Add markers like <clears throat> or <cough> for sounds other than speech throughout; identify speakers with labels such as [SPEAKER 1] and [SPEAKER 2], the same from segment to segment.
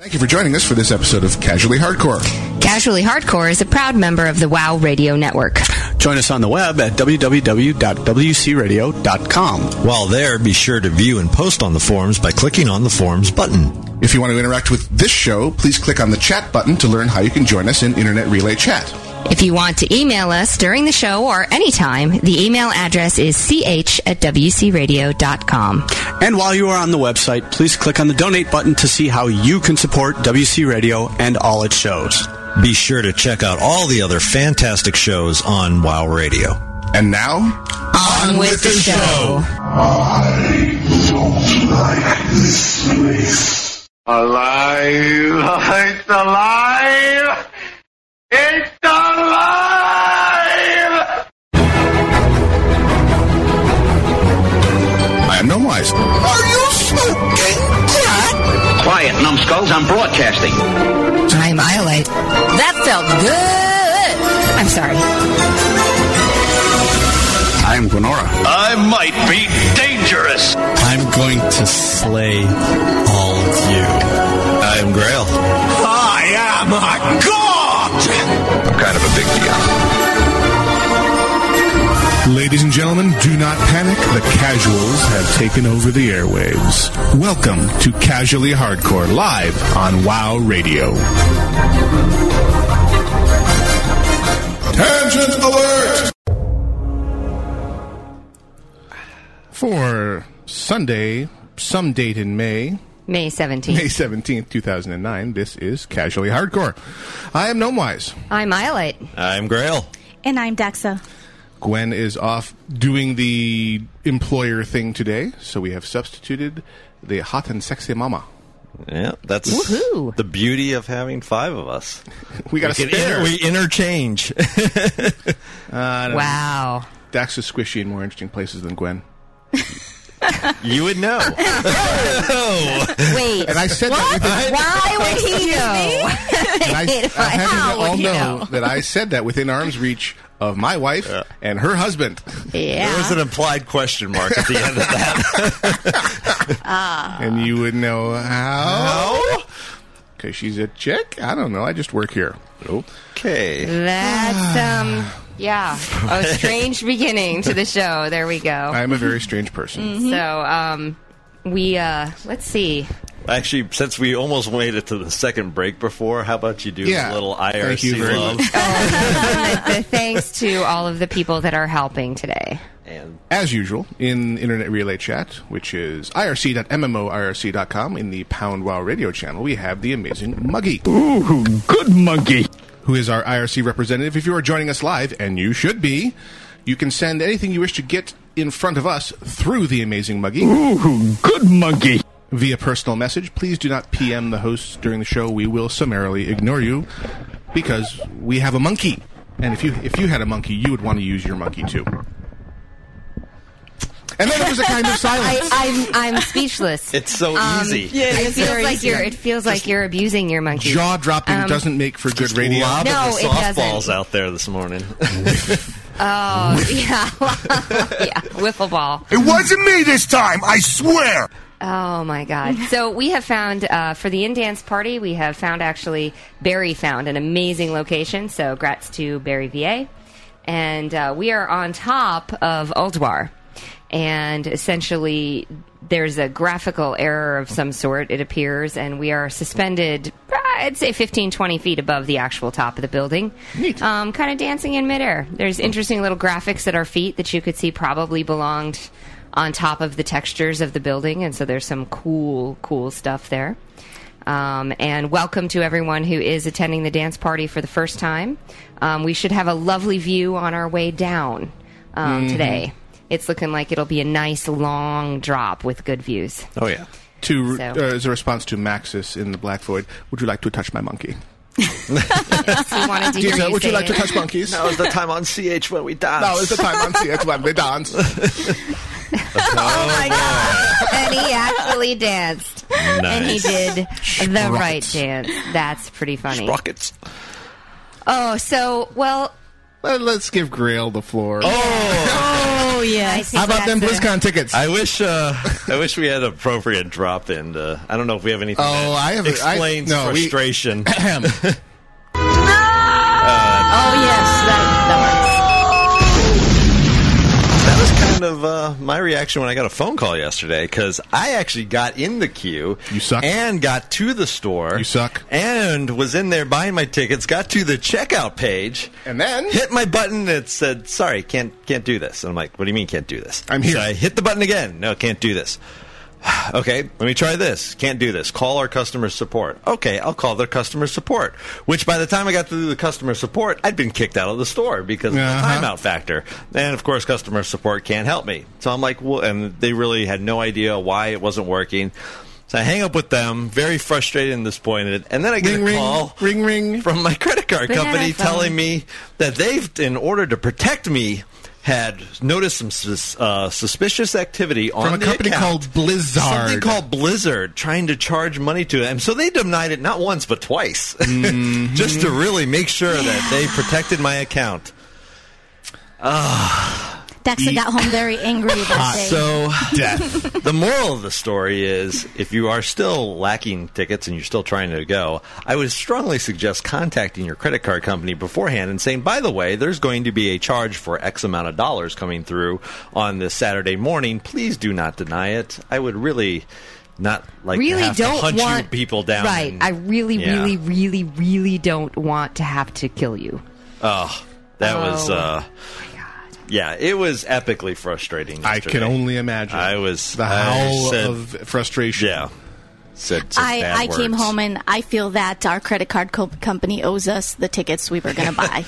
[SPEAKER 1] Thank you for joining us for this episode of Casually Hardcore.
[SPEAKER 2] Casually Hardcore is a proud member of the WoW Radio Network.
[SPEAKER 3] Join us on the web at www.wcradio.com.
[SPEAKER 4] While there, be sure to view and post on the forums by clicking on the forums button.
[SPEAKER 1] If you want to interact with this show, please click on the chat button to learn how you can join us in Internet Relay Chat.
[SPEAKER 2] If you want to email us during the show or anytime, the email address is ch at wcradio.com.
[SPEAKER 3] And while you are on the website, please click on the donate button to see how you can support WC Radio and all its shows.
[SPEAKER 4] Be sure to check out all the other fantastic shows on WoW Radio.
[SPEAKER 1] And now,
[SPEAKER 2] On with the show.
[SPEAKER 5] I don't like this place. Alive! It's alive! It's alive!
[SPEAKER 1] I am No Wise.
[SPEAKER 6] Are you smoking crack?
[SPEAKER 7] Quiet, numbskulls, I'm broadcasting.
[SPEAKER 2] I'm Iolite. That felt good. I'm sorry.
[SPEAKER 3] I'm Gwenora.
[SPEAKER 5] I might be dangerous!
[SPEAKER 4] I'm going to slay all of you. I am Grail.
[SPEAKER 5] I'm kind of a big deal.
[SPEAKER 1] Ladies and gentlemen, do not panic. The casuals have taken over the airwaves. Welcome to Casually Hardcore, live on WoW Radio. Tangent alert! For Sunday, some date in May,
[SPEAKER 2] May 17th.
[SPEAKER 1] May 17th, 2009, this is Casually Hardcore. I am Gnomewise.
[SPEAKER 2] I'm Iolite.
[SPEAKER 4] I'm Grail.
[SPEAKER 8] And I'm Daxa.
[SPEAKER 1] Gwen is off doing the employer thing today, so we have substituted the hot and sexy mama. <laughs>
[SPEAKER 9] Yeah, that's
[SPEAKER 2] Woohoo.
[SPEAKER 9] the beauty of having five of us.
[SPEAKER 1] We got a
[SPEAKER 4] We
[SPEAKER 1] spare.
[SPEAKER 4] inter- we interchange.
[SPEAKER 2] <laughs> Wow.
[SPEAKER 1] Dax is squishy in more interesting places than Gwen.
[SPEAKER 9] You would know.
[SPEAKER 2] Oh.
[SPEAKER 4] <laughs>
[SPEAKER 2] Wait.
[SPEAKER 1] And I said that with a-
[SPEAKER 2] Why would he know?
[SPEAKER 1] and I, I had you
[SPEAKER 2] How would
[SPEAKER 1] all
[SPEAKER 2] he
[SPEAKER 1] know, that I said that within arm's reach of my wife and her husband.
[SPEAKER 9] There was
[SPEAKER 2] Yeah.
[SPEAKER 9] an implied question mark at the end of that.
[SPEAKER 1] And you would know how? Because she's a chick? I don't know. I just work here.
[SPEAKER 9] Okay.
[SPEAKER 2] That's, um, yeah, a strange beginning to the show. There we go.
[SPEAKER 1] I'm a very strange person.
[SPEAKER 2] So, um, we, uh, let's <laughs> see.
[SPEAKER 9] Actually, since we almost made it to the second break before, how about you do
[SPEAKER 1] Yeah.
[SPEAKER 9] a little IRC
[SPEAKER 1] Thank you very <laughs>
[SPEAKER 9] love?
[SPEAKER 1] much.
[SPEAKER 2] The thanks to all of the people that are helping today.
[SPEAKER 9] And
[SPEAKER 1] As usual, in Internet Relay Chat, which is irc.mmoirc.com, in the Pound Wow radio channel, we have the amazing Muggy.
[SPEAKER 10] Good monkey.
[SPEAKER 1] who is our IRC representative. If you are joining us live, and you should be, you can send anything you wish to get in front of us through the amazing Muggy
[SPEAKER 10] Ooh, good monkey.
[SPEAKER 1] via personal message. Please do not PM the hosts during the show. We will summarily ignore you because we have a monkey. And if you if you had a monkey, you would want to use your monkey too. And then there was a kind
[SPEAKER 2] <laughs>
[SPEAKER 1] of silence.
[SPEAKER 2] I, I'm, I'm speechless.
[SPEAKER 9] it's so
[SPEAKER 2] Um,
[SPEAKER 9] easy.
[SPEAKER 2] it feels like you're. It feels like you're abusing your monkey.
[SPEAKER 1] Jaw dropping
[SPEAKER 2] Um,
[SPEAKER 1] doesn't make for good radio.
[SPEAKER 9] Lobbing
[SPEAKER 2] No,
[SPEAKER 9] the
[SPEAKER 2] it doesn't.
[SPEAKER 9] softballs out there this morning.
[SPEAKER 2] Oh, yeah, <laughs> yeah, wiffle ball.
[SPEAKER 6] It wasn't me this time, I swear!
[SPEAKER 2] Oh my god! So we have found uh, for the in dance party, we have found actually Barry found an amazing location. So grats to Barry VA, and uh, we are on top of Aldwar, and essentially there's a graphical error of some sort. It appears, and we are suspended. uh, I'd say 15, 20 feet above the actual top of the building. Um, kind of dancing in midair. There's interesting little graphics at our feet that you could see probably belonged on top of the textures of the building, and so there's some cool, cool stuff there. Um, and welcome to everyone who is attending the dance party for the first time. Um, we should have a lovely view on our way down um,
[SPEAKER 1] Mm-hmm.
[SPEAKER 2] today. It's looking like it'll be a nice long drop with good views. <laughs>
[SPEAKER 9] Oh yeah.
[SPEAKER 1] To
[SPEAKER 2] So-
[SPEAKER 1] uh, as a response to Maxis in the Black Void, would you like to touch my monkey?
[SPEAKER 2] We wanted to hear
[SPEAKER 1] Dear,
[SPEAKER 2] you
[SPEAKER 1] would you
[SPEAKER 2] say
[SPEAKER 1] like to
[SPEAKER 2] it.
[SPEAKER 1] touch
[SPEAKER 2] <laughs>
[SPEAKER 1] monkeys?
[SPEAKER 9] That was the time on CH when we died.
[SPEAKER 1] Now is the time on CX when they dance.
[SPEAKER 2] <laughs> <laughs> Oh
[SPEAKER 9] <laughs>
[SPEAKER 2] my god! and he actually danced, and he did the right dance. That's pretty funny.
[SPEAKER 9] Rockets.
[SPEAKER 2] Oh, so well,
[SPEAKER 1] Let, us give Grail the floor.
[SPEAKER 2] oh
[SPEAKER 8] yeah.
[SPEAKER 1] How about them BlizzCon tickets? <clears throat>
[SPEAKER 9] I wish uh, <laughs> I wish we had an appropriate drop in. Uh, I don't know if we have anything.
[SPEAKER 1] Oh,
[SPEAKER 9] that
[SPEAKER 1] I have a- I-
[SPEAKER 9] explains
[SPEAKER 1] no, we-
[SPEAKER 9] frustration.
[SPEAKER 1] Ahem.
[SPEAKER 8] Oh yes, that,
[SPEAKER 9] That was kind of uh, my reaction when I got a phone call yesterday because I actually got in the queue.
[SPEAKER 1] You suck.
[SPEAKER 9] And got to the store.
[SPEAKER 1] You suck.
[SPEAKER 9] And was in there buying my tickets. Got to the checkout page.
[SPEAKER 1] And then-
[SPEAKER 9] hit my button that said, "Sorry, can't can't do this." And I'm like, "What do you mean can't do this?"
[SPEAKER 1] I'm here.
[SPEAKER 9] So I hit the button again. No, can't do this. okay, let me try this. Can't do this. Call our customer support. Okay, I'll call their customer support. Which by the time I got to the customer support, I'd been kicked out of the store because
[SPEAKER 1] Uh-huh.
[SPEAKER 9] of the timeout factor. And of course, customer support can't help me. So I'm like, well, and they really had no idea why it wasn't working. So I hang up with them, very frustrated and disappointed. And then I get
[SPEAKER 1] Ring,
[SPEAKER 9] a
[SPEAKER 1] ring,
[SPEAKER 9] call
[SPEAKER 1] ring, ring.
[SPEAKER 9] from my credit card
[SPEAKER 2] Banana
[SPEAKER 9] company
[SPEAKER 2] phone.
[SPEAKER 9] telling me that they've, in order to protect me, had noticed some sus- uh, suspicious activity on
[SPEAKER 1] From a
[SPEAKER 9] the
[SPEAKER 1] company
[SPEAKER 9] account.
[SPEAKER 1] called Blizzard.
[SPEAKER 9] Something called Blizzard, trying to charge money to them. So they denied it not once but twice, <laughs> just to really make sure that they protected my account.
[SPEAKER 8] that Daxa got home very angry that day.
[SPEAKER 9] So the moral of the story is if you are still lacking tickets and you're still trying to go, I would strongly suggest contacting your credit card company beforehand and saying, by the way, there's going to be a charge for X amount of dollars coming through on this Saturday morning. Please do not deny it. I would really not like to
[SPEAKER 2] really
[SPEAKER 9] have to
[SPEAKER 2] don't
[SPEAKER 9] hunt you
[SPEAKER 2] want
[SPEAKER 9] people down.
[SPEAKER 2] Right.
[SPEAKER 9] and-
[SPEAKER 2] I really,
[SPEAKER 9] Yeah.
[SPEAKER 2] really, really, really don't want to have to kill you.
[SPEAKER 9] Oh, that was.
[SPEAKER 2] Oh.
[SPEAKER 9] uh yeah, it was epically frustrating.
[SPEAKER 1] I
[SPEAKER 9] yesterday.
[SPEAKER 1] can only imagine.
[SPEAKER 9] I was
[SPEAKER 1] the
[SPEAKER 9] I
[SPEAKER 1] howl
[SPEAKER 9] said-
[SPEAKER 1] of frustration.
[SPEAKER 9] Yeah. Said some
[SPEAKER 8] I,
[SPEAKER 9] bad
[SPEAKER 8] I came
[SPEAKER 9] words.
[SPEAKER 8] home and I feel that our credit card co- company owes us the tickets we were going to
[SPEAKER 9] <laughs>
[SPEAKER 8] buy.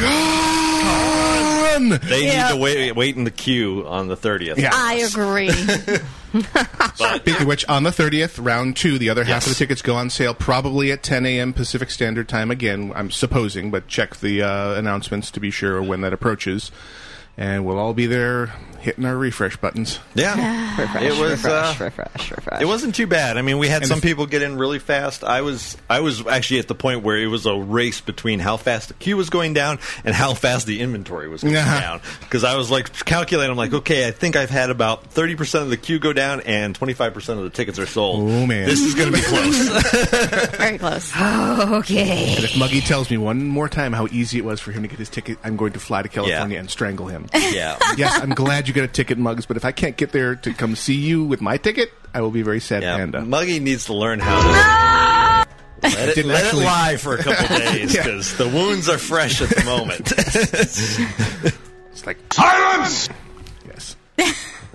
[SPEAKER 1] Run!
[SPEAKER 9] They
[SPEAKER 8] Yeah.
[SPEAKER 9] need to wait wait in the queue on the thirtieth.
[SPEAKER 1] Yeah.
[SPEAKER 8] I agree.
[SPEAKER 1] Speaking of which, on the 30th, round two, the other half
[SPEAKER 9] Yes.
[SPEAKER 1] of the tickets go on sale probably at 10 a.m. Pacific Standard Time again, I'm supposing, but check the uh, announcements to be sure when that approaches. And we'll all be there hitting our refresh buttons.
[SPEAKER 9] Yeah.
[SPEAKER 2] Refresh,
[SPEAKER 9] It was,
[SPEAKER 2] refresh,
[SPEAKER 9] uh,
[SPEAKER 2] refresh, refresh.
[SPEAKER 9] It wasn't too bad. I mean, we had
[SPEAKER 1] And
[SPEAKER 9] some
[SPEAKER 1] the-
[SPEAKER 9] people get in really fast. I was I was actually at the point where it was a race between how fast the queue was going down and how fast the inventory was going
[SPEAKER 1] Yeah.
[SPEAKER 9] down. Because I was like calculating, I'm like, okay, I think I've had about thirty percent of the queue go down and twenty five percent of the tickets are sold.
[SPEAKER 1] Oh, man.
[SPEAKER 9] this
[SPEAKER 8] <laughs>
[SPEAKER 9] is going to be close.
[SPEAKER 8] <laughs>
[SPEAKER 9] <laughs>
[SPEAKER 8] very close.
[SPEAKER 2] okay.
[SPEAKER 1] And if Muggy tells me one more time how easy it was for him to get his ticket, I'm going to fly to California and strangle him. <laughs>
[SPEAKER 9] yeah.
[SPEAKER 1] yes, I'm glad you got a ticket, Muggs, but if I can't get there to come see you with my ticket, I will be very sad,
[SPEAKER 9] Yeah.
[SPEAKER 1] Panda.
[SPEAKER 9] Muggy needs to learn how to. Let it,
[SPEAKER 1] Didn't
[SPEAKER 9] let
[SPEAKER 1] actually-
[SPEAKER 9] it lie for a
[SPEAKER 1] <laughs>
[SPEAKER 9] couple days
[SPEAKER 1] Yeah.
[SPEAKER 9] because the wounds are fresh at the
[SPEAKER 1] <laughs>
[SPEAKER 9] moment.
[SPEAKER 1] it's like,
[SPEAKER 5] Silence!
[SPEAKER 1] yes.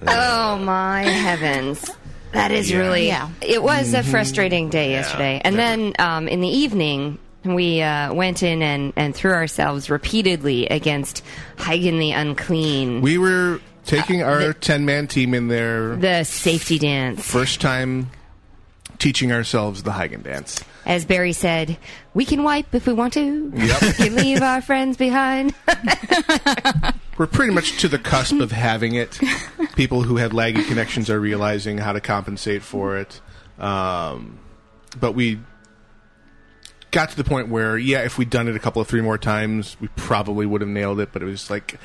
[SPEAKER 2] Oh my heavens. That is really.
[SPEAKER 8] Yeah.
[SPEAKER 2] It was a frustrating day yesterday. And then um, in the evening, we uh, went in and, and threw ourselves repeatedly against Hagen the Unclean,
[SPEAKER 1] We were taking
[SPEAKER 9] Ah,
[SPEAKER 1] our 10 man team in there.
[SPEAKER 2] the safety dance.
[SPEAKER 1] first time teaching ourselves the Hagen dance.
[SPEAKER 2] As Barry said, we can wipe if we want to.
[SPEAKER 1] Yep.
[SPEAKER 2] we can leave our friends behind.
[SPEAKER 1] We're pretty much to the cusp of having it. People who had laggy connections are realizing how to compensate for it. Um, but we got to the point where, yeah, if we'd done it a couple of three more times, we probably would have nailed it. But it was like,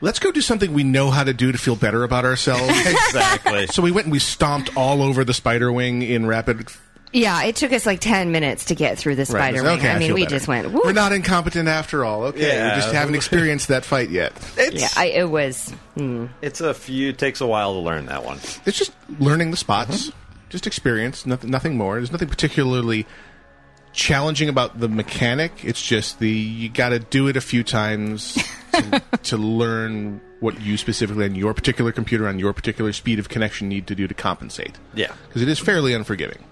[SPEAKER 1] let's go do something we know how to do to feel better about ourselves.
[SPEAKER 9] exactly.
[SPEAKER 1] so we went and we stomped all over the spider wing in rapid.
[SPEAKER 2] yeah, it took us like 10 minutes to get through the
[SPEAKER 1] Right,
[SPEAKER 2] spider wing.
[SPEAKER 1] okay,
[SPEAKER 2] I mean,
[SPEAKER 1] feel
[SPEAKER 2] we
[SPEAKER 1] better.
[SPEAKER 2] just went,
[SPEAKER 1] We're
[SPEAKER 2] woo.
[SPEAKER 1] not incompetent after all. Okay,
[SPEAKER 9] Yeah.
[SPEAKER 1] we just haven't experienced that fight
[SPEAKER 9] <laughs>
[SPEAKER 1] yet.
[SPEAKER 2] Yeah, I, it was.
[SPEAKER 9] It's a few. Takes a while to learn that one.
[SPEAKER 1] it's just learning the spots,
[SPEAKER 9] Mm-hmm.
[SPEAKER 1] just experience, nothing, nothing more. There's nothing particularly challenging about the mechanic. It's just the you got to do it a few
[SPEAKER 2] <laughs>
[SPEAKER 1] times to, to learn what you specifically on your particular computer on your particular speed of connection need to do to compensate.
[SPEAKER 9] Yeah.
[SPEAKER 1] because it is fairly unforgiving.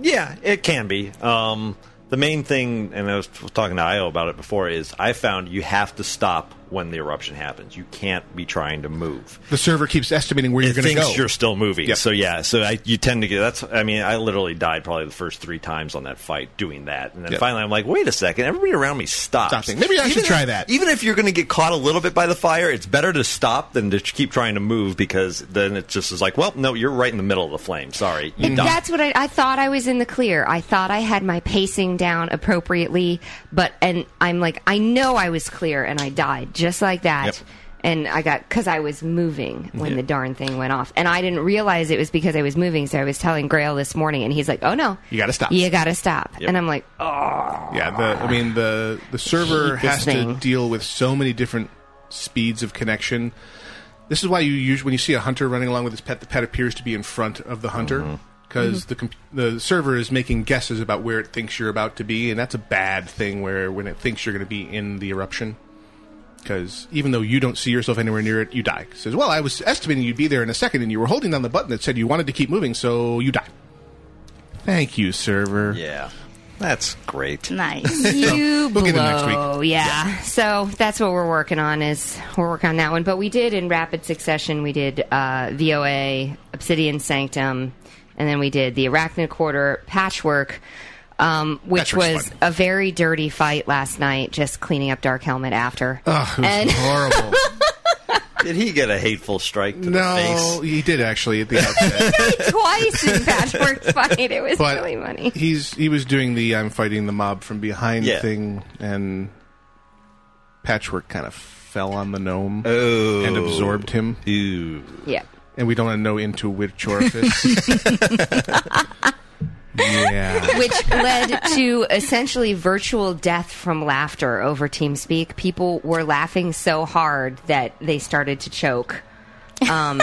[SPEAKER 9] Yeah, it can be. Um, the main thing, and I was talking to Io about it before, is I found you have to stop when the eruption happens. You can't be trying to move.
[SPEAKER 1] The server keeps estimating where you're
[SPEAKER 9] it
[SPEAKER 1] going to go.
[SPEAKER 9] thinks you're still moving.
[SPEAKER 1] Yep.
[SPEAKER 9] So yeah, so I, you tend to get that's. I mean, I literally died probably the first three times on that fight doing that, and then
[SPEAKER 1] Yep.
[SPEAKER 9] finally I'm like, wait a second, everybody around me stops.
[SPEAKER 1] Stopping. Maybe I should
[SPEAKER 9] if-
[SPEAKER 1] try that.
[SPEAKER 9] Even if you're going to get caught a little bit by the fire, it's better to stop than to keep trying to move because then it just is like, well, no, you're right in the middle of the flame. Sorry, you
[SPEAKER 2] And
[SPEAKER 9] died.
[SPEAKER 2] that's what I, I thought I was in the clear. I thought I had my pacing down appropriately, but and I'm like I know I was clear and I died just like that.
[SPEAKER 9] Yep.
[SPEAKER 2] and I got because I was moving when the darn thing went off, and I didn't realize it was because I was moving. So I was telling Grail this morning, and he's like, "Oh no,
[SPEAKER 1] You gotta stop.
[SPEAKER 2] you gotta stop,"
[SPEAKER 1] Yep.
[SPEAKER 2] and I'm like, "Oh,
[SPEAKER 1] Yeah, the, I mean the the server
[SPEAKER 2] Hate this
[SPEAKER 1] has
[SPEAKER 2] thing.
[SPEAKER 1] to deal with so many different speeds of connection. This is why you usually when you see a hunter running along with his pet, the pet appears to be in front of the hunter
[SPEAKER 11] Mhm.
[SPEAKER 1] because
[SPEAKER 2] Mm-hmm.
[SPEAKER 1] the comp the server is making guesses about where it thinks you're about to be, and that's a bad thing. Where when it thinks you're going to be in the eruption, because even though you don't see yourself anywhere near it, you die. It says, "Well, I was estimating you'd be there in a second, and you were holding down the button that said you wanted to keep moving, so you die." Thank you, server.
[SPEAKER 9] Yeah, that's great.
[SPEAKER 8] Nice.
[SPEAKER 2] you
[SPEAKER 1] We'll get it next week.
[SPEAKER 2] blow. Yeah. So that's what we're working on is we're working on that one. But we did in rapid succession, we did uh, VOA, Obsidian Sanctum, and then we did the Arachnid Quarter, Patchwork, um, which
[SPEAKER 1] Patchwork's
[SPEAKER 2] was
[SPEAKER 1] fun.
[SPEAKER 2] a very dirty fight last night, just cleaning up Dark Helmet after.
[SPEAKER 1] Ugh, Ah, it was
[SPEAKER 2] And-
[SPEAKER 1] horrible.
[SPEAKER 9] Did he get a hateful strike to the
[SPEAKER 1] No,
[SPEAKER 9] face?
[SPEAKER 1] he did actually at the
[SPEAKER 2] <laughs>
[SPEAKER 1] outset.
[SPEAKER 2] Twice
[SPEAKER 1] <laughs>
[SPEAKER 2] in Patchwork's fight. It was
[SPEAKER 1] But-
[SPEAKER 2] really funny.
[SPEAKER 1] He's he was doing the "I'm fighting the mob from behind"
[SPEAKER 9] Yeah.
[SPEAKER 1] thing, and Patchwork kind of fell on the gnome
[SPEAKER 9] Oh.
[SPEAKER 1] and absorbed him.
[SPEAKER 2] Yeah.
[SPEAKER 1] And we don't want to know into which
[SPEAKER 2] <laughs>
[SPEAKER 1] orifice. yeah.
[SPEAKER 2] which led to essentially virtual death from laughter over TeamSpeak. People were laughing so hard that they started to choke. Um,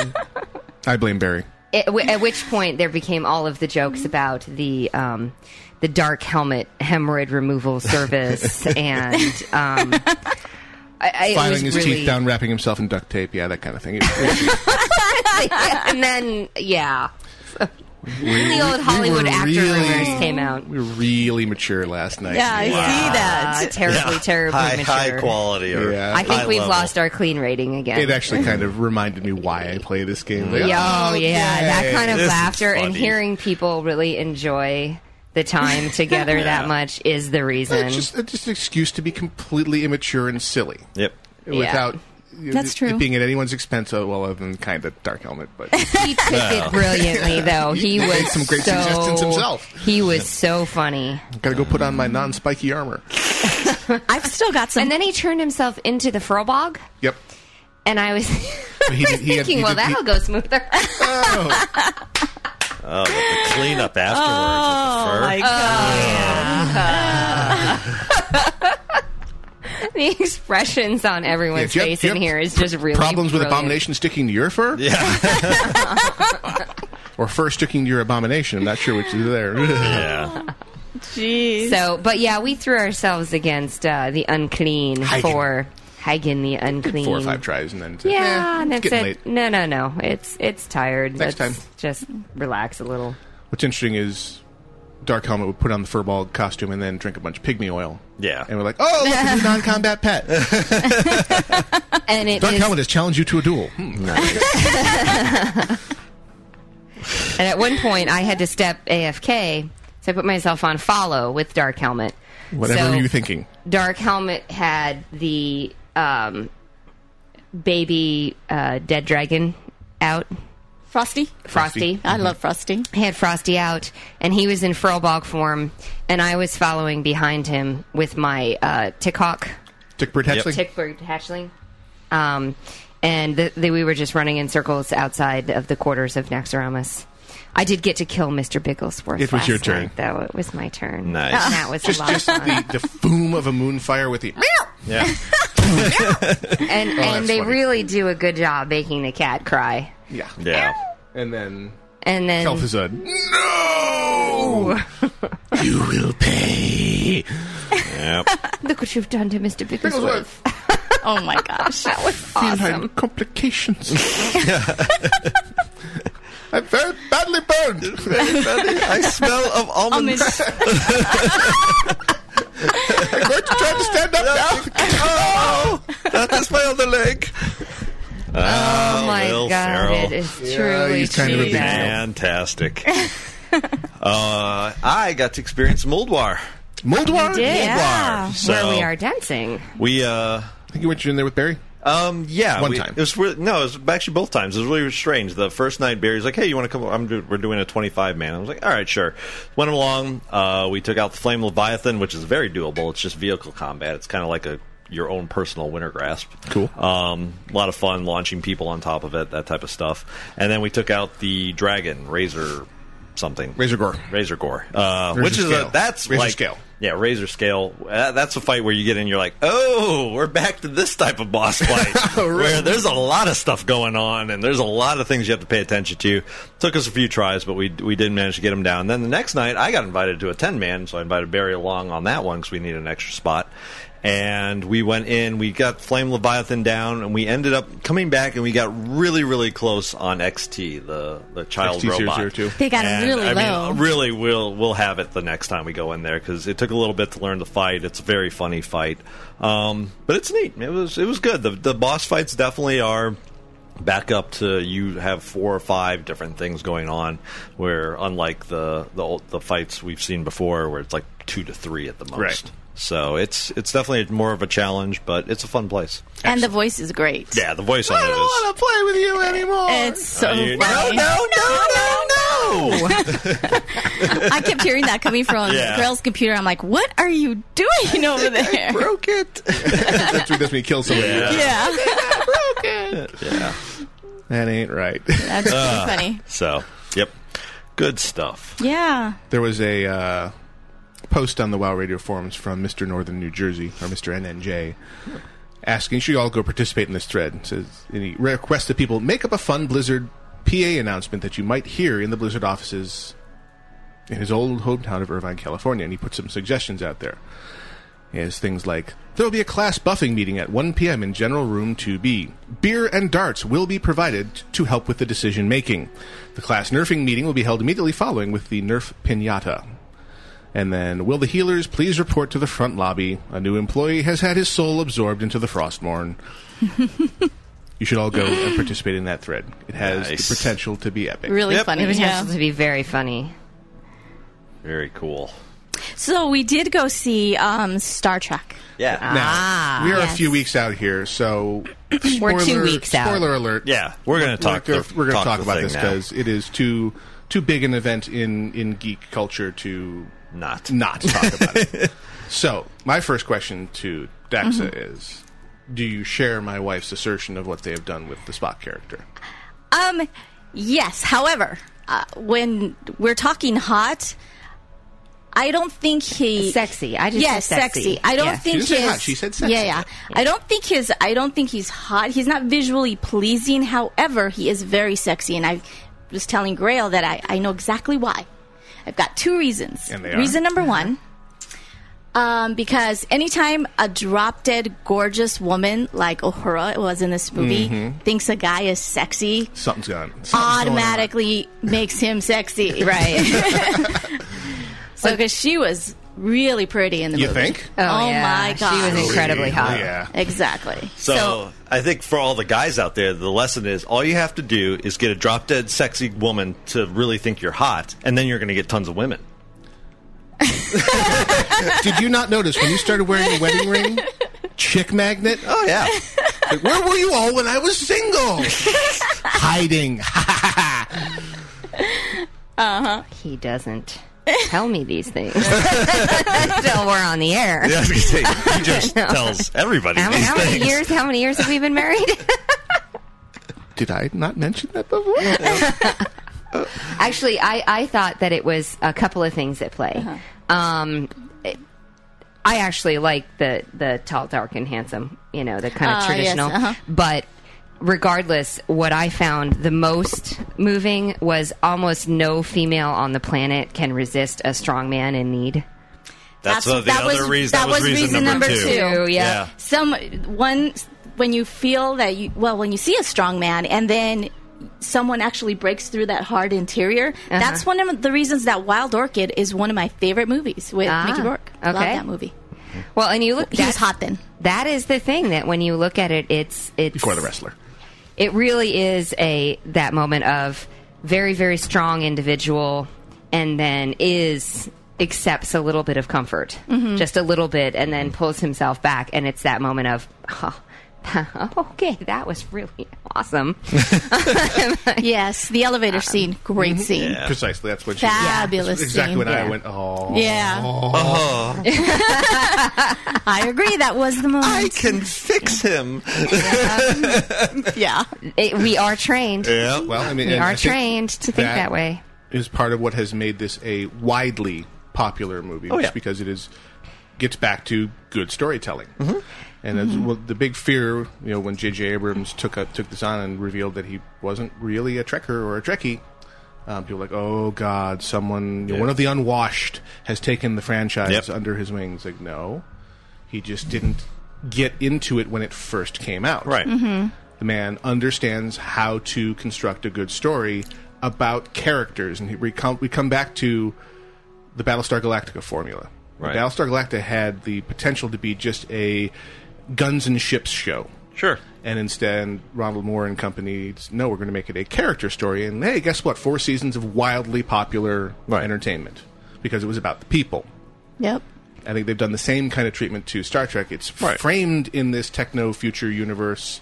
[SPEAKER 2] <laughs>
[SPEAKER 1] I blame Barry.
[SPEAKER 2] at, w- at which point, there became all of the jokes about the um, the dark helmet hemorrhoid removal service and. Um, I, I, it was
[SPEAKER 1] Filing his
[SPEAKER 2] really-
[SPEAKER 1] teeth down, wrapping himself in duct tape. Yeah, that kind of thing. It- it-
[SPEAKER 2] <laughs> and then yeah,
[SPEAKER 1] we-
[SPEAKER 2] <laughs> the old Hollywood
[SPEAKER 1] were
[SPEAKER 2] actor
[SPEAKER 1] really-
[SPEAKER 2] rumors came out.
[SPEAKER 1] we were really mature last night.
[SPEAKER 8] Yeah, I see that.
[SPEAKER 2] Uh, terribly, terribly
[SPEAKER 9] high,
[SPEAKER 2] mature.
[SPEAKER 9] high quality. Or
[SPEAKER 1] Yeah.
[SPEAKER 2] I think
[SPEAKER 9] high
[SPEAKER 2] we've
[SPEAKER 9] level.
[SPEAKER 2] lost our clean rating again.
[SPEAKER 1] It actually kind of reminded me why I play this game. Like, oh,
[SPEAKER 2] Yo, Oh, yeah, that
[SPEAKER 1] yay.
[SPEAKER 2] kind of
[SPEAKER 9] This is
[SPEAKER 2] laughter and
[SPEAKER 9] funny.
[SPEAKER 2] hearing people really enjoy the time
[SPEAKER 1] <laughs>
[SPEAKER 2] together that much is the reason.
[SPEAKER 1] It's just, it's just an excuse to be completely immature and silly
[SPEAKER 9] Yep.
[SPEAKER 1] without you know,
[SPEAKER 8] That's
[SPEAKER 1] it-
[SPEAKER 8] true.
[SPEAKER 1] it being at anyone's expense. Oh, well, other than kind of dark helmet, but
[SPEAKER 2] <laughs> he took
[SPEAKER 1] <laughs>
[SPEAKER 2] it brilliantly, though. He
[SPEAKER 1] He made
[SPEAKER 2] was
[SPEAKER 1] some great
[SPEAKER 2] so,
[SPEAKER 1] suggestions himself.
[SPEAKER 2] He was so funny,
[SPEAKER 1] gotta go put on my non-spiky armor.
[SPEAKER 8] I've still got some.
[SPEAKER 2] and then he turned himself into the frobog, <laughs>
[SPEAKER 1] Yep.
[SPEAKER 2] and I was <laughs>
[SPEAKER 1] But he did- he had-
[SPEAKER 2] thinking,
[SPEAKER 1] he
[SPEAKER 2] well,
[SPEAKER 1] did- he-
[SPEAKER 2] that'll go smoother. <laughs>
[SPEAKER 1] Oh,
[SPEAKER 9] Oh, but the cleanup
[SPEAKER 2] Oh
[SPEAKER 9] afterwards. with the fur.
[SPEAKER 2] the expressions on everyone's
[SPEAKER 1] yep,
[SPEAKER 2] face
[SPEAKER 1] yep.
[SPEAKER 2] in here is just really
[SPEAKER 1] problems with
[SPEAKER 2] brilliant.
[SPEAKER 1] abomination sticking to your fur,
[SPEAKER 9] Yeah.
[SPEAKER 1] <laughs> or fur sticking to your abomination. I'm not sure which is there.
[SPEAKER 2] <laughs>
[SPEAKER 9] yeah.
[SPEAKER 8] Jeez.
[SPEAKER 2] So, but yeah, we threw ourselves against uh, the unclean
[SPEAKER 1] Hagen.
[SPEAKER 2] for Hagen the unclean.
[SPEAKER 1] Four or five tries, and then it's-
[SPEAKER 2] Yeah,
[SPEAKER 1] eh,
[SPEAKER 2] and
[SPEAKER 1] it's
[SPEAKER 2] that's
[SPEAKER 1] getting
[SPEAKER 2] it.
[SPEAKER 1] late.
[SPEAKER 2] No, no, no. It's it's tired.
[SPEAKER 1] Next
[SPEAKER 2] Let's
[SPEAKER 1] time.
[SPEAKER 2] just relax a little.
[SPEAKER 1] What's interesting is Dark Helmet would put on the furball costume and then drink a bunch of pygmy oil.
[SPEAKER 9] Yeah.
[SPEAKER 1] And we're like, oh, look,
[SPEAKER 2] <laughs>
[SPEAKER 1] a new non-combat pet.
[SPEAKER 2] And it
[SPEAKER 1] Dark
[SPEAKER 2] is-
[SPEAKER 1] Helmet has challenged you to a duel. Hmm.
[SPEAKER 2] and at one point I had to step AFK, so I put myself on follow with Dark Helmet.
[SPEAKER 1] Whatever
[SPEAKER 2] So-
[SPEAKER 1] were you thinking?
[SPEAKER 2] Dark Helmet had the um, baby uh, dead dragon out,
[SPEAKER 8] Frosty.
[SPEAKER 2] Frosty.
[SPEAKER 8] I love Frosty.
[SPEAKER 2] I had Frosty out, and he was in Frobog form, and I was following behind him with my uh, Tickhawk,
[SPEAKER 1] Tickbird Hatchling?
[SPEAKER 2] Tickbird hatchling. Um, and th- th- we were just running in circles outside of the quarters of Naxxramas. I did get to kill Mr. Bigglesworth.
[SPEAKER 1] It was your
[SPEAKER 2] last
[SPEAKER 1] turn.
[SPEAKER 2] night, though. It was my turn.
[SPEAKER 9] Nice.
[SPEAKER 2] And that was
[SPEAKER 1] just
[SPEAKER 2] a lot
[SPEAKER 1] just
[SPEAKER 2] of fun.
[SPEAKER 1] the, the foom of a moonfire with
[SPEAKER 2] <laughs>
[SPEAKER 1] the
[SPEAKER 9] Yeah.
[SPEAKER 2] and
[SPEAKER 1] Oh, that's
[SPEAKER 2] and they
[SPEAKER 1] funny.
[SPEAKER 2] really do a good job making the cat cry.
[SPEAKER 1] yeah
[SPEAKER 9] Yeah.
[SPEAKER 1] and then
[SPEAKER 2] And then
[SPEAKER 1] Kelth is a no you will pay
[SPEAKER 9] Yep.
[SPEAKER 2] look what you've done to Mr. Bigglesworth.
[SPEAKER 8] <laughs> Oh my gosh.
[SPEAKER 2] That was awesome.
[SPEAKER 1] Behind
[SPEAKER 2] <laughs>
[SPEAKER 1] complications <laughs> I'm very badly burned
[SPEAKER 9] I smell of almonds.
[SPEAKER 1] I'm going to try to stand
[SPEAKER 2] <laughs>
[SPEAKER 1] up now
[SPEAKER 9] oh, that is my other leg.
[SPEAKER 2] Oh my
[SPEAKER 9] Will
[SPEAKER 2] god,
[SPEAKER 9] Ferrell.
[SPEAKER 2] it is
[SPEAKER 1] Yeah,
[SPEAKER 2] truly
[SPEAKER 1] he's kind of a
[SPEAKER 2] too
[SPEAKER 1] big
[SPEAKER 2] bad.
[SPEAKER 9] Fantastic. uh, I got to experience Moldwar.
[SPEAKER 1] Moldwar
[SPEAKER 2] did.
[SPEAKER 8] Yeah.
[SPEAKER 9] Moldwar. So
[SPEAKER 2] Where we are dancing.
[SPEAKER 9] We uh,
[SPEAKER 1] I think you went in there with Barry
[SPEAKER 9] um, yeah.
[SPEAKER 1] One
[SPEAKER 9] we-
[SPEAKER 1] time.
[SPEAKER 9] It was really, no, it was actually both times. It was really strange. The first night, Barry's like, "Hey, you want to come? I'm do, we're doing a 25 man." I was like, "All right, sure." Went along. Uh, we took out the Flame Leviathan, which is very doable. It's just vehicle combat. It's kind of like a your own personal winter grasp.
[SPEAKER 1] Cool.
[SPEAKER 9] Um, a lot of fun launching people on top of it, that type of stuff. And then we took out the dragon razor something
[SPEAKER 1] razor gore
[SPEAKER 9] razor gore, uh,
[SPEAKER 1] Razor
[SPEAKER 9] which is
[SPEAKER 1] scale.
[SPEAKER 9] a, that's
[SPEAKER 1] Razor
[SPEAKER 9] like
[SPEAKER 1] scale.
[SPEAKER 9] Yeah, razor scale. Uh, that's a fight where you get in, you're like, oh, we're back to this type of boss fight where there's a lot of stuff going on and there's a lot of things you have to pay attention to. Took us a few tries, but we we did manage to get him down. Then the next night, I got invited to a ten man, so I invited Barry along on that one because we needed an extra spot. And we went in, we got Flame Leviathan down, and we ended up coming back, and we got really, really close on XT, the the child robot.
[SPEAKER 1] XT002.
[SPEAKER 8] They got
[SPEAKER 9] And,
[SPEAKER 8] really
[SPEAKER 9] I mean,
[SPEAKER 8] low.
[SPEAKER 9] really, we'll we'll have it the next time we go in there because it took a little bit to learn the fight. It's a very funny fight, um, but it's neat. It was it was good. The the boss fights definitely are back up to you have four or five different things going on where unlike the the old, the fights we've seen before where it's like two to three at the most
[SPEAKER 1] Right.
[SPEAKER 9] so it's it's definitely more of a challenge but it's a fun place
[SPEAKER 8] and the voice is great.
[SPEAKER 9] yeah the voice on it is
[SPEAKER 1] to play with you anymore.
[SPEAKER 8] It's so
[SPEAKER 9] Uh, you-
[SPEAKER 8] funny. <laughs>
[SPEAKER 9] no no no no no
[SPEAKER 8] I kept hearing that coming from
[SPEAKER 9] <laughs> Yeah.
[SPEAKER 8] Grell's computer. I'm like, what are you <laughs> doing over there?
[SPEAKER 9] broke it
[SPEAKER 1] <laughs> that's, when- that's when you kill somebody.
[SPEAKER 9] Yeah.
[SPEAKER 8] Yeah,
[SPEAKER 9] yeah
[SPEAKER 1] That ain't right. <laughs>
[SPEAKER 8] <laughs> that's pretty funny.
[SPEAKER 9] <laughs> So, yep. Good stuff.
[SPEAKER 8] Yeah,
[SPEAKER 1] there was a uh, post on the WoW Radio forums from Mr. Northern New Jersey or Mr. NNJ asking, "Should you all go participate in this thread?" It says and he requests that people make up a fun Blizzard PA announcement that you might hear in the Blizzard offices in his old hometown of Irvine, California, and he put some suggestions out there. He has things like there will be a class buffing meeting at 1 p.m. in General Room 2B. Beer and darts will be provided t- to help with the decision making. The class nerfing meeting will be held immediately following with the nerf pinata. And then, will the healers please report to the front lobby? A new employee has had his soul absorbed into the Frostmourne. <laughs> you should all go and participate in that thread. It has
[SPEAKER 9] Nice.
[SPEAKER 1] the potential to be epic.
[SPEAKER 8] really
[SPEAKER 9] Yep.
[SPEAKER 8] funny.
[SPEAKER 2] The
[SPEAKER 8] Yeah.
[SPEAKER 2] potential to be very funny.
[SPEAKER 9] Very cool.
[SPEAKER 8] So we did go see um, Star Trek.
[SPEAKER 9] Yeah.
[SPEAKER 1] Now, we are a
[SPEAKER 8] yes.
[SPEAKER 1] few weeks out here, so
[SPEAKER 2] Ah, <clears throat> We're two
[SPEAKER 1] spoiler-
[SPEAKER 2] weeks out.
[SPEAKER 1] Spoiler alert!
[SPEAKER 9] Yeah, we're gonna talk
[SPEAKER 1] We're,
[SPEAKER 9] the-
[SPEAKER 1] we're gonna
[SPEAKER 9] talk
[SPEAKER 1] talk,
[SPEAKER 9] the
[SPEAKER 1] about
[SPEAKER 9] thing
[SPEAKER 1] this
[SPEAKER 9] now.
[SPEAKER 1] because it is too too big an event in in geek culture to
[SPEAKER 9] Not.
[SPEAKER 1] not talk about
[SPEAKER 9] <laughs>
[SPEAKER 1] it. So, my first question to Daxa
[SPEAKER 2] Mm-hmm.
[SPEAKER 1] is: Do you share my wife's assertion of what they have done with the Spock character?
[SPEAKER 8] Um, yes. However, uh, when we're talking hot, I don't think he
[SPEAKER 2] Sexy. I just
[SPEAKER 8] yeah,
[SPEAKER 2] said sexy.
[SPEAKER 8] I don't
[SPEAKER 2] Yeah. She
[SPEAKER 8] think
[SPEAKER 1] didn't say
[SPEAKER 8] his,
[SPEAKER 1] hot, she said sexy.
[SPEAKER 8] Yeah, yeah. I don't think his. I don't think he's hot. He's not visually pleasing. However, he is very sexy, and I was telling Grail that I, I know exactly why. I've got two reasons.
[SPEAKER 1] And they are? Uh-huh.
[SPEAKER 8] Reason number one. Um, because anytime a drop dead gorgeous woman like Uhura was in this movie
[SPEAKER 1] Mm-hmm.
[SPEAKER 8] thinks a guy is sexy,
[SPEAKER 1] Something's gone. Something's going on.
[SPEAKER 8] automatically makes
[SPEAKER 1] <laughs>
[SPEAKER 8] him sexy, right? so because she was really pretty in the
[SPEAKER 1] You
[SPEAKER 8] movie.
[SPEAKER 1] think?
[SPEAKER 2] Oh,
[SPEAKER 8] my
[SPEAKER 2] yeah.
[SPEAKER 8] god,
[SPEAKER 2] She was incredibly hot.
[SPEAKER 1] Oh, Yeah.
[SPEAKER 8] Exactly.
[SPEAKER 9] So, I think for all the guys out there, the lesson is all you have to do is get a drop dead sexy woman to really think you're hot, and then you're going to get tons of women.
[SPEAKER 1] Did you not notice when you started wearing a wedding
[SPEAKER 2] <laughs>
[SPEAKER 1] ring? Chick magnet?
[SPEAKER 9] Oh yeah,
[SPEAKER 1] Like, where were you all when I was
[SPEAKER 8] <laughs>
[SPEAKER 1] single? Hiding.
[SPEAKER 2] <laughs>
[SPEAKER 1] <laughs>
[SPEAKER 2] He doesn't tell me these things <laughs> until we're on the air.
[SPEAKER 9] yeah I was gonna say, he just tells everybody
[SPEAKER 2] How,
[SPEAKER 9] these
[SPEAKER 2] how
[SPEAKER 9] things.
[SPEAKER 2] many years? How many years have we been married?
[SPEAKER 1] Did I not mention that before?
[SPEAKER 2] <laughs> Actually, I, I thought that it was a couple of things at play. Um, it- I actually like the the tall, dark, and handsome. You know, the kind of
[SPEAKER 8] Ah, yes,
[SPEAKER 2] traditional.
[SPEAKER 8] uh-huh.
[SPEAKER 2] But regardless, what I found the most moving was almost no female on the planet can resist a strong man in need.
[SPEAKER 9] That's,
[SPEAKER 8] That's-
[SPEAKER 9] the
[SPEAKER 8] that
[SPEAKER 9] other
[SPEAKER 8] was-
[SPEAKER 9] reason.
[SPEAKER 8] that was
[SPEAKER 9] reason,
[SPEAKER 8] reason
[SPEAKER 9] number,
[SPEAKER 8] number
[SPEAKER 9] two.
[SPEAKER 8] two.
[SPEAKER 2] Two,
[SPEAKER 9] Yeah.
[SPEAKER 2] yeah.
[SPEAKER 8] Some one when you feel that you well when you see a strong man and then someone actually breaks through that hard interior.
[SPEAKER 2] Uh-huh.
[SPEAKER 8] That's one of the reasons that Wild Orchid is one of my favorite movies with
[SPEAKER 2] Ah,
[SPEAKER 8] Mickey Rourke. Love
[SPEAKER 2] okay.
[SPEAKER 8] that movie.
[SPEAKER 2] Well, and you look.
[SPEAKER 8] He was
[SPEAKER 2] that's- <laughs>
[SPEAKER 8] hot then.
[SPEAKER 2] That is the thing that when you look at it, it's it's
[SPEAKER 1] Before the wrestler.
[SPEAKER 2] it really is a that moment of very very strong individual and then is accepts a little bit of comfort just a little bit and then pulls himself back and it's that moment of huh, <laughs> okay, that was really
[SPEAKER 1] <laughs>
[SPEAKER 2] awesome.
[SPEAKER 8] yes, the elevator scene, great
[SPEAKER 1] Mm-hmm.
[SPEAKER 8] scene.
[SPEAKER 1] Precisely. That's what she
[SPEAKER 8] Fabulous
[SPEAKER 1] That's Exactly
[SPEAKER 8] scene.
[SPEAKER 1] when I
[SPEAKER 8] Yeah.
[SPEAKER 1] went, oh.
[SPEAKER 8] Yeah. <laughs> I agree. That was the moment. I
[SPEAKER 9] can fix him.
[SPEAKER 8] yeah.
[SPEAKER 2] It- we are trained.
[SPEAKER 1] Yeah, well, I mean,
[SPEAKER 2] we
[SPEAKER 1] and I
[SPEAKER 2] are
[SPEAKER 1] think
[SPEAKER 2] trained to think that, way.
[SPEAKER 1] Is part of what has made this a widely popular movie,
[SPEAKER 2] Oh,
[SPEAKER 1] just
[SPEAKER 2] yeah.
[SPEAKER 1] because it is gets back to good storytelling.
[SPEAKER 2] Mm-hmm.
[SPEAKER 1] And as, well, the big fear, you know, when J.J. Abrams took up, took this on and revealed that he wasn't really a Trekker or a Trekkie, um, people were like, oh God, someone, you know, one of the unwashed has taken the franchise under his wings. Like, no, he just didn't get into it when it first came out. Right.
[SPEAKER 5] Mhm.
[SPEAKER 1] The man understands how to construct a good story about characters, and he, we come we come back to the Battlestar Galactica formula.
[SPEAKER 9] Right.
[SPEAKER 1] Battlestar Galactica had the potential to be just a guns and ships show.
[SPEAKER 9] Sure.
[SPEAKER 1] And instead, Ronald Moore and company, s- no, we're going to make it a character story. And hey, guess what? Four seasons of wildly popular entertainment because it was about the people.
[SPEAKER 8] Yep.
[SPEAKER 1] I think they've done the same kind of treatment to Star Trek. It's framed in this techno future universe.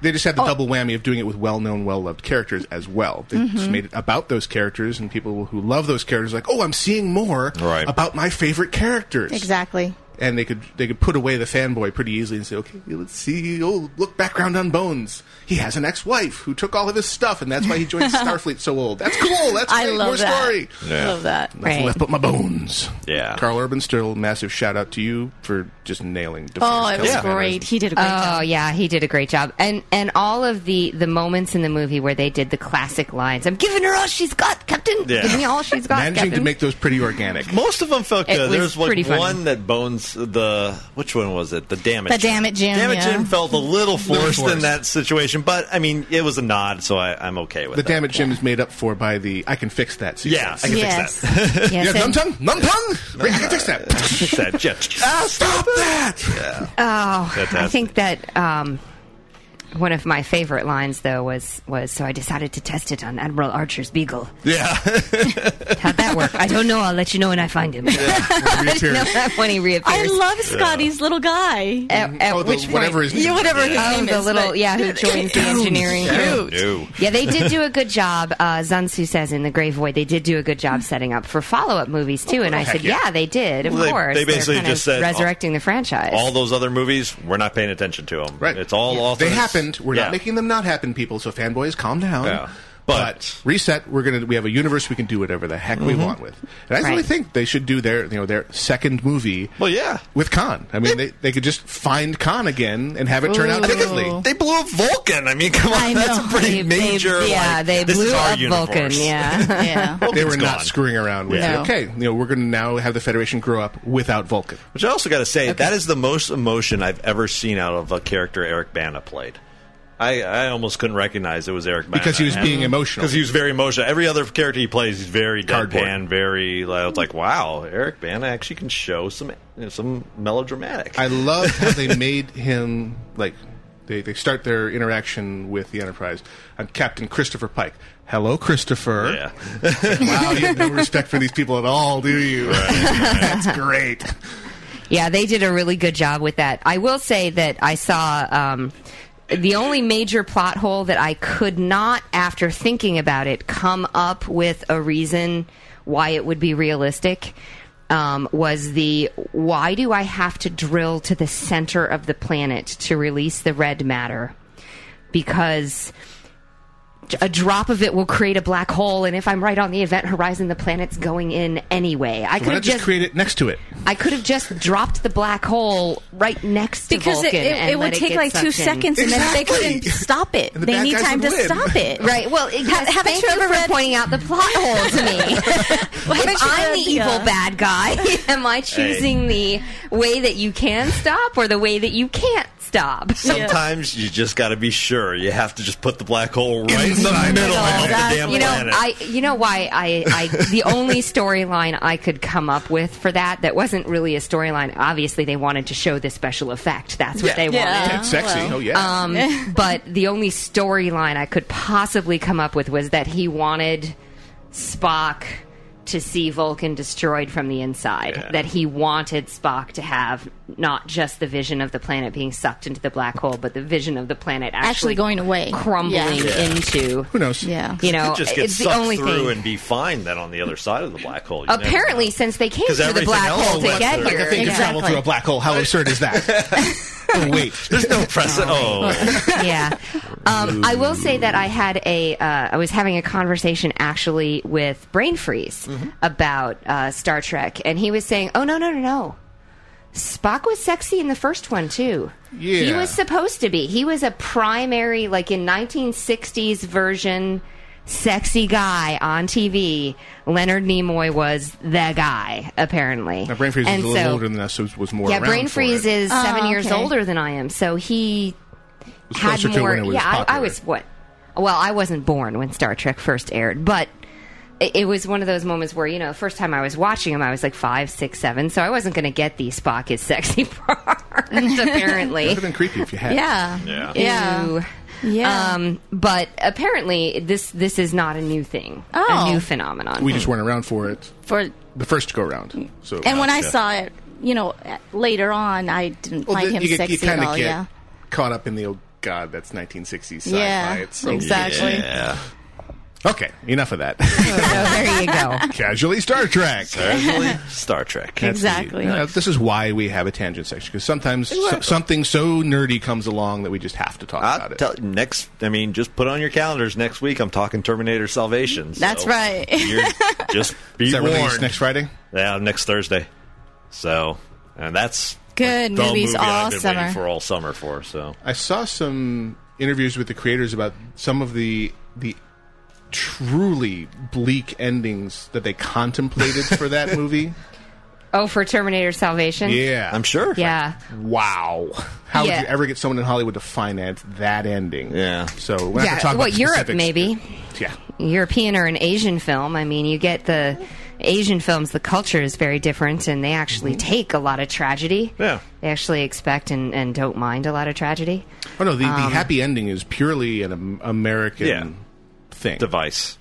[SPEAKER 1] They just had the double whammy of doing it with well known, well loved characters as well. They just
[SPEAKER 5] Mhm.
[SPEAKER 1] made it about those characters, and people who love those characters are like, oh, I'm seeing more
[SPEAKER 5] Right.
[SPEAKER 1] about my favorite characters.
[SPEAKER 8] Exactly.
[SPEAKER 1] And they could they could put away the fanboy pretty easily and say, okay, let's see. Oh, look, background on Bones. He has an ex wife who took all of his stuff, and that's why he joined Starfleet so old. That's cool. That's
[SPEAKER 8] I
[SPEAKER 1] great.
[SPEAKER 8] love
[SPEAKER 1] More
[SPEAKER 8] that.
[SPEAKER 1] story.
[SPEAKER 8] Yeah. Love that.
[SPEAKER 1] Nothing
[SPEAKER 8] Right.
[SPEAKER 1] left but my bones.
[SPEAKER 9] Yeah.
[SPEAKER 1] Carl Urban Still, massive shout out to you for just nailing.
[SPEAKER 2] Oh, it was
[SPEAKER 8] Great. He did a
[SPEAKER 2] oh, yeah, he did a great job. And and all of the the moments in the movie where they did the classic lines. I'm giving her all she's got, Captain.
[SPEAKER 9] Yeah.
[SPEAKER 2] Give me all she's got,
[SPEAKER 1] Managing to
[SPEAKER 2] Captain."
[SPEAKER 1] make those pretty organic.
[SPEAKER 9] Most of them felt
[SPEAKER 2] It
[SPEAKER 9] good. There
[SPEAKER 2] was
[SPEAKER 9] was like
[SPEAKER 2] pretty funny.
[SPEAKER 9] one that Bones the which one was it? The damage.
[SPEAKER 8] The Damn It Jim,
[SPEAKER 9] Damn It
[SPEAKER 8] yeah.
[SPEAKER 9] Jim felt a little forced,
[SPEAKER 1] forced.
[SPEAKER 9] in that situation, but I mean, it was a nod, so I, I'm okay with
[SPEAKER 1] The
[SPEAKER 9] that.
[SPEAKER 1] damage Jim is made up for by the I can fix that sequence.
[SPEAKER 9] Yeah, I can fix that.
[SPEAKER 1] fix
[SPEAKER 2] Yes,
[SPEAKER 1] yeah, numb
[SPEAKER 2] and-
[SPEAKER 1] tongue, numb tongue. Rick, I can fix
[SPEAKER 9] <laughs>
[SPEAKER 1] that.
[SPEAKER 9] fix that. Just- ah, stop that. Yeah.
[SPEAKER 2] Oh, I
[SPEAKER 9] Fantastic.
[SPEAKER 2] think that um, one of my favorite lines though was was so I decided to test it on Admiral Archer's beagle.
[SPEAKER 9] Yeah.
[SPEAKER 2] How'd that work? I don't know. I'll let you know when I find him. <laughs> I didn't know that when he
[SPEAKER 8] I
[SPEAKER 2] reappears.
[SPEAKER 8] love Scotty's little guy.
[SPEAKER 2] At, at
[SPEAKER 8] Oh, the-
[SPEAKER 2] which point,
[SPEAKER 8] whatever his name Yeah, is. whatever his
[SPEAKER 2] Oh,
[SPEAKER 8] name
[SPEAKER 2] the
[SPEAKER 8] is,
[SPEAKER 2] little
[SPEAKER 8] but-
[SPEAKER 2] yeah, who joins the engineering crew. Yeah, they did do a good job. Uh, Zansu says in the Gray Void, they did do a good job setting up for follow-up movies too. And I
[SPEAKER 9] heck
[SPEAKER 2] said,
[SPEAKER 9] yeah.
[SPEAKER 2] yeah. they did. Of
[SPEAKER 9] Well, they-
[SPEAKER 2] course,
[SPEAKER 9] they
[SPEAKER 2] They're
[SPEAKER 9] basically
[SPEAKER 2] kind
[SPEAKER 9] just
[SPEAKER 2] of
[SPEAKER 9] said,
[SPEAKER 2] resurrecting the franchise.
[SPEAKER 9] All those other movies, we're not paying attention to them. Right. It's all off.
[SPEAKER 1] They happened. We're not making them not happen, people. So fanboys, calm down.
[SPEAKER 9] Yeah.
[SPEAKER 1] But, reset. We're gonna. We have a universe. We can do whatever the heck
[SPEAKER 9] Mm-hmm.
[SPEAKER 1] we want with. And I really
[SPEAKER 9] Right.
[SPEAKER 1] think they should do their, you know, their second movie.
[SPEAKER 9] Well, yeah.
[SPEAKER 1] With Khan. I mean, they, they could just find Khan again and have it turn out
[SPEAKER 9] Ooh.
[SPEAKER 1] differently.
[SPEAKER 9] They blew up Vulcan. I mean, come on,
[SPEAKER 2] I
[SPEAKER 9] that's a
[SPEAKER 2] know.
[SPEAKER 9] pretty
[SPEAKER 2] They- they-
[SPEAKER 9] major.
[SPEAKER 2] yeah,
[SPEAKER 9] like,
[SPEAKER 2] they
[SPEAKER 9] this is
[SPEAKER 2] blew
[SPEAKER 9] our
[SPEAKER 2] up
[SPEAKER 9] universe.
[SPEAKER 2] Vulcan, yeah.
[SPEAKER 8] <laughs>
[SPEAKER 2] Yeah.
[SPEAKER 1] they
[SPEAKER 9] Vulcan's
[SPEAKER 1] were not
[SPEAKER 9] gone.
[SPEAKER 1] screwing around with
[SPEAKER 9] Yeah.
[SPEAKER 1] it. Okay, you know, we're going to now have the Federation grow up without Vulcan.
[SPEAKER 9] Which I also got to say, that is the most emotion I've ever seen out of a character Eric Bana played. I, I almost couldn't recognize it was Eric Bana
[SPEAKER 1] Because he was being emotional.
[SPEAKER 9] Because he was very emotional. Every other character he plays, he's very
[SPEAKER 1] Cardboard.
[SPEAKER 9] deadpan, very. like, I was like, wow, Eric Bana actually can show some some
[SPEAKER 1] <laughs>
[SPEAKER 9] melodramatic.
[SPEAKER 1] I love how they made him like they, they start their interaction with the Enterprise. I'm Captain Christopher Pike. Hello,
[SPEAKER 9] <laughs>
[SPEAKER 1] Christopher. Yeah. <laughs> wow, you have no respect for these people at all, do you? <laughs> That's great.
[SPEAKER 2] Yeah, they did a really good job with that. I will say that I saw um, the only major plot hole that I could not, after thinking about it, come up with a reason why it would be realistic. Um, was the why do I have to drill to the center of the planet to release the red matter? Because a drop of it will create a black hole, and if I'm right on the event horizon, the planet's going in anyway.
[SPEAKER 1] So
[SPEAKER 2] I could
[SPEAKER 1] why not
[SPEAKER 2] have
[SPEAKER 1] just
[SPEAKER 2] just
[SPEAKER 1] create it next to it?
[SPEAKER 2] I could have just dropped the black hole right next to
[SPEAKER 8] Because it-
[SPEAKER 2] Vulcan
[SPEAKER 8] it-
[SPEAKER 2] and
[SPEAKER 8] it would
[SPEAKER 2] let
[SPEAKER 8] take
[SPEAKER 2] get
[SPEAKER 8] like two
[SPEAKER 2] sucked in.
[SPEAKER 8] seconds and then they Exactly. couldn't stop it. And the They bad need guys time would to win. stop it.
[SPEAKER 2] right? Well, it,
[SPEAKER 8] Ha-
[SPEAKER 2] yes,
[SPEAKER 8] haven't
[SPEAKER 2] thank
[SPEAKER 8] you
[SPEAKER 2] you
[SPEAKER 8] ever
[SPEAKER 2] for
[SPEAKER 8] read-
[SPEAKER 2] pointing out the
[SPEAKER 8] <laughs>
[SPEAKER 2] plot hole to me.
[SPEAKER 8] haven't
[SPEAKER 2] if
[SPEAKER 8] you
[SPEAKER 2] I'm
[SPEAKER 8] read
[SPEAKER 2] the
[SPEAKER 8] the,
[SPEAKER 2] evil
[SPEAKER 8] uh,
[SPEAKER 2] bad
[SPEAKER 8] <laughs>
[SPEAKER 2] guy, am I choosing the way that you can stop or the way that you can't stop?
[SPEAKER 9] Sometimes you just got to be sure. You have to just put the black hole right in the
[SPEAKER 2] Inside
[SPEAKER 9] middle of the
[SPEAKER 2] That's-
[SPEAKER 9] damn
[SPEAKER 2] you know,
[SPEAKER 9] planet.
[SPEAKER 2] I you know why I, I the only storyline I could come up with for that that wasn't really a storyline. Obviously, they wanted to show the special effect. That's what
[SPEAKER 1] Yeah.
[SPEAKER 2] they wanted.
[SPEAKER 1] Yeah, it's sexy. well. Oh, yeah.
[SPEAKER 2] Um, <laughs> but the only storyline I could possibly come up with was that he wanted Spock to see Vulcan destroyed from the inside. That he wanted Spock to have not just the vision of the planet being sucked into the black hole, but the vision of the planet actually,
[SPEAKER 8] Actually going away.
[SPEAKER 2] crumbling
[SPEAKER 8] Yeah.
[SPEAKER 2] into.
[SPEAKER 1] Who knows?
[SPEAKER 8] Yeah.
[SPEAKER 2] You know,
[SPEAKER 9] It just gets
[SPEAKER 2] it's the
[SPEAKER 9] sucked
[SPEAKER 2] only
[SPEAKER 9] through
[SPEAKER 2] thing.
[SPEAKER 9] and be fine then on the other side of the black hole. you never
[SPEAKER 2] Apparently,
[SPEAKER 9] know.
[SPEAKER 2] since they came
[SPEAKER 9] 'Cause
[SPEAKER 2] through the
[SPEAKER 9] everything
[SPEAKER 2] black
[SPEAKER 9] else
[SPEAKER 2] hole to
[SPEAKER 9] went
[SPEAKER 2] get
[SPEAKER 9] through.
[SPEAKER 2] here,
[SPEAKER 1] Like a thing to travel
[SPEAKER 8] Exactly.
[SPEAKER 1] through a black hole. How absurd is that? oh, wait.
[SPEAKER 9] There's no precedent. Oh,
[SPEAKER 2] yeah. Um, I will say that I had a, uh, I was having a conversation actually with Brain Freeze
[SPEAKER 1] Mm-hmm.
[SPEAKER 2] about uh, Star Trek, and he was saying, "Oh no, no, no, no." Spock was sexy in the first one too. He
[SPEAKER 1] Yeah.
[SPEAKER 2] was supposed to be. He was a primary, like in 1960s version, sexy guy on TV. Leonard Nimoy was the guy, apparently.
[SPEAKER 1] Now, Brain Freeze is
[SPEAKER 2] And
[SPEAKER 1] a little
[SPEAKER 2] so-
[SPEAKER 1] older than us, so was more
[SPEAKER 2] yeah,
[SPEAKER 1] around
[SPEAKER 2] Brain
[SPEAKER 1] for
[SPEAKER 2] Freeze
[SPEAKER 1] it.
[SPEAKER 2] is seven
[SPEAKER 8] Oh,
[SPEAKER 2] years
[SPEAKER 8] okay.
[SPEAKER 2] older than I am, so he
[SPEAKER 1] was
[SPEAKER 2] had
[SPEAKER 1] closer to
[SPEAKER 2] more.
[SPEAKER 1] when it was
[SPEAKER 2] yeah, I, I
[SPEAKER 1] popular.
[SPEAKER 2] was what? Well, I wasn't born when Star Trek first aired, but it, it was one of those moments where you know, first time I was watching him, I was like five, six, seven, so I wasn't going to get the Spock is <laughs> sexy part.
[SPEAKER 8] <laughs>
[SPEAKER 1] It
[SPEAKER 2] apparently,
[SPEAKER 1] would have been creepy if you had.
[SPEAKER 8] Yeah.
[SPEAKER 9] Yeah.
[SPEAKER 8] Yeah.
[SPEAKER 2] Ew.
[SPEAKER 8] Yeah.
[SPEAKER 2] Um, but apparently, this this is not a new thing,
[SPEAKER 8] Oh.
[SPEAKER 2] a new phenomenon.
[SPEAKER 1] We just weren't around for it
[SPEAKER 8] For
[SPEAKER 1] the first go round. So
[SPEAKER 8] and when I
[SPEAKER 9] Gotcha.
[SPEAKER 8] saw it, you know, later on, I didn't
[SPEAKER 1] Well,
[SPEAKER 8] find
[SPEAKER 1] then
[SPEAKER 8] him
[SPEAKER 1] you, get-
[SPEAKER 8] sexy
[SPEAKER 1] you
[SPEAKER 8] at
[SPEAKER 1] kinda
[SPEAKER 8] all.
[SPEAKER 1] get
[SPEAKER 8] Yeah.
[SPEAKER 1] caught up in the oh god, that's 1960s sci-fi.
[SPEAKER 8] Yeah,
[SPEAKER 1] it's so
[SPEAKER 8] <laughs> exactly.
[SPEAKER 9] yeah.
[SPEAKER 1] Okay, enough of that. <laughs>
[SPEAKER 8] Oh,
[SPEAKER 2] so there you go.
[SPEAKER 1] Casually Star Trek.
[SPEAKER 9] Originally, Star Trek.
[SPEAKER 1] That's the-
[SPEAKER 8] Exactly.
[SPEAKER 1] uh, this is why we have a tangent section because sometimes so, something so nerdy comes along that we just have to talk about
[SPEAKER 9] I'll
[SPEAKER 1] it.
[SPEAKER 9] tell, next, I mean, just put on your calendars. Next week, I'm talking Terminator Salvation. so
[SPEAKER 8] That's right.
[SPEAKER 9] <laughs> you're-
[SPEAKER 8] <laughs>
[SPEAKER 9] just be
[SPEAKER 1] is that released
[SPEAKER 9] warned.
[SPEAKER 1] next Friday?
[SPEAKER 9] yeah, next Thursday. So, and that's
[SPEAKER 8] Good
[SPEAKER 9] the
[SPEAKER 8] movies
[SPEAKER 9] movie
[SPEAKER 8] all
[SPEAKER 9] I've been
[SPEAKER 8] summer.
[SPEAKER 9] waiting for all summer for. So
[SPEAKER 1] I saw some interviews with the creators about some of the the truly bleak endings that they contemplated for
[SPEAKER 8] <laughs>
[SPEAKER 1] that movie.
[SPEAKER 2] <laughs> Oh, for Terminator Salvation.
[SPEAKER 1] Yeah,
[SPEAKER 9] I'm sure.
[SPEAKER 2] Yeah.
[SPEAKER 1] Wow. How
[SPEAKER 2] Yeah.
[SPEAKER 1] would you ever get someone in Hollywood to finance that ending?
[SPEAKER 9] Yeah.
[SPEAKER 1] So we're not
[SPEAKER 2] Yeah,
[SPEAKER 1] gonna talk
[SPEAKER 2] well,
[SPEAKER 1] about the
[SPEAKER 2] Europe,
[SPEAKER 1] specifics.
[SPEAKER 2] maybe.
[SPEAKER 1] Yeah.
[SPEAKER 2] European or an Asian film. I mean, you get the Asian films, the culture is very different, and they actually take a lot of tragedy.
[SPEAKER 9] Yeah.
[SPEAKER 2] They actually expect and, and don't mind a lot of tragedy.
[SPEAKER 1] Oh no, the, the
[SPEAKER 2] Um,
[SPEAKER 1] happy ending is purely an Am- American
[SPEAKER 9] Yeah.
[SPEAKER 1] thing.
[SPEAKER 9] device.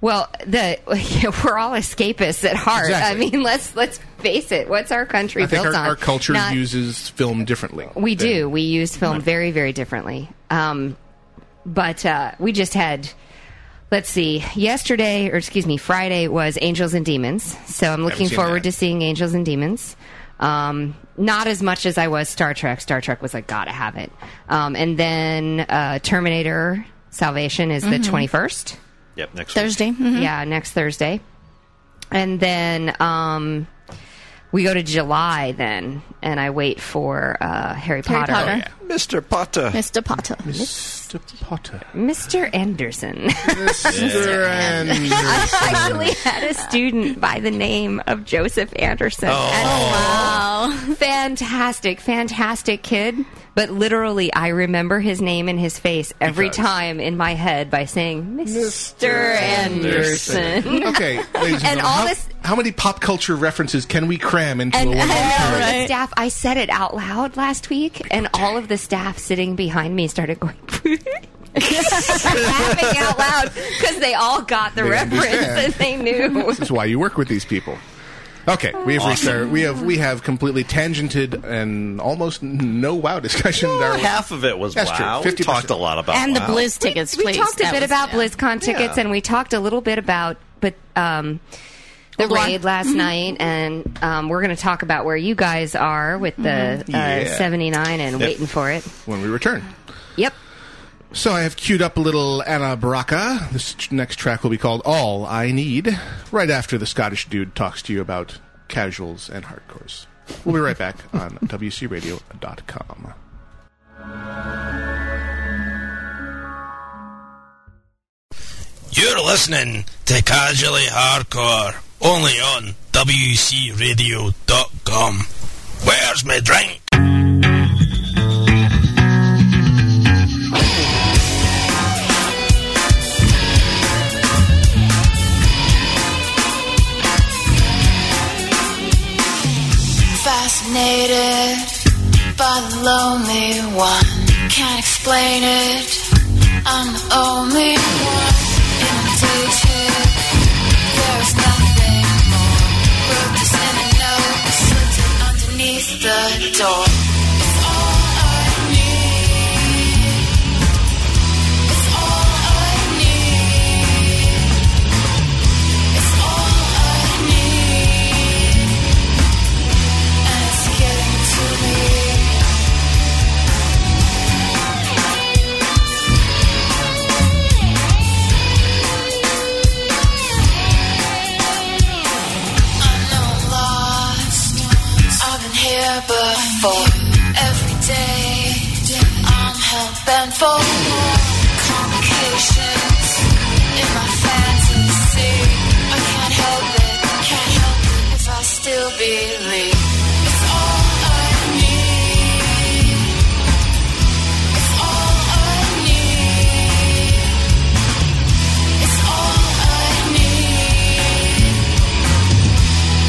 [SPEAKER 2] Well, the <laughs> we're all escapists at heart.
[SPEAKER 1] Exactly.
[SPEAKER 2] I mean, let's let's face it. What's our country
[SPEAKER 1] I think
[SPEAKER 2] built
[SPEAKER 1] our,
[SPEAKER 2] on?
[SPEAKER 1] our culture
[SPEAKER 2] Not-
[SPEAKER 1] uses film differently.
[SPEAKER 2] We
[SPEAKER 1] than-
[SPEAKER 2] do. We use film very, very differently. Um, but uh, we just had, let's see, yesterday, or excuse me, Friday was Angels and Demons. So I'm looking
[SPEAKER 1] seen
[SPEAKER 2] forward
[SPEAKER 1] that.
[SPEAKER 2] to seeing Angels and Demons. Um, not as much as I was Star Trek. Star Trek was like, gotta have it. Um, and then uh, Terminator Salvation is the 21st.
[SPEAKER 9] Yep, next
[SPEAKER 8] Thursday. Mhm.
[SPEAKER 2] Yeah, next Thursday. And then um, we go to July then, and I wait for uh, Harry
[SPEAKER 8] Harry
[SPEAKER 2] Potter.
[SPEAKER 8] Potter.
[SPEAKER 9] Week. Mr. Potter.
[SPEAKER 8] Mr. Potter.
[SPEAKER 1] Mr. Potter.
[SPEAKER 2] Mr.
[SPEAKER 1] <laughs>
[SPEAKER 2] Anderson.
[SPEAKER 1] Mm-hmm. Mr.
[SPEAKER 2] I
[SPEAKER 1] Anderson.
[SPEAKER 2] actually had a student by the name of Joseph Anderson.
[SPEAKER 1] Oh.
[SPEAKER 2] Oh, wow. Fantastic, fantastic kid. But literally, I remember his name and his face every
[SPEAKER 1] Because-
[SPEAKER 2] time in my head by saying, Mr. Anderson.
[SPEAKER 1] okay, ladies and, gentlemen,
[SPEAKER 2] all
[SPEAKER 1] how,
[SPEAKER 2] this-
[SPEAKER 1] how many pop culture references can we cram into
[SPEAKER 2] <laughs> And
[SPEAKER 1] a one
[SPEAKER 2] and all
[SPEAKER 1] hour?
[SPEAKER 2] the staff, I said it out loud last week, and all of the staff sitting behind me started going, <laughs> laughing out loud because they all got the
[SPEAKER 1] They
[SPEAKER 2] reference
[SPEAKER 1] understand.
[SPEAKER 2] and they knew.
[SPEAKER 1] That's why you work with these people. Okay, we have reached our, we have we have completely tangented and almost no wow discussion.
[SPEAKER 9] Well,
[SPEAKER 1] Our-
[SPEAKER 9] half of it was
[SPEAKER 1] That's true,
[SPEAKER 9] wow. We
[SPEAKER 1] 50%.
[SPEAKER 9] talked a lot about
[SPEAKER 8] And the
[SPEAKER 9] wow.
[SPEAKER 8] Blizz tickets,
[SPEAKER 2] we
[SPEAKER 8] please.
[SPEAKER 2] talked a
[SPEAKER 8] That
[SPEAKER 2] bit
[SPEAKER 8] was-
[SPEAKER 2] about
[SPEAKER 8] yeah.
[SPEAKER 2] BlizzCon tickets, and we talked a little bit about but um, the
[SPEAKER 8] Hold on.
[SPEAKER 2] raid last night, and um, we're going to talk about where you guys are with the
[SPEAKER 1] Yeah.
[SPEAKER 2] uh, seventy nine and waiting for it.
[SPEAKER 1] when we return.
[SPEAKER 2] Yep.
[SPEAKER 1] So I have queued up a little Anna Braca. This tr- next track will be called "All I Need." Right after the Scottish dude talks to you about casuals and hardcores. We'll be right back
[SPEAKER 2] <laughs>
[SPEAKER 1] on WCRadio.com.
[SPEAKER 11] You're listening to Casually Hardcore, only on WCRadio.com. Where's my drink?
[SPEAKER 12] Fascinated by the lonely one. Can't explain it. I'm the only one. Inundated. There's nothing
[SPEAKER 8] the door. It's all I need. It's all I need. It's all I need. And it's getting to me. I'm not lost. I've been here before. Every day, I'm hell bent for more complications in my fantasy. I can't help it, can't help if I still believe. It's all I need. It's all I need. It's all I need.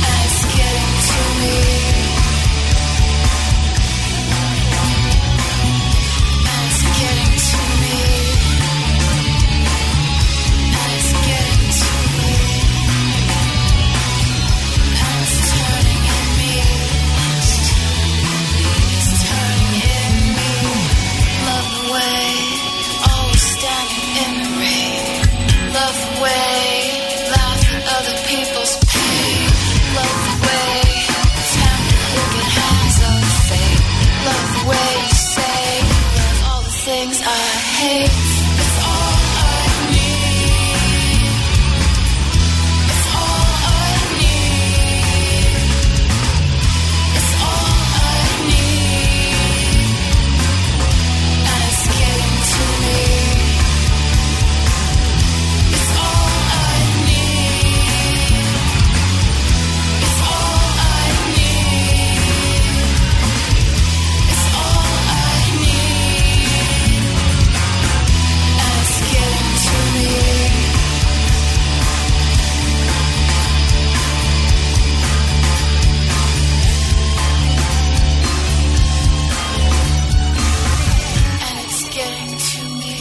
[SPEAKER 8] And it's getting to me. And it's getting to me. And it's getting to me. And it's turning in me. It's turning in me. Love away, always standing in the rain. Love away, laugh at other people's pain. Love away, family holding hands of fate. Love away, you say, love all the things I hate. It's all I need. It's all I need. It's all I need. And it's getting to me. It's all I need. It's all I need. It's all I need. And it's getting to me. And it's getting to me.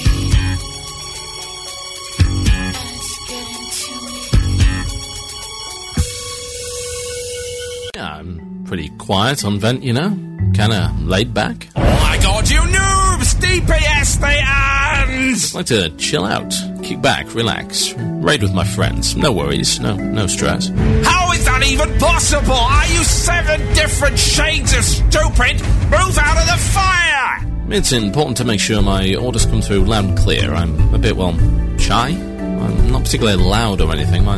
[SPEAKER 8] And it's getting to
[SPEAKER 13] Yeah, I'm pretty quiet on vent, you know? Kinda laid back.
[SPEAKER 14] I got you noobs! DPS they hands!
[SPEAKER 13] like to chill out, kick back, relax, raid with my friends. No worries, no no stress.
[SPEAKER 14] How is that even possible? Are you seven different shades of stupid? Move out of the fire!
[SPEAKER 13] It's important to make sure my orders come through loud and clear. I'm a bit, well, shy. I'm not particularly loud or anything. My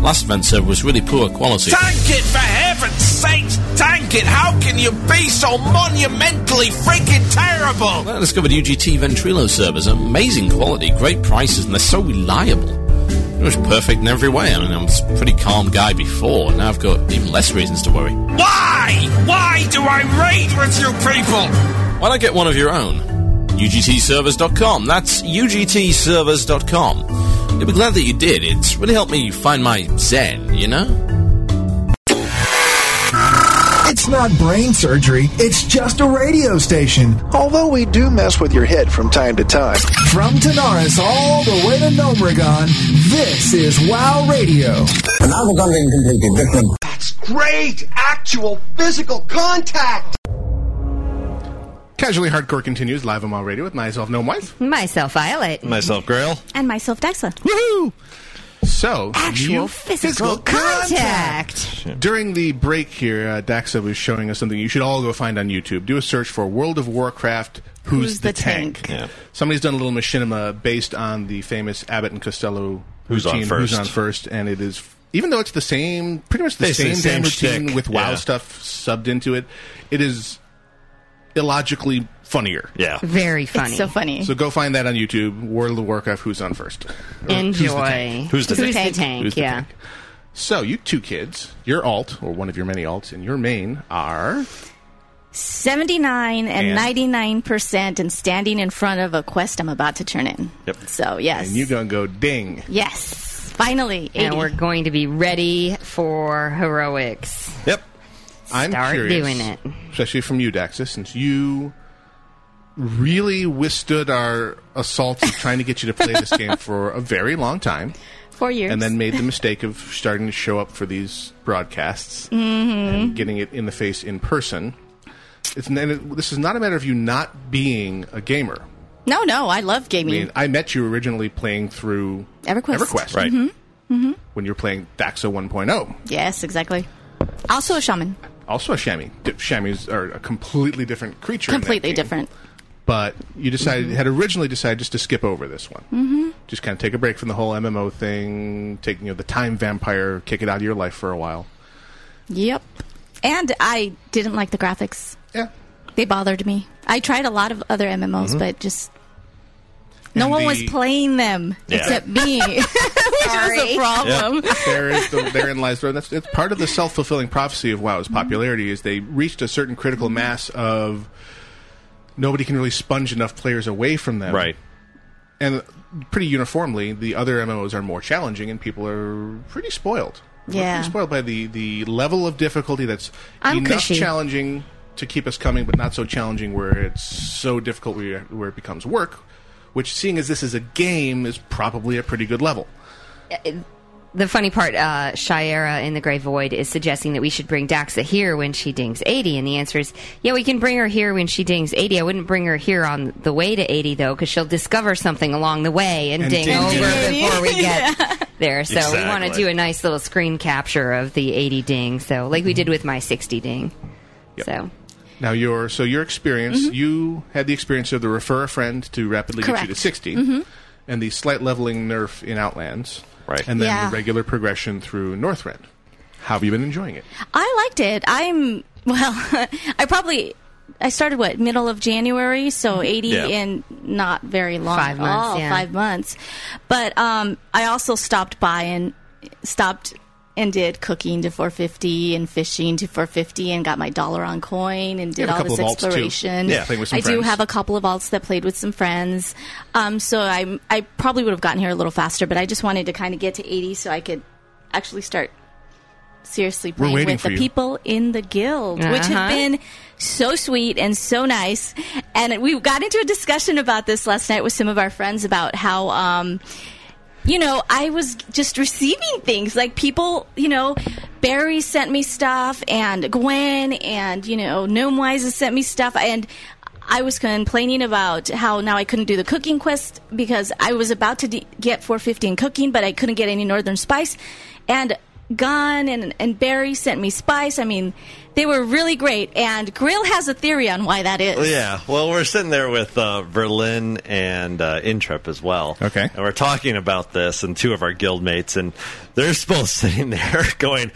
[SPEAKER 13] last vent server was really poor quality.
[SPEAKER 14] Tank it, for heaven's sakes! Tank it! How can you be so monumentally freaking terrible?
[SPEAKER 13] I discovered UGT Ventrilo servers. Amazing quality, great prices, and they're so reliable. It was perfect in every way. I mean, I was a pretty calm guy before, and now I've got even less reasons to worry.
[SPEAKER 14] Why? Why do I raid with you people?
[SPEAKER 13] Why not get one of your own? UGTservers.com. That's UGTservers.com. You'll be glad that you did. It's really helped me find my zen, you know?
[SPEAKER 15] It's not brain surgery, it's just a radio station. Although we do mess with your head from time to time. From Tanaris all the way to Nomragon, this is WoW Radio.
[SPEAKER 16] And I was something completely different.
[SPEAKER 5] Great actual physical contact.
[SPEAKER 1] Casually Hardcore continues live on my radio with myself, No Wife.
[SPEAKER 2] Myself, Violet.
[SPEAKER 9] Myself, Grail.
[SPEAKER 17] And myself, Dexa.
[SPEAKER 1] Woohoo! So,
[SPEAKER 2] Actual
[SPEAKER 1] you-
[SPEAKER 2] physical contact.
[SPEAKER 1] During the break here, uh, Daxa was showing us something you should all go find on YouTube. Do a search for World of Warcraft Who's,
[SPEAKER 17] Who's
[SPEAKER 1] the,
[SPEAKER 17] the
[SPEAKER 1] Tank? Somebody's done a little machinima based on the famous Abbott and Costello
[SPEAKER 9] Who's on
[SPEAKER 1] routine,
[SPEAKER 9] First.
[SPEAKER 1] Who's on First, and it is, even though it's the same, pretty much the
[SPEAKER 9] Basically
[SPEAKER 1] same,
[SPEAKER 9] the
[SPEAKER 1] damn
[SPEAKER 9] same
[SPEAKER 1] routine
[SPEAKER 9] shtick,
[SPEAKER 1] with WoW
[SPEAKER 9] yeah.
[SPEAKER 1] stuff subbed into it, it is illogically funnier.
[SPEAKER 9] Yeah.
[SPEAKER 2] Very funny.
[SPEAKER 17] It's so funny.
[SPEAKER 1] So go find that on YouTube, World of Warcraft Who's on First. Or Who's the
[SPEAKER 2] Enjoy.
[SPEAKER 1] Tank. Who's the Tank? Who's the
[SPEAKER 2] yeah.
[SPEAKER 1] Tank? So you two kids, your alt or one of your many alts, and your main are
[SPEAKER 17] 79
[SPEAKER 1] And-
[SPEAKER 17] and 99% and standing in front of a quest I'm about to turn in.
[SPEAKER 1] Yep.
[SPEAKER 17] So, yes.
[SPEAKER 1] and you gonna go ding.
[SPEAKER 17] Yes. Finally. 80.
[SPEAKER 2] And we're going to be ready for heroics.
[SPEAKER 1] Yep. I'm
[SPEAKER 2] Start
[SPEAKER 1] curious,
[SPEAKER 2] doing it.
[SPEAKER 1] especially from you, Daxa, since you really withstood our assaults of trying to get you to play this game for a very long time,
[SPEAKER 17] Four years.
[SPEAKER 1] and then made the mistake of starting to show up for these broadcasts
[SPEAKER 17] Mhm.
[SPEAKER 2] Mm-hmm.
[SPEAKER 1] and getting it in the face in person. It's and it, this is not a matter of you not being a gamer.
[SPEAKER 8] No, no, I love
[SPEAKER 1] I
[SPEAKER 8] gaming.
[SPEAKER 1] mean, I met you originally playing through
[SPEAKER 8] EverQuest.
[SPEAKER 1] EverQuest,
[SPEAKER 8] hmm hmm
[SPEAKER 1] When you're playing Daxa 1.0,
[SPEAKER 8] Yes, exactly. Also a shaman.
[SPEAKER 1] oh, also a chamois. D- Chamois are a completely different creature. in that
[SPEAKER 8] Completely
[SPEAKER 1] game.
[SPEAKER 8] different.
[SPEAKER 1] But you decided had originally decided just to skip over this one.
[SPEAKER 8] Mm-hmm.
[SPEAKER 1] just kind of take a break from the whole MMO thing, take you know the time vampire, kick it out of your life for a while.
[SPEAKER 8] Yep. And I didn't like the graphics.
[SPEAKER 1] Yeah.
[SPEAKER 8] They bothered me. I tried a lot of other MMOs,
[SPEAKER 1] Mhm.
[SPEAKER 8] but just no
[SPEAKER 1] And
[SPEAKER 8] one
[SPEAKER 1] the-
[SPEAKER 8] was playing them
[SPEAKER 1] Yeah.
[SPEAKER 8] except me, <laughs> which was a problem.
[SPEAKER 1] Yeah. there is the, therein lies the that's it's part of the self fulfilling prophecy of WoW's
[SPEAKER 2] Mm-hmm.
[SPEAKER 1] popularity is they reached a certain critical mass of nobody can really sponge enough players away from them. Right. And pretty uniformly, the other MMOs are more challenging, and people are pretty spoiled. We're
[SPEAKER 2] Yeah.
[SPEAKER 1] pretty spoiled by the the level of difficulty that's
[SPEAKER 2] I'm
[SPEAKER 1] enough
[SPEAKER 2] cushy.
[SPEAKER 1] challenging to keep us coming, but not so challenging where it's so difficult where, where it becomes work. Which, seeing as this is a game, is probably a pretty good level.
[SPEAKER 2] The funny part, uh, Shiera in the Grey Void is suggesting that we should bring Daxa here when she dings 80. And the answer is, yeah, we can bring her here when she dings 80. I wouldn't bring her here on the way to 80, though, because she'll discover something along the way and,
[SPEAKER 12] And
[SPEAKER 2] ding,
[SPEAKER 12] ding,
[SPEAKER 2] over
[SPEAKER 12] ding.
[SPEAKER 2] before we get there. So we want to
[SPEAKER 12] Exactly.
[SPEAKER 2] do a nice little screen capture of the 80 ding. So, like
[SPEAKER 12] Mm-hmm.
[SPEAKER 2] we did with my 60 ding. So,
[SPEAKER 1] Now your so your experience you had the experience of the refer a friend to rapidly get you to
[SPEAKER 2] Correct.
[SPEAKER 1] 60
[SPEAKER 2] Mhm.
[SPEAKER 1] and the slight leveling nerf in Outlands right and then
[SPEAKER 8] Yeah.
[SPEAKER 1] the regular progression through Northrend. How have you been enjoying it?
[SPEAKER 8] I liked it. I'm well. <laughs> I probably I started what middle of January, so eighty
[SPEAKER 12] Mm-hmm. Yeah.
[SPEAKER 8] in not very long.
[SPEAKER 2] Five
[SPEAKER 8] at
[SPEAKER 2] months,
[SPEAKER 8] all,
[SPEAKER 2] yeah.
[SPEAKER 8] Five months. But um, I also stopped by and stopped and did cooking to 450 and fishing to 450 and got my dollar on coin and
[SPEAKER 12] You
[SPEAKER 8] did
[SPEAKER 12] have a
[SPEAKER 8] all this
[SPEAKER 12] couple of alts, too.
[SPEAKER 8] exploration.
[SPEAKER 12] Yeah, playing with some
[SPEAKER 8] I do
[SPEAKER 12] friends.
[SPEAKER 8] have a couple of alts that played with some friends. Um, so I I probably would have gotten here a little faster, but I just wanted to kind of get to 80 so I could actually start seriously
[SPEAKER 12] We're
[SPEAKER 8] playing
[SPEAKER 12] waiting
[SPEAKER 8] with
[SPEAKER 12] for
[SPEAKER 8] the
[SPEAKER 12] you.
[SPEAKER 8] people in the guild, which
[SPEAKER 12] Uh-huh.
[SPEAKER 8] have been so sweet and so nice. And we got into a discussion about this last night with some of our friends about how. Um, you know, I was just receiving things like people, you know, Barry sent me stuff and Gwen and, you know, Gnome Wise has sent me stuff. And I was complaining about how now I couldn't do the cooking quest because I was about to de- get 450 in cooking, but I couldn't get any Northern Spice. And Gun and, and Barry sent me Spice. I mean, they were really great. And Grill has a theory on why that is.
[SPEAKER 9] Well, Oh, yeah. Well, we're sitting there with uh, Verlin and uh, Intrep as well. Okay. And we're talking about this, and two of our guild mates, and they're both <laughs> sitting there going,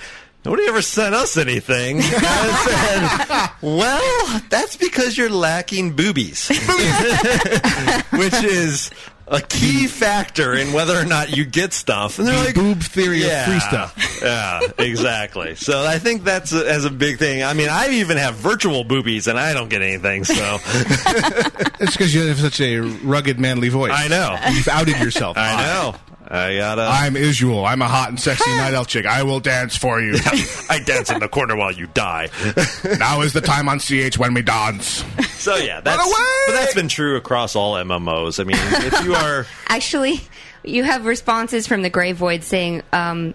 [SPEAKER 9] Nobody ever sent us anything. <laughs> I said, well, that's because you're lacking boobies, <laughs> which is a key factor in whether or not you get stuff. And they're like,
[SPEAKER 1] boob theory
[SPEAKER 9] yeah, yeah, exactly. So I think that's a, as a big thing. I mean, I even have virtual boobies, and I don't get anything. So
[SPEAKER 1] it's because you have such a rugged manly voice.
[SPEAKER 9] I know.
[SPEAKER 1] You've outed yourself.
[SPEAKER 9] I know. I gotta.
[SPEAKER 1] I'm Isuel. I'm a hot and sexy night elf chick. I will dance for
[SPEAKER 9] <laughs>
[SPEAKER 1] you.
[SPEAKER 9] I dance in the corner while you die. <laughs>
[SPEAKER 1] now is the time on CH when we dance.
[SPEAKER 9] So yeah, that's but that's been true across all MMOs. I mean, if you are
[SPEAKER 2] actually, you have responses from the Grey Void saying, um,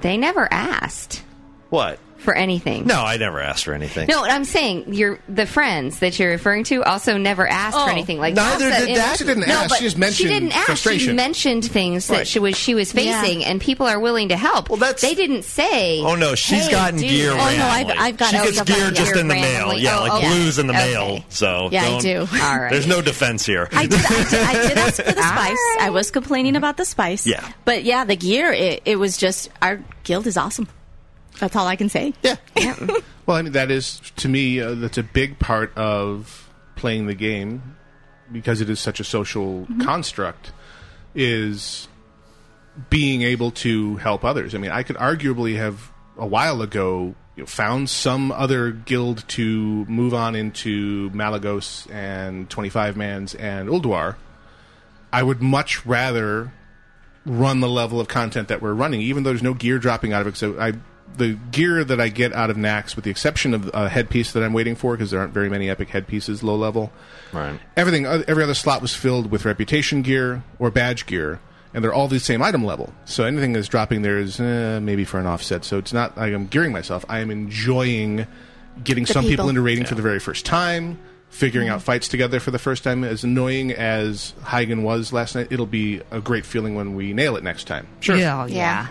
[SPEAKER 2] they never asked
[SPEAKER 9] what?
[SPEAKER 2] for anything.
[SPEAKER 9] No, I never asked for anything.
[SPEAKER 2] No, I'm saying your the friends that you're referring to also never asked for
[SPEAKER 1] Oh.
[SPEAKER 2] anything. Like
[SPEAKER 1] Neither
[SPEAKER 2] Elsa
[SPEAKER 1] did
[SPEAKER 2] in-
[SPEAKER 1] Dax. She didn't
[SPEAKER 2] no,
[SPEAKER 1] ask.
[SPEAKER 2] but
[SPEAKER 1] She just mentioned
[SPEAKER 2] She didn't ask. She
[SPEAKER 1] frustration.
[SPEAKER 2] mentioned things that
[SPEAKER 9] Right.
[SPEAKER 2] she was she was
[SPEAKER 8] Yeah.
[SPEAKER 2] facing, and people are willing to help. Well, that's they didn't say.
[SPEAKER 9] Oh no, she's
[SPEAKER 2] she's
[SPEAKER 9] gotten gear.
[SPEAKER 8] Oh, no,
[SPEAKER 9] randomly.
[SPEAKER 8] I've- I've got
[SPEAKER 9] She
[SPEAKER 8] all
[SPEAKER 9] gets
[SPEAKER 8] the
[SPEAKER 9] gear
[SPEAKER 8] gear
[SPEAKER 9] just in the mail.
[SPEAKER 8] randomly.
[SPEAKER 9] Yeah,
[SPEAKER 8] Oh,
[SPEAKER 9] like
[SPEAKER 8] okay.
[SPEAKER 9] blues in the
[SPEAKER 8] Okay.
[SPEAKER 9] mail. So
[SPEAKER 8] Yeah, I
[SPEAKER 9] don't-
[SPEAKER 8] do. All right.
[SPEAKER 9] There's no defense here.
[SPEAKER 8] I did
[SPEAKER 9] <laughs>
[SPEAKER 8] ask for the spice. I was complaining about the spice.
[SPEAKER 9] Yeah.
[SPEAKER 8] But yeah, the gear, it, it was just, our guild is awesome. That's all I can say.
[SPEAKER 9] Yeah.
[SPEAKER 1] Well, I mean, that is to me uh, that's a big part of playing the game because it is such a social construct. Is being able to help others. I mean, I could arguably have a while ago you know, found some other guild to move on into Malagos and Twenty Five Mans and Ulduar. I would much rather run the level of content that we're running, even though there's no gear dropping out of it. So I, the gear that I get out of Nax, with the exception of a headpiece that I'm waiting for, because there aren't very many epic headpieces low level.
[SPEAKER 9] Right.
[SPEAKER 1] Everything, oth- every other slot was filled with reputation gear or badge gear, and they're all the same item level. So anything that's dropping there is eh, maybe for an offset. So it's not like I'm gearing myself. I am enjoying getting
[SPEAKER 18] The
[SPEAKER 1] some people,
[SPEAKER 18] people.
[SPEAKER 1] into rating for the very first time, figuring out fights together for the first time. As annoying as Hagen was last night, it'll be a great feeling when we nail it next time.
[SPEAKER 2] Sure. Yeah, oh, yeah.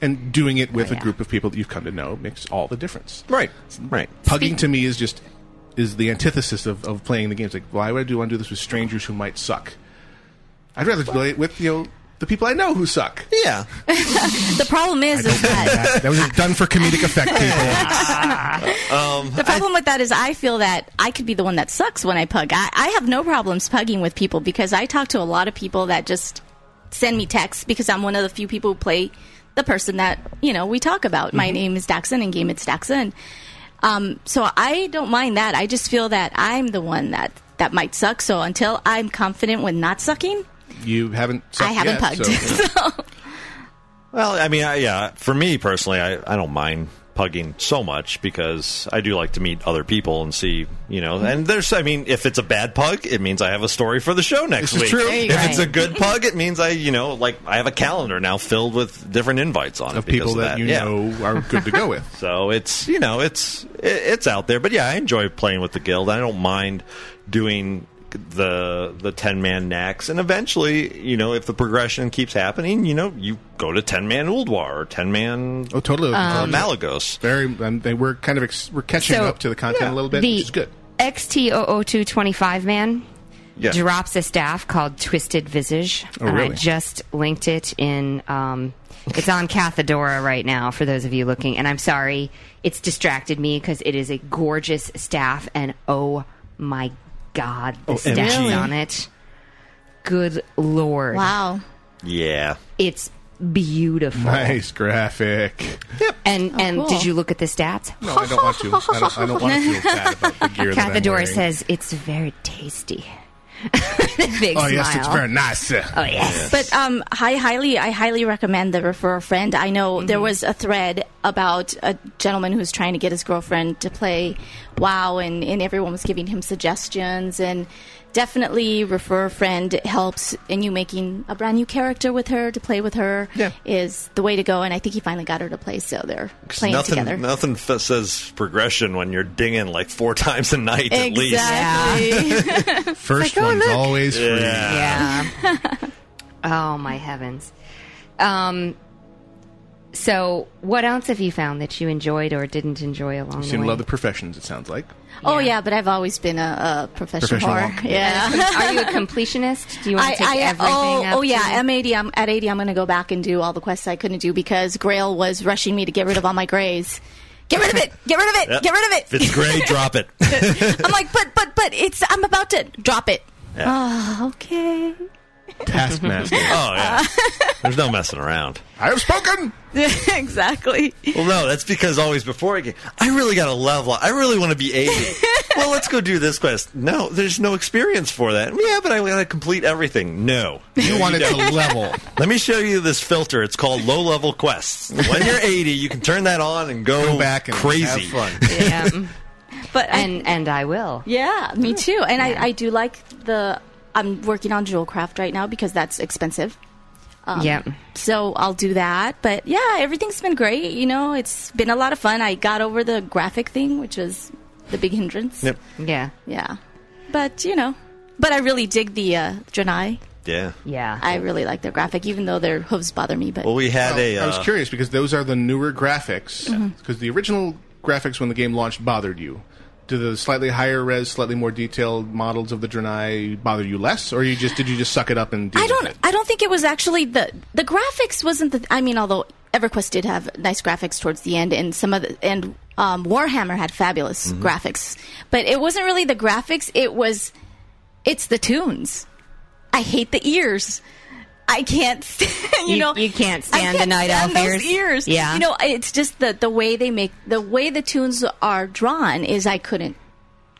[SPEAKER 1] And doing it with a group of people that you've come to know makes all the difference. Right.
[SPEAKER 9] Right.
[SPEAKER 1] Pugging to me is just is the antithesis of, of playing the games. Like, why would I want to do this with strangers who might suck? I'd rather play it with you know the people I know who suck.
[SPEAKER 9] Yeah.
[SPEAKER 8] the problem is, is that
[SPEAKER 1] that was done for comedic effect,
[SPEAKER 8] <laughs>
[SPEAKER 1] people.
[SPEAKER 9] Um,
[SPEAKER 8] the problem with that is I feel that I could be the one that sucks when I pug. I, I have no problems pugging with people because I talk to a lot of people that just send me texts because I'm one of the few people who play the person that you know we talk about. My
[SPEAKER 19] Mhm.
[SPEAKER 8] name is Daxon and game it's Daxon. Um, so I don't mind that. I just feel that I'm the one that that might suck. So until I'm confident with not sucking,
[SPEAKER 1] you haven't. Sucked
[SPEAKER 8] I
[SPEAKER 1] yet,
[SPEAKER 8] haven't pugged. <laughs>
[SPEAKER 1] so- <laughs>
[SPEAKER 9] Well, I mean, I, yeah, for me personally, I, I don't mind pugging so much because I do like to meet other people and see, you know,
[SPEAKER 1] Mm-hmm.
[SPEAKER 9] and there's, I mean, if it's a bad pug, it means I have a story for the show next
[SPEAKER 5] This
[SPEAKER 9] week.
[SPEAKER 5] is true.
[SPEAKER 9] If
[SPEAKER 5] Right.
[SPEAKER 9] it's a good pug, it means I, you know, like I have a calendar now filled with different invites on
[SPEAKER 1] Of
[SPEAKER 9] it because
[SPEAKER 1] people that you know are good to go with.
[SPEAKER 9] So it's, you know, it's, it, it's out there, but yeah, I enjoy playing with the guild. I don't mind doing the the 10 man knacks and eventually you know if the progression keeps happening you know you go to 10 man Uldwar or 10 man
[SPEAKER 1] Oh, totally.
[SPEAKER 9] uh,
[SPEAKER 1] Um,
[SPEAKER 9] Malagos
[SPEAKER 1] very and they were kind of ex- we're catching
[SPEAKER 2] So,
[SPEAKER 1] up to the content a little bit,
[SPEAKER 2] the
[SPEAKER 1] which is good.
[SPEAKER 2] XT00225 man
[SPEAKER 1] Yeah.
[SPEAKER 2] drops a staff called Twisted Visage.
[SPEAKER 1] Oh,
[SPEAKER 2] and I
[SPEAKER 1] really?
[SPEAKER 2] just linked it in. Um, it's on Cathedora right now for those of you looking. And I'm sorry, it's distracted me because it is a gorgeous staff. And oh my God, the
[SPEAKER 9] Oh,
[SPEAKER 2] staff
[SPEAKER 9] MG.
[SPEAKER 2] on it. Good lord.
[SPEAKER 8] Wow.
[SPEAKER 9] yeah
[SPEAKER 2] It's beautiful.
[SPEAKER 1] Nice graphic.
[SPEAKER 2] And, and
[SPEAKER 1] cool.
[SPEAKER 2] did you look at the stats?
[SPEAKER 1] No, I don't want to. I don't, I don't want to feel bad about the gear that I'm
[SPEAKER 2] Cathedora
[SPEAKER 1] wearing.
[SPEAKER 2] says it's very tasty. <laughs> Big
[SPEAKER 1] oh yes, it's
[SPEAKER 2] smile.
[SPEAKER 1] very nice. Oh
[SPEAKER 8] But um, I highly, I highly recommend the refer a friend. I know
[SPEAKER 9] Mm-hmm.
[SPEAKER 8] there was a thread about a gentleman who was trying to get his girlfriend to play WoW, and, and everyone was giving him suggestions. And definitely, refer a friend helps in you making a brand new character with her to play with her. is the way to go. And I think he finally got her to play, so they're
[SPEAKER 9] 'Cause
[SPEAKER 8] playing
[SPEAKER 9] nothing
[SPEAKER 8] together.
[SPEAKER 9] nothing f- says progression when you're dinging like four <laughs> times a night at least
[SPEAKER 2] Exactly.
[SPEAKER 1] First
[SPEAKER 2] Like, oh,
[SPEAKER 1] one's
[SPEAKER 2] look.
[SPEAKER 1] always free.
[SPEAKER 2] Yeah. <laughs> oh my heavens. Um. So, what else have you found that you enjoyed or didn't enjoy along
[SPEAKER 1] You
[SPEAKER 2] the
[SPEAKER 1] seem
[SPEAKER 2] way?
[SPEAKER 1] to love the professions. It sounds like.
[SPEAKER 8] Oh yeah, but I've always been a, a professional,
[SPEAKER 1] Professional
[SPEAKER 8] whore.
[SPEAKER 1] whore.
[SPEAKER 9] <laughs>
[SPEAKER 8] Yeah.
[SPEAKER 2] <laughs> Are you a completionist? Do you want to take everything?
[SPEAKER 8] oh,
[SPEAKER 2] up
[SPEAKER 8] oh yeah,
[SPEAKER 2] to-
[SPEAKER 8] I'm 80. I'm at 80. I'm going to go back and do all the quests I couldn't do because Grail was rushing me to get rid of all my grays. Get rid of it. Get rid of it. Get rid of it.
[SPEAKER 9] if it's gray
[SPEAKER 8] <laughs>
[SPEAKER 9] drop it
[SPEAKER 8] I'm like, but but but it's. I'm about to drop it.
[SPEAKER 9] Yeah.
[SPEAKER 8] Oh, okay.
[SPEAKER 1] <laughs>
[SPEAKER 9] taskmaster oh yeah
[SPEAKER 8] Uh,
[SPEAKER 9] there's no messing around
[SPEAKER 1] I have spoken
[SPEAKER 8] <laughs> exactly.
[SPEAKER 9] Well, no, that's because always before I get, I really got to level. up. I really want to be 80. well, let's go do this quest. No, there's no experience for that. Yeah, but I got to complete everything. No.
[SPEAKER 1] You wanted <laughs> to level.
[SPEAKER 9] Let me show you this filter. It's called low level quests. When you're 80, you can turn that on and go, back and crazy.
[SPEAKER 1] have
[SPEAKER 2] yeah.
[SPEAKER 8] <laughs> But
[SPEAKER 2] and and I will.
[SPEAKER 8] Yeah, me too. And I, I do like the. I'm working on jewel craft right now because that's expensive.
[SPEAKER 2] Yep.
[SPEAKER 8] So I'll do that. But yeah, everything's been great. You know, it's been a lot of fun. I got over the graphic thing, which was the big hindrance.
[SPEAKER 9] Yep.
[SPEAKER 2] Yeah.
[SPEAKER 8] Yeah. But, you know, but I really dig the uh, Draenei.
[SPEAKER 9] Yeah.
[SPEAKER 2] Yeah.
[SPEAKER 8] I really like their graphic, even though their hooves bother me. But
[SPEAKER 1] Well, Oh, I
[SPEAKER 9] uh,
[SPEAKER 1] was curious because those are the newer graphics.
[SPEAKER 8] Mhm.
[SPEAKER 1] Because the original graphics when the game launched bothered you. Do the slightly higher res, slightly more detailed models of the Draenei bother you less, or you just did you just suck it up and? Deal
[SPEAKER 8] I don't. I don't think it was actually the the graphics wasn't the. I mean, although EverQuest did have nice graphics towards the end, and some of the and um, Warhammer had fabulous
[SPEAKER 1] Mm-hmm.
[SPEAKER 12] Mhm.
[SPEAKER 8] graphics, but it wasn't really the graphics. It was, it's the tunes. I hate the ears. I can't. <laughs> stand- You,
[SPEAKER 2] You-
[SPEAKER 8] know,
[SPEAKER 2] you can't
[SPEAKER 8] I
[SPEAKER 2] stand the Night
[SPEAKER 8] stand
[SPEAKER 2] Elf
[SPEAKER 8] those
[SPEAKER 2] ears.
[SPEAKER 8] ears.
[SPEAKER 2] Yeah.
[SPEAKER 8] you know, it's just the the way they make the way the tunes are drawn is I couldn't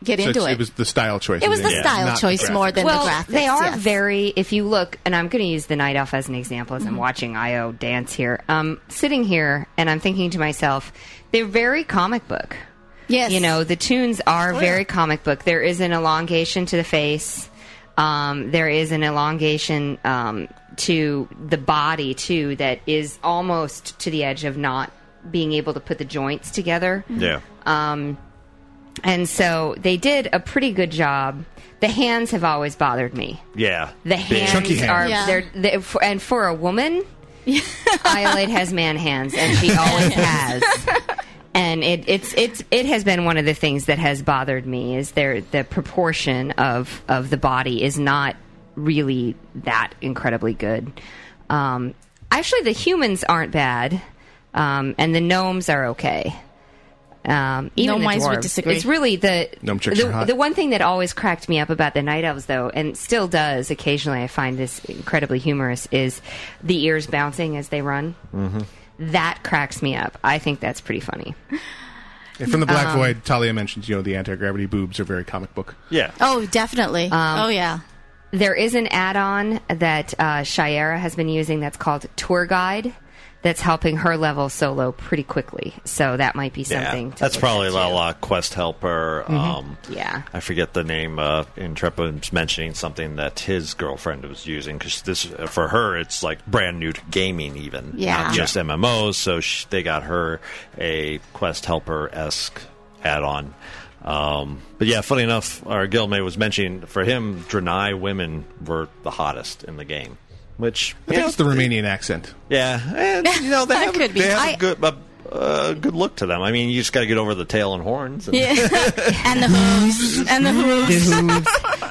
[SPEAKER 8] get
[SPEAKER 1] So
[SPEAKER 8] into
[SPEAKER 1] it's-
[SPEAKER 8] it.
[SPEAKER 1] It was the style choice.
[SPEAKER 8] It was
[SPEAKER 1] in
[SPEAKER 8] the
[SPEAKER 1] end,
[SPEAKER 8] style
[SPEAKER 1] not the
[SPEAKER 8] choice more
[SPEAKER 1] graphics.
[SPEAKER 8] than
[SPEAKER 2] well,
[SPEAKER 8] the graphics.
[SPEAKER 2] They are
[SPEAKER 8] yes.
[SPEAKER 2] very. If you look, and I'm going to use the night off as an example,
[SPEAKER 8] Mm-hmm.
[SPEAKER 2] as I'm watching Io dance here. Um, sitting here, and I'm thinking to myself, they're very comic book.
[SPEAKER 8] Yes,
[SPEAKER 2] you know the tunes are
[SPEAKER 8] Oh,
[SPEAKER 2] very comic book. There is an elongation to the face. Um, there is an elongation um, to the body too that is
[SPEAKER 8] Mm-hmm.
[SPEAKER 2] almost to the edge of not being able to put the joints together.
[SPEAKER 9] Yeah.
[SPEAKER 2] Um, And so they did a pretty good job. The hands have always bothered me.
[SPEAKER 9] Yeah.
[SPEAKER 2] The
[SPEAKER 9] Big.
[SPEAKER 2] hands are they're, they for, and for a
[SPEAKER 8] <laughs>
[SPEAKER 2] woman, Iolate has man hands, and she
[SPEAKER 8] <laughs>
[SPEAKER 2] always has. And it, it's it's it has been one of the things that has bothered me is there the proportion of of the body is not really that incredibly good. Um, actually, the humans aren't bad, um, and the gnomes are okay. Um, even the
[SPEAKER 8] Gnome-wise would
[SPEAKER 2] dwarves.
[SPEAKER 8] disagree.
[SPEAKER 2] It's really the
[SPEAKER 1] Gnome chicks are
[SPEAKER 2] the,
[SPEAKER 1] hot.
[SPEAKER 2] the one thing that always cracked me up about the night elves, though, and still does occasionally, I find this incredibly humorous, is the ears bouncing as they run.
[SPEAKER 1] Mm-hmm.
[SPEAKER 2] That cracks me up. I think that's pretty funny.
[SPEAKER 1] And from the Black
[SPEAKER 2] Um,
[SPEAKER 1] Void, Talia mentions, you know, the anti gravity boobs are very comic book.
[SPEAKER 9] Yeah.
[SPEAKER 2] Oh, definitely.
[SPEAKER 8] Um,
[SPEAKER 2] oh, yeah. There is an add on that uh, Shiera has been using that's called Tour Guide that's helping her level solo pretty quickly. So that might be something.
[SPEAKER 9] Yeah, that's probably la la Quest Helper.
[SPEAKER 2] Mhm.
[SPEAKER 9] Um,
[SPEAKER 2] Yeah.
[SPEAKER 9] I forget the name. Uh, Intrepid's mentioning something that his girlfriend was using because this for her it's like brand new to gaming, even
[SPEAKER 8] Yeah.
[SPEAKER 9] not just MMOs. So sh they got her a Quest Helper esque add on. Um, but yeah, funny enough, our guildmate was mentioning for him, Draenei women were the hottest in the game, which
[SPEAKER 1] I think it's the Romanian accent.
[SPEAKER 9] yeah, and, you know they have,
[SPEAKER 8] could be.
[SPEAKER 9] they have
[SPEAKER 8] I-
[SPEAKER 9] a good a, a good look to them. I mean, you just got to get over the tail and horns. And,
[SPEAKER 8] Yeah. and the hooves. And the hooves.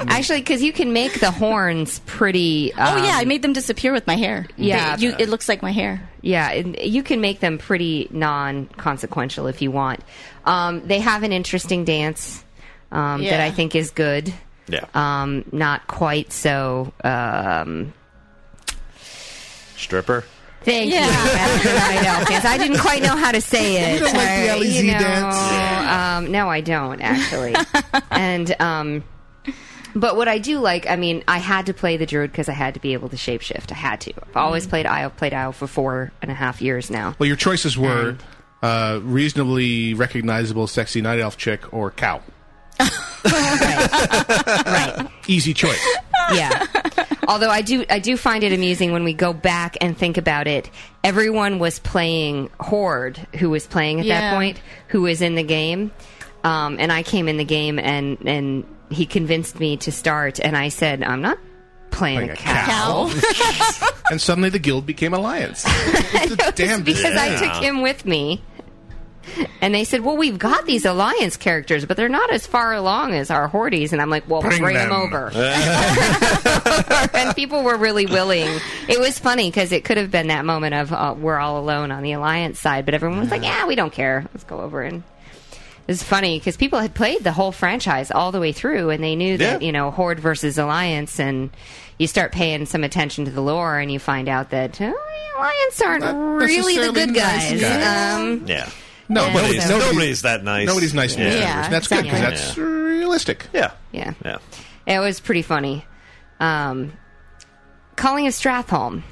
[SPEAKER 2] Actually, because you can make the horns pretty.
[SPEAKER 8] oh, yeah.
[SPEAKER 2] um,
[SPEAKER 8] I made them disappear with my hair.
[SPEAKER 2] Yeah.
[SPEAKER 8] They- you, it looks like my hair.
[SPEAKER 2] Yeah, and you can make them pretty non-consequential if you want. Um, they have an interesting dance um, that
[SPEAKER 8] Yeah.
[SPEAKER 2] I think is good.
[SPEAKER 9] <laughs> Yeah.
[SPEAKER 8] Uh.
[SPEAKER 2] Um, not quite so. Um,
[SPEAKER 9] Stripper.
[SPEAKER 2] thank you. That's the right elf dance. I didn't quite know how to say
[SPEAKER 12] <laughs>
[SPEAKER 2] it.
[SPEAKER 12] You don't like the
[SPEAKER 2] Uh,
[SPEAKER 12] LEZ
[SPEAKER 2] you know,
[SPEAKER 12] dance?
[SPEAKER 2] Um, no, I
[SPEAKER 12] <laughs>
[SPEAKER 2] don't actually. and um, but what I do like, I mean, I had to play the druid because I had to be able to shapeshift. I had to. I've always
[SPEAKER 12] Mm.
[SPEAKER 2] played Isle. Played Isle for four and a half
[SPEAKER 12] <laughs>
[SPEAKER 2] years now.
[SPEAKER 1] Well, your
[SPEAKER 8] Mm.
[SPEAKER 1] choices were uh, reasonably recognizable sexy night elf chick or cow. Easy choice.
[SPEAKER 2] <laughs> yeah. Although I do, I do find it amusing when we go back and think about it. Everyone was playing Horde, who was playing at
[SPEAKER 12] Yeah.
[SPEAKER 2] that point, who was in the game, um, and I came in the game, and and he convinced me to start, and I said, I'm not playing a cow. <laughs>
[SPEAKER 1] and suddenly the guild became alliance. damn
[SPEAKER 2] because <laughs> I
[SPEAKER 1] yeah.
[SPEAKER 2] took him with me. And they said, "Well, we've got these alliance characters, but they're not as far along as our hordes." And I'm like, "Well, bring, them. <laughs> over." and people were really willing. It was funny because it could have been that moment of uh, we're all alone on the alliance side, but everyone was like, "Yeah, we don't care. Let's go over." And it was funny because people had played the whole franchise all the way through, and they knew that you know horde versus alliance, and you start paying some attention to the lore, and you find out that. "Oh, Lions aren't really the good guys. Um,
[SPEAKER 9] yeah.
[SPEAKER 1] No,
[SPEAKER 9] nobody's,
[SPEAKER 1] nobody-
[SPEAKER 9] nobody's that nice.
[SPEAKER 1] nobody's nice to
[SPEAKER 9] Yeah.
[SPEAKER 1] each other.
[SPEAKER 2] Yeah,
[SPEAKER 1] And that's good 'cause
[SPEAKER 2] exactly.
[SPEAKER 1] that's realistic.
[SPEAKER 9] Yeah.
[SPEAKER 2] yeah.
[SPEAKER 9] Yeah.
[SPEAKER 2] It was pretty funny. Um, calling of Strathholm.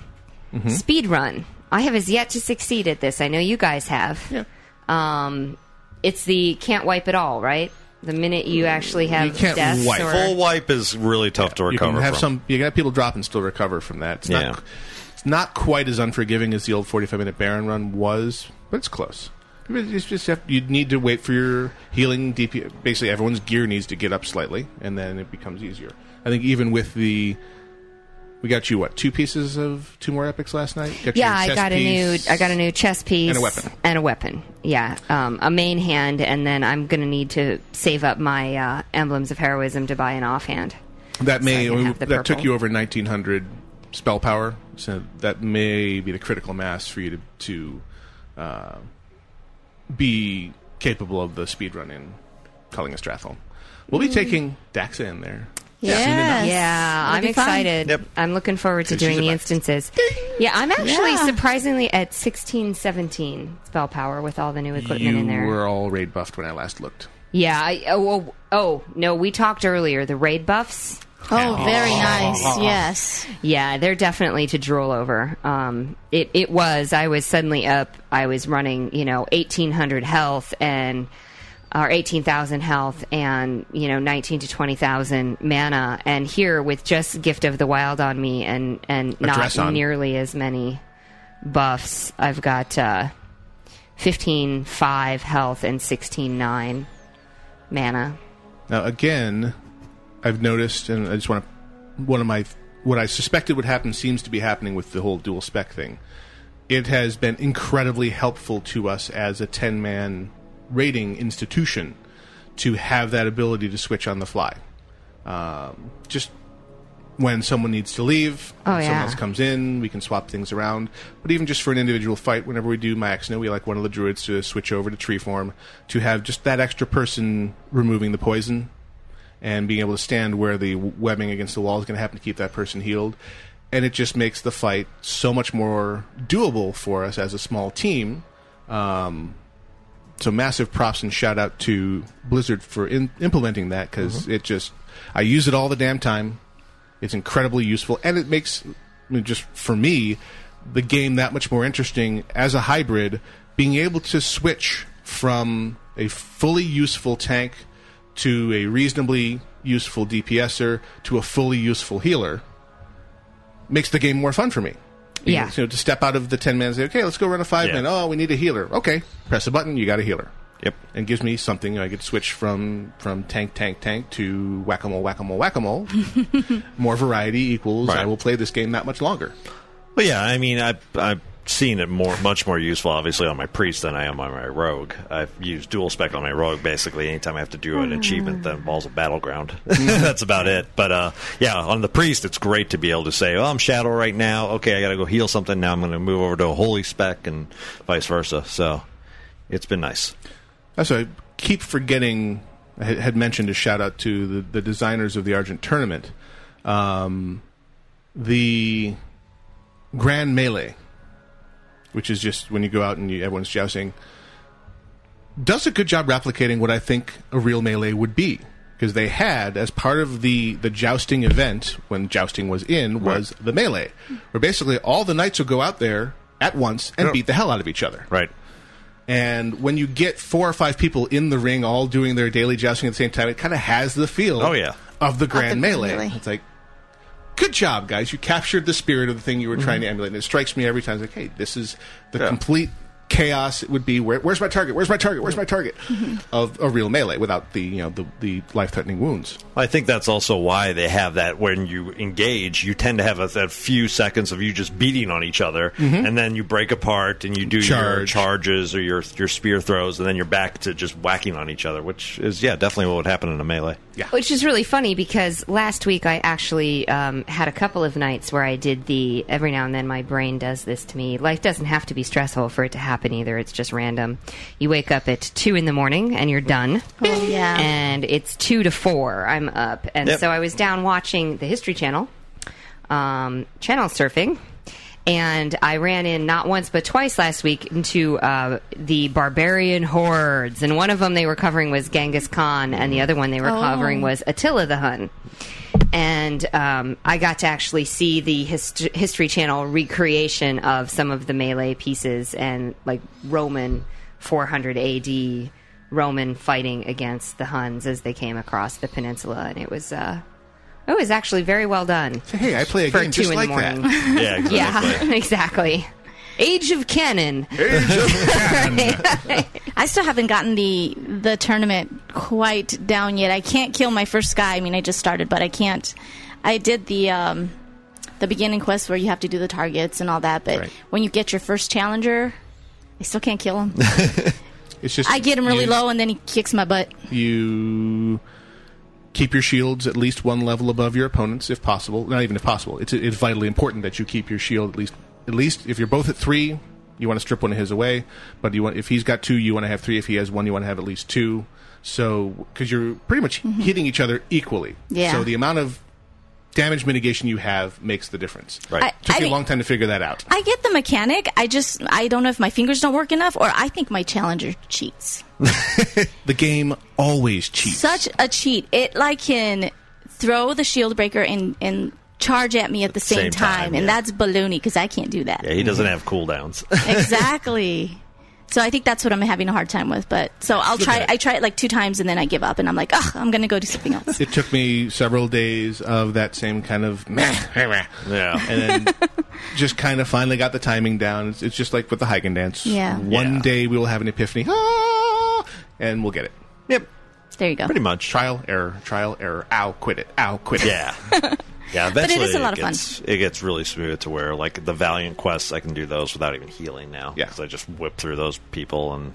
[SPEAKER 1] Mm-hmm.
[SPEAKER 2] Speed run. I have as yet to succeed at this. I know you guys have. Yeah. Um, it's the can't wipe at all, right? The minute you actually have
[SPEAKER 1] You can't
[SPEAKER 2] deaths
[SPEAKER 1] wipe.
[SPEAKER 2] or
[SPEAKER 9] Full wipe is really tough to
[SPEAKER 1] You
[SPEAKER 9] recover
[SPEAKER 1] can have
[SPEAKER 9] from.
[SPEAKER 1] some. You got people drop and still recover from that. It's
[SPEAKER 9] Yeah.
[SPEAKER 1] not. It's not quite as unforgiving as the old forty-five minute Baron run was, but it's close. You really just- just have- you'd need to wait for your healing DP. Basically, everyone's gear needs to get up slightly, and then it becomes easier. I think even with the, we got you what two pieces of two more epics last night. Got
[SPEAKER 2] yeah,
[SPEAKER 1] your
[SPEAKER 2] I
[SPEAKER 1] chest
[SPEAKER 2] got
[SPEAKER 1] piece.
[SPEAKER 2] a new I got a new chess piece
[SPEAKER 1] And a weapon.
[SPEAKER 2] and a weapon. Yeah, um, a main hand, and then I'm gonna need to save up my uh, emblems of heroism to buy an offhand.
[SPEAKER 1] That may
[SPEAKER 2] So I can have the
[SPEAKER 1] that took
[SPEAKER 2] purple.
[SPEAKER 1] you over nineteen hundred spell power, so that may be the critical mass for you to to uh, be capable of the speed run in calling a Stratholm. We'll be
[SPEAKER 2] Mm.
[SPEAKER 1] taking Daxa in there.
[SPEAKER 2] Yeah,
[SPEAKER 1] soon enough.
[SPEAKER 2] yeah,
[SPEAKER 12] It'll
[SPEAKER 2] I'm
[SPEAKER 12] be fun.
[SPEAKER 2] excited. I'm looking forward to
[SPEAKER 1] She's
[SPEAKER 2] doing
[SPEAKER 1] a
[SPEAKER 2] the
[SPEAKER 1] badass.
[SPEAKER 2] instances. Yeah, I'm actually
[SPEAKER 12] Yeah.
[SPEAKER 2] surprisingly at 16, 17 spell power with all the new equipment
[SPEAKER 1] You
[SPEAKER 2] in there.
[SPEAKER 1] were all raid buffed when I last looked.
[SPEAKER 2] Yeah. I, oh, oh, oh, no, we talked earlier. The raid buffs.
[SPEAKER 8] Oh, very nice. Yes.
[SPEAKER 2] Yeah, they're definitely to drool over. Um, it it was. I was suddenly up. I was running, you know, eighteen hundred health and or eighteen thousand health and you know nineteen to twenty thousand mana. And here with just gift of the wild on me and and
[SPEAKER 12] A
[SPEAKER 2] not
[SPEAKER 12] dress on.
[SPEAKER 2] nearly as many buffs. I've got uh, fifteen five health and sixteen nine. mana.
[SPEAKER 1] Now, again, I've noticed, and I just want to. One of my. What I suspected would happen seems to be happening with the whole dual spec thing. It has been incredibly helpful to us as a 10 man rating institution to have that ability to switch on the fly. Um, just when someone needs to leave,
[SPEAKER 2] Oh,
[SPEAKER 1] when someone
[SPEAKER 2] yeah.
[SPEAKER 1] else comes in, we can swap things around. But even just for an individual fight, whenever we do Maxna, we like one of the druids to switch over to tree form to have just that extra person removing the poison and being able to stand where the webbing against the wall is going to happen to keep that person healed. And it just makes the fight so much more doable for us as a small team. Um, so massive props and shout out to Blizzard for in- implementing that because it just I use it all the damn time. It's incredibly useful and it makes I mean, just for me the game that much more interesting as a hybrid. Being able to switch from a fully useful tank to a reasonably useful DPSer to a fully useful healer makes the game more fun for me. You
[SPEAKER 2] Yeah.
[SPEAKER 1] know, so to step out of the 10 man and say, okay, let's go run a 5 man. Oh, we need a healer. Okay. Press a button, you got a healer.
[SPEAKER 9] Yep.
[SPEAKER 1] And gives me something. I could switch from, from tank, tank, tank to whack a mole, whack a mole, whack a mole. More variety equals I will play this game that much longer.
[SPEAKER 9] Well, yeah, I mean, I, I've seen it more, much more useful, obviously, on my priest than I am on my rogue. I've used dual spec on my rogue basically anytime I have to do an achievement that involves a battleground. <laughs> That's about it. But uh, yeah, on the priest, it's great to be able to say, "Oh, I'm shadow right now. Okay, I got to go heal something. Now I'm going to move over to a holy spec and vice versa." So it's been nice.
[SPEAKER 1] Also, I Oh, keep forgetting. I had- had mentioned a shout out to the, the designers of the Argent tournament. Um, the Grand Melee, which is just when you go out and you, everyone's jousting, does a good job replicating what I think a real melee would be. Because they had, as part of the, the jousting event, when jousting was in, was the melee, where basically all the knights will go out there at once and beat the hell out of each other.
[SPEAKER 9] Right.
[SPEAKER 1] And when you get four or five people in the ring all doing their daily jousting at the same time, it kind of has the feel
[SPEAKER 9] Oh, yeah.
[SPEAKER 1] of the Grand
[SPEAKER 9] Grand
[SPEAKER 1] melee.
[SPEAKER 9] Melee.
[SPEAKER 1] It's like, good job, guys. You captured the spirit of the thing you were trying to emulate. And it strikes me every time, it's like, hey, this is the complete chaos it would be. Where, where's my target? Where's my target? Where's my target? of a real melee without the, you know, the, the life-threatening wounds.
[SPEAKER 9] I think that's also why they have that when you engage, you tend to have a, a few seconds of you just beating on each other,
[SPEAKER 1] Mhm.
[SPEAKER 9] and then you break apart and you do your
[SPEAKER 1] Charge.
[SPEAKER 9] charges or your your spear throws, and then you're back to just whacking on each other, which is yeah, definitely what would happen in a melee.
[SPEAKER 1] Yeah,
[SPEAKER 2] Which is really funny because last week I actually um, had a couple of nights where I did the. Every now and then my brain does this to me. Life doesn't have to be stressful for it to happen either. It's just random. You wake up at two in the morning and you're done.
[SPEAKER 8] Oh, yeah.
[SPEAKER 2] And it's two to four. I'm up, and
[SPEAKER 8] Yep.
[SPEAKER 2] so I was down watching the History Channel, um, channel surfing. And I ran in not once but twice last week into uh, the barbarian hordes, and one of them they were covering was Genghis Khan, and the other one they were
[SPEAKER 8] Oh.
[SPEAKER 2] covering was Attila the Hun. And um, I got to actually see the hist- History Channel recreation of some of the melee pieces and like Roman 400 AD Roman fighting against the Huns as they came across the peninsula, and it was uh, it was actually very well done.
[SPEAKER 1] hey, I play a
[SPEAKER 2] for
[SPEAKER 1] game
[SPEAKER 2] two
[SPEAKER 1] just
[SPEAKER 2] in
[SPEAKER 1] like
[SPEAKER 2] the
[SPEAKER 1] that.
[SPEAKER 2] morning.
[SPEAKER 1] <laughs> Yeah, exactly.
[SPEAKER 2] yeah, <laughs> exactly. Age of Cannon. <laughs>
[SPEAKER 8] I still haven't gotten the the tournament quite down yet. I can't kill my first guy. I mean, I just started, but I can't. I did the um, the beginning quest where you have to do the targets and all that, but when you get your first challenger, I still can't kill him.
[SPEAKER 1] It's just
[SPEAKER 8] I get him really
[SPEAKER 1] you-
[SPEAKER 8] low, and then he kicks my butt.
[SPEAKER 1] you keep your shields at least one level above your opponents if possible not even if possible it's, it's vitally important that you keep your shield at least at least if you're both at three you want to strip one of his away but you want if he's got two you want to have three if he has one you want to have at least two so because you're pretty much hitting each other equally
[SPEAKER 8] Mm-hmm. Yeah.
[SPEAKER 1] so the amount of damage mitigation you have makes the difference right
[SPEAKER 8] I-
[SPEAKER 1] took
[SPEAKER 8] I
[SPEAKER 1] me a
[SPEAKER 8] mean-
[SPEAKER 1] long time to figure that out
[SPEAKER 8] I get the mechanic. I just I don't know if my fingers don't work enough, or I think my challenger cheats.
[SPEAKER 1] the game always cheats
[SPEAKER 8] Such a cheat! It like can throw the shield breaker and and charge at me at the same,
[SPEAKER 9] same
[SPEAKER 8] time,
[SPEAKER 9] time,
[SPEAKER 8] and
[SPEAKER 9] yeah.
[SPEAKER 8] that's baloney because I can't do that.
[SPEAKER 9] Yeah, he
[SPEAKER 1] Mm-hmm.
[SPEAKER 9] doesn't have cooldowns.
[SPEAKER 1] <laughs>
[SPEAKER 9] <laughs>
[SPEAKER 8] exactly. So I think that's what I'm having a hard time with. But so I'll
[SPEAKER 1] Look
[SPEAKER 8] try.
[SPEAKER 1] at it.
[SPEAKER 8] I try it like two times and then I give up, and I'm like, ugh, I'm gonna go do something else.
[SPEAKER 9] <laughs>
[SPEAKER 1] it took me several days of that same kind of <laughs> meh, meh, meh.
[SPEAKER 9] yeah,
[SPEAKER 1] and then just kind of finally got the timing down. It's, it's just like with the Hagen dance. <laughs>
[SPEAKER 8] Yeah.
[SPEAKER 1] One day we will have an epiphany, ah, and we'll get it.
[SPEAKER 9] Yep.
[SPEAKER 8] There you go.
[SPEAKER 9] Pretty much.
[SPEAKER 1] Trial, error, trial, error. Ow, quit it. Ow, quit it.
[SPEAKER 9] Yeah. Yeah,
[SPEAKER 8] <laughs> But it
[SPEAKER 9] eventually
[SPEAKER 8] is a lot of fun.
[SPEAKER 9] gets, It gets really smooth to where, like, the Valiant quests, I can do those without even healing now. Yeah. Because I just whip through those people. And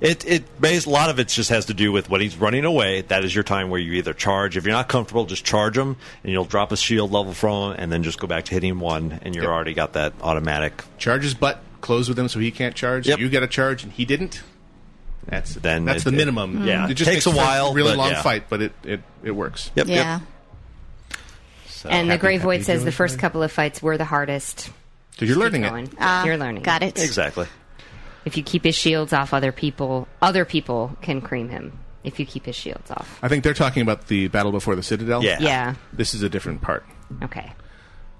[SPEAKER 9] it, it, bas- a lot of it just has to do with when he's running away. That is your time where you either charge. If you're not comfortable, just charge him, and you'll drop a shield level from him, and then just go back to hitting one, and you're already got that automatic.
[SPEAKER 1] Charge his butt, close with him so he can't charge. You got a charge and he didn't. That's
[SPEAKER 9] then
[SPEAKER 1] That's
[SPEAKER 9] it-
[SPEAKER 1] the
[SPEAKER 9] it-
[SPEAKER 1] minimum.
[SPEAKER 9] yeah.
[SPEAKER 1] It just
[SPEAKER 9] Takes a
[SPEAKER 1] makes for
[SPEAKER 9] while,
[SPEAKER 1] really
[SPEAKER 9] but
[SPEAKER 1] long
[SPEAKER 9] yeah.
[SPEAKER 1] fight, but it, it, it works.
[SPEAKER 9] Yep.
[SPEAKER 2] Yeah. and the
[SPEAKER 1] happy-
[SPEAKER 2] Grey
[SPEAKER 1] happy
[SPEAKER 2] Void says
[SPEAKER 1] doing
[SPEAKER 2] the first couple of fights were the hardest.
[SPEAKER 1] Because you're learning
[SPEAKER 2] Going.
[SPEAKER 1] it.
[SPEAKER 2] You're learning.
[SPEAKER 8] Uh, Got it.
[SPEAKER 9] Exactly.
[SPEAKER 2] If you keep his shields off other people, other people can cream him. If you keep his shields off.
[SPEAKER 1] I think they're talking about the battle before the Citadel.
[SPEAKER 2] Yeah. Yeah.
[SPEAKER 1] This is a different part.
[SPEAKER 2] Okay.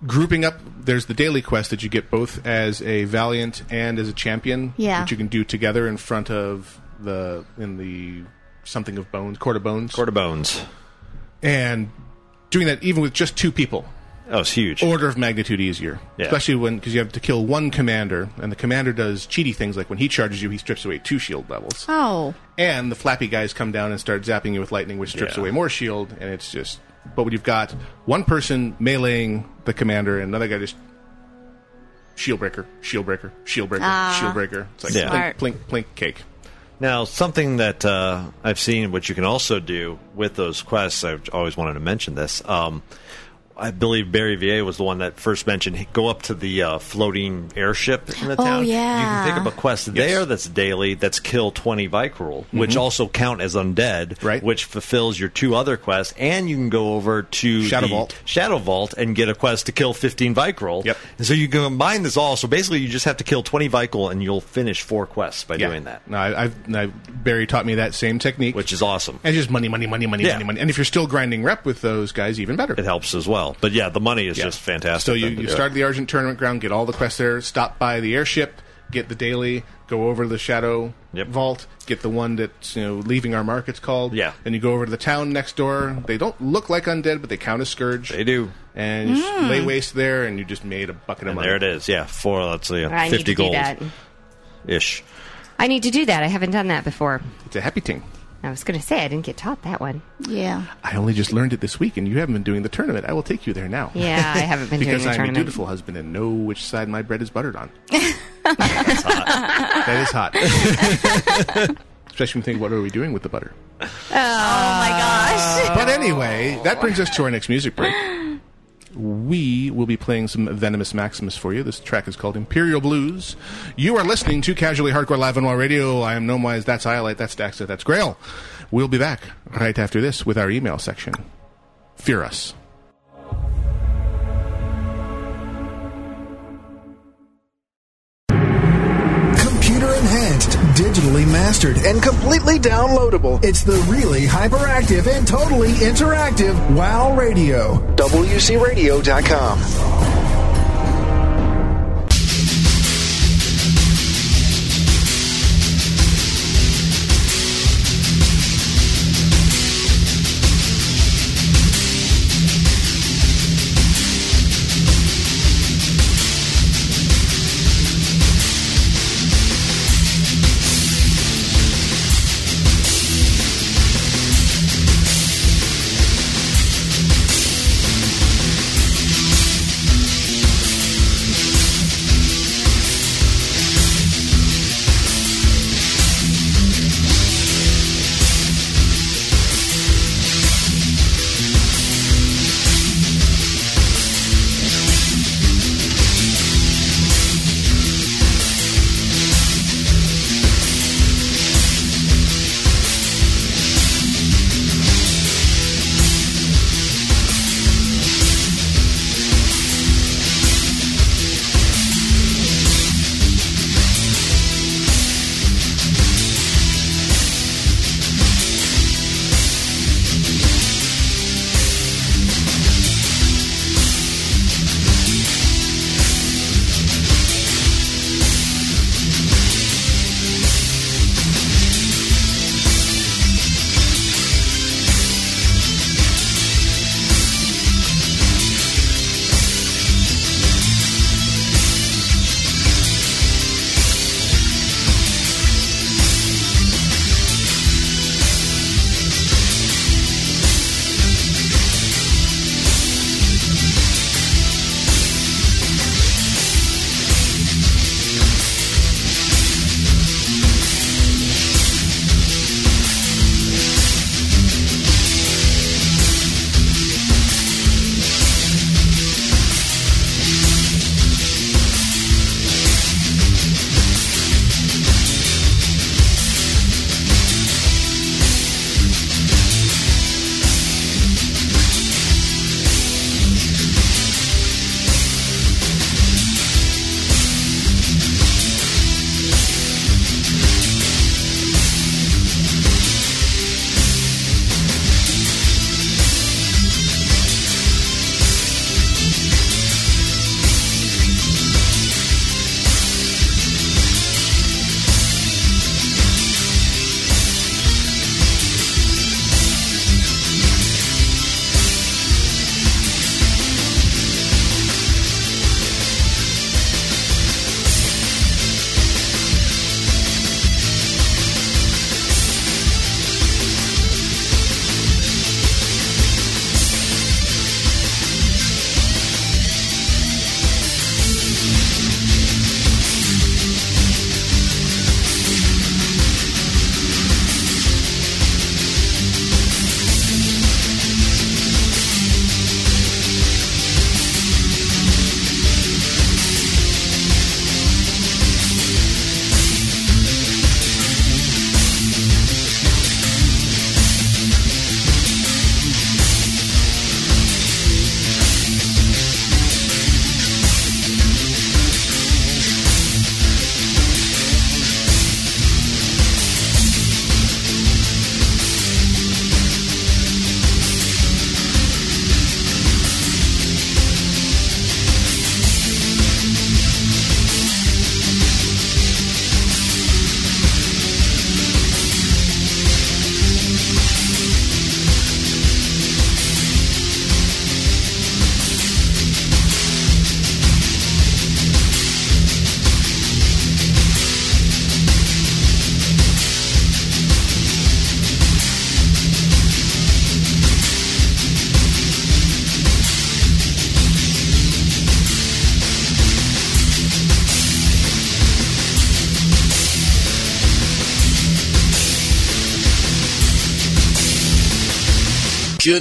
[SPEAKER 1] Grouping up, there's the daily quest that you get both as a valiant and as a champion.
[SPEAKER 8] Yeah.
[SPEAKER 1] That you can do together in front of the in the something of bones, court of bones, court
[SPEAKER 9] of bones,
[SPEAKER 1] and doing that even with just two people.
[SPEAKER 9] Oh, it's huge.
[SPEAKER 1] Order of magnitude easier,
[SPEAKER 9] Yeah.
[SPEAKER 1] especially when because you have to kill one commander, and the commander does cheaty things like when he charges you, he strips away two shield levels.
[SPEAKER 8] Oh.
[SPEAKER 1] And the flappy guys come down and start zapping you with lightning, which strips
[SPEAKER 9] Yeah.
[SPEAKER 1] away more shield, and it's just. But when you've got one person meleeing the commander and another guy just shield breaker, shield breaker, shield breaker,
[SPEAKER 9] Ah,
[SPEAKER 1] shield breaker. It's like
[SPEAKER 9] Yeah.
[SPEAKER 1] plink,
[SPEAKER 9] smart.
[SPEAKER 1] plink, plink, cake.
[SPEAKER 9] Now, something that uh, I've seen, which you can also do with those quests, I've always wanted to mention this. Um, I believe Barry VA was the one that first mentioned hey, go up to the uh, floating airship in the
[SPEAKER 8] Oh,
[SPEAKER 9] town.
[SPEAKER 8] yeah.
[SPEAKER 9] You can pick up a quest there that's daily that's kill 20 Vikrul, which
[SPEAKER 1] Mhm.
[SPEAKER 9] also count as undead, right. which fulfills your two other quests. And you can go over to
[SPEAKER 1] Shadow
[SPEAKER 9] the
[SPEAKER 1] Vault.
[SPEAKER 9] Shadow Vault and get a quest to kill 15 Vikrul. Yep. And so you can combine this all. So basically, you just have to kill 20 Vikrul and you'll finish four quests by
[SPEAKER 1] Yeah.
[SPEAKER 9] doing that.
[SPEAKER 1] No, I, I've, i Barry taught me that same technique,
[SPEAKER 9] which is awesome.
[SPEAKER 1] And just money, money, money, money,
[SPEAKER 9] Yeah.
[SPEAKER 1] money, money. And if you're still grinding rep with those guys, even better.
[SPEAKER 9] It helps as well. But yeah, the money is
[SPEAKER 1] Yeah.
[SPEAKER 9] just fantastic.
[SPEAKER 1] So you,
[SPEAKER 9] then to
[SPEAKER 1] you
[SPEAKER 9] do it.
[SPEAKER 1] start at the Argent tournament ground, get all the quests there, stop by the airship, get the daily, go over to the Shadow Vault, get the one that's you know leaving our market's called. Yeah. Then you go over to the town next door. They don't look like undead, but they count as scourge. They
[SPEAKER 9] do.
[SPEAKER 1] And you just
[SPEAKER 9] Mm.
[SPEAKER 1] lay waste there, and you just made a bucket of
[SPEAKER 9] And
[SPEAKER 1] money.
[SPEAKER 9] there it is. Yeah, four. Let's see,
[SPEAKER 2] I need
[SPEAKER 9] fifty
[SPEAKER 2] to do
[SPEAKER 9] gold
[SPEAKER 2] that.
[SPEAKER 9] ish.
[SPEAKER 2] I need to do that. I haven't done that before.
[SPEAKER 1] It's a happy ting.
[SPEAKER 2] I was going to say I didn't get taught that one.
[SPEAKER 8] Yeah.
[SPEAKER 1] I only just learned it this week, and you haven't been doing the tournament. I will take you there now.
[SPEAKER 2] Yeah, I haven't been doing
[SPEAKER 1] because
[SPEAKER 2] the
[SPEAKER 1] I'm
[SPEAKER 2] tournament.
[SPEAKER 1] a dutiful husband and know which side my bread is buttered
[SPEAKER 2] <laughs>
[SPEAKER 1] on. That's hot. That is hot. <laughs> Especially when you think, what are we doing with the butter?
[SPEAKER 2] Oh, my gosh.
[SPEAKER 1] But anyway, that brings us to our next music break. We will be playing some Venomous Maximus for you. This track is called Imperial Blues. You are listening to Casually Hardcore Live on Wild Radio. I am Gnomewise. That's Iolite. That's Daxa. That's Grail. We'll be back right after this with our email section. Fear us.
[SPEAKER 20] Computer enhanced, digitally mastered, and completely downloadable. It's the really hyperactive and totally interactive WoW Radio. WCRadio.com.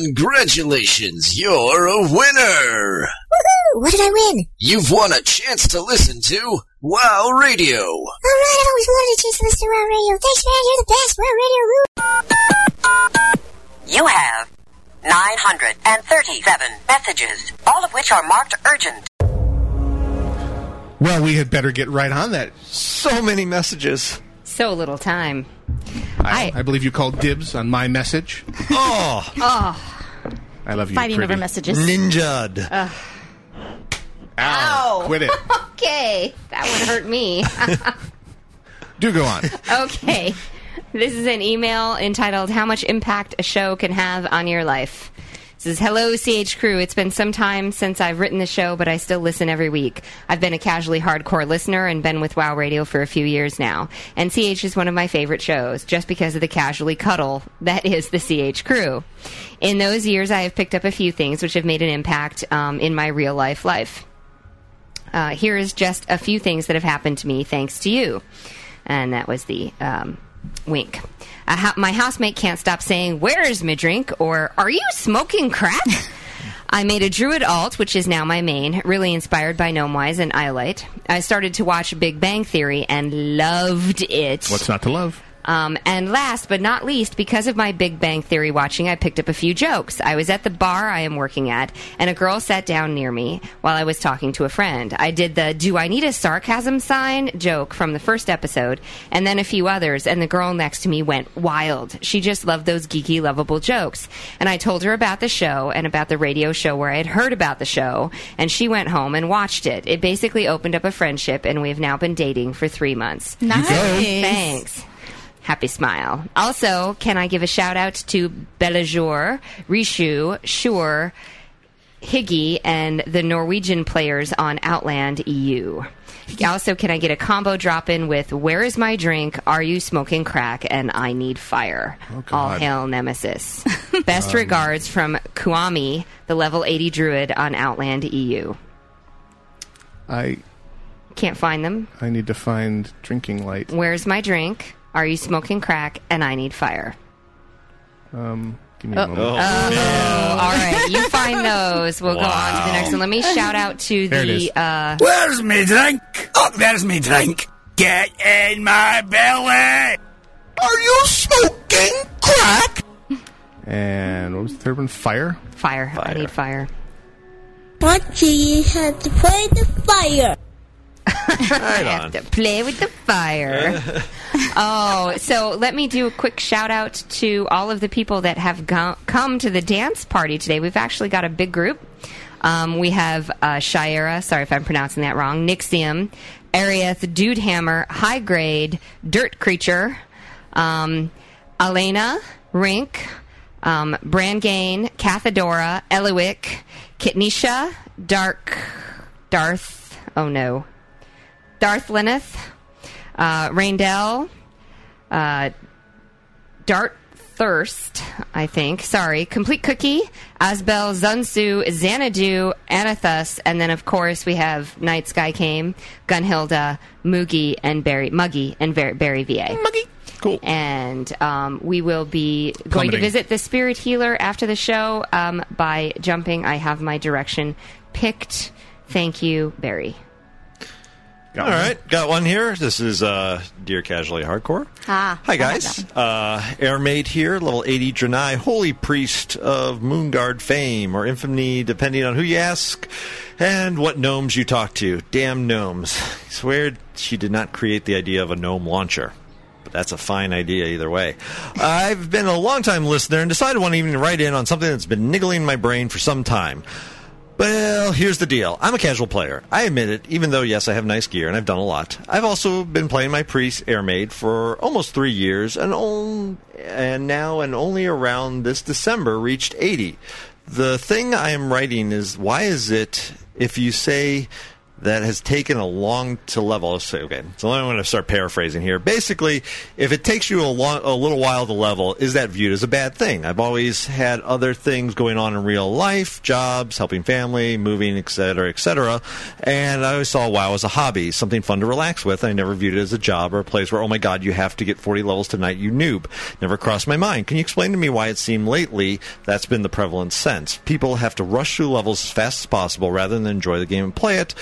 [SPEAKER 14] Congratulations, you're a winner!
[SPEAKER 21] Woohoo! What did I win?
[SPEAKER 14] You've won a chance to listen to WOW Radio!
[SPEAKER 21] All right, I've always wanted a chance to listen to Wow Radio. Thanks, man. You're the best. Wow Radio rules.
[SPEAKER 5] You have 937 messages, all of which are marked urgent.
[SPEAKER 1] Well, we had better get right on that.
[SPEAKER 4] So many messages.
[SPEAKER 2] So little time.
[SPEAKER 1] I, I believe you called dibs on my message.
[SPEAKER 4] Oh,
[SPEAKER 2] Oh,
[SPEAKER 1] I love you.
[SPEAKER 8] Fighting
[SPEAKER 1] pretty.
[SPEAKER 8] over messages.
[SPEAKER 4] Ninja'd.
[SPEAKER 2] Ugh.
[SPEAKER 1] Ow. Quit it.
[SPEAKER 2] okay. That one hurt me.
[SPEAKER 1] Do go on.
[SPEAKER 2] okay. This is an email entitled How Much Impact a Show Can Have on Your Life. This is Hello, CH Crew. It's been some time since I've written the show, but I still listen every week. I've been a casually hardcore listener and been with WoW Radio for a few years now. And CH is one of my favorite shows, just because of the casually cuddle that is the CH Crew. In those years, I have picked up a few things which have made an impact um, in my real life life. Uh, here is just a few things that have happened to me thanks to you. And that was the um, wink. A ho- my housemate can't stop saying, Where is my drink? or Are you smoking crack? I made a Druid alt, which is now my main, really inspired by Gnomewise and Iolite. I started to watch Big Bang Theory and loved it.
[SPEAKER 1] What's not to love?
[SPEAKER 2] Um, and last but not least, because of my Big Bang Theory watching, I picked up a few jokes. I was at the bar I am working at, and a girl sat down near me while I was talking to a friend. I did the Do I Need a Sarcasm Sign joke from the first episode, and then a few others, and the girl next to me went wild. She just loved those geeky, lovable jokes. And I told her about the show and about the radio show where I had heard about the show, and she went home and watched it. It basically opened up a friendship, and we have now been dating for three months.
[SPEAKER 8] Nice.
[SPEAKER 2] Thanks. Happy smile. Also, can I give a shout out to Bellajour, Rishu, Shure, Higgy, and the Norwegian players on Outland EU? Also, can I get a combo drop in with Where is my drink? Are you smoking crack? And I need fire. All hail Nemesis. Best
[SPEAKER 22] Um.
[SPEAKER 2] regards from Kuami, the level 80 druid on Outland E EU.
[SPEAKER 1] I
[SPEAKER 2] Can't find them.
[SPEAKER 1] I need to find drinking light.
[SPEAKER 2] Where's my drink? Are you smoking crack? And I need fire.
[SPEAKER 1] Um, give me a moment.
[SPEAKER 2] Oh, all right. You find those. We'll go on to the next one. Let me shout out to
[SPEAKER 1] There it
[SPEAKER 2] the.
[SPEAKER 1] is.
[SPEAKER 2] Uh,
[SPEAKER 13] Where's me drink? Oh, there's me drink. Get in my belly. Are you smoking crack?
[SPEAKER 1] And what was the third one? Fire.
[SPEAKER 2] Fire. I need fire.
[SPEAKER 21] But you had to play the fire.
[SPEAKER 2] <laughs> I have to play with the fire. oh, so let me do a quick shout out to all of the people that have go- come to the dance party today. We've actually got a big group. Um, we have uh, Shira, sorry if I'm pronouncing that wrong, Nixium, Arieth, Dude Hammer, High Grade, Dirt Creature, um, Elena, Rink, um, Brangane, Cathedora, Elowick, Kitnisha, Dark, Darth, oh no, Darth Lineth, uh, Raindell, uh, Dart Thirst, I think. Sorry. Complete Cookie, Asbel, Zunsu, Xanadu, Anathus, and then, of course, we have Night Sky Came, Gunhilda, Moogie, and Barry, Muggy, and Bar- Barry VA. Muggy.
[SPEAKER 1] Cool.
[SPEAKER 2] And um, we will be going to
[SPEAKER 22] Plummeting.
[SPEAKER 2] visit the Spirit Healer after the show um, by jumping. I have my direction picked. Thank you, Barry.
[SPEAKER 4] All right, got one here. This is uh, Dear Casually Hardcore.
[SPEAKER 8] Ah,
[SPEAKER 4] Hi,
[SPEAKER 8] <laughs>
[SPEAKER 4] guys. Uh, Airmaid here, level 80 Draenei, Holy Priest of Moonguard fame or infamy, depending on who you ask and what gnomes you talk to. Damn gnomes. I swear she did not create the idea of a gnome launcher. But that's a fine idea either way. I've been a long-time listener and decided one evening to write in on something that's been niggling my brain for some time. Well, here's the deal. I'm a casual player. I admit it, even though, yes, I have nice gear and I've done a lot. I've also been playing my priest airmaid for almost three years and, on, and now and only around this December reached 80. The thing I am writing is why is it if you say that has taken a long to level. So, okay, so I'm going to start paraphrasing here. Basically, if it takes you a, long, a little while to level, is that viewed as a bad thing? I've always had other things going on in real life, jobs, helping family, moving, et cetera, et cetera. And I always saw WoW as a hobby, something fun to relax with. I never viewed it as a job or a place where, oh my God, you have to get 40 levels tonight, you noob. Never crossed my mind. Can you explain to me why it seemed lately that's been the prevalent sense? People have to rush through levels as fast as possible rather than enjoy the game and play it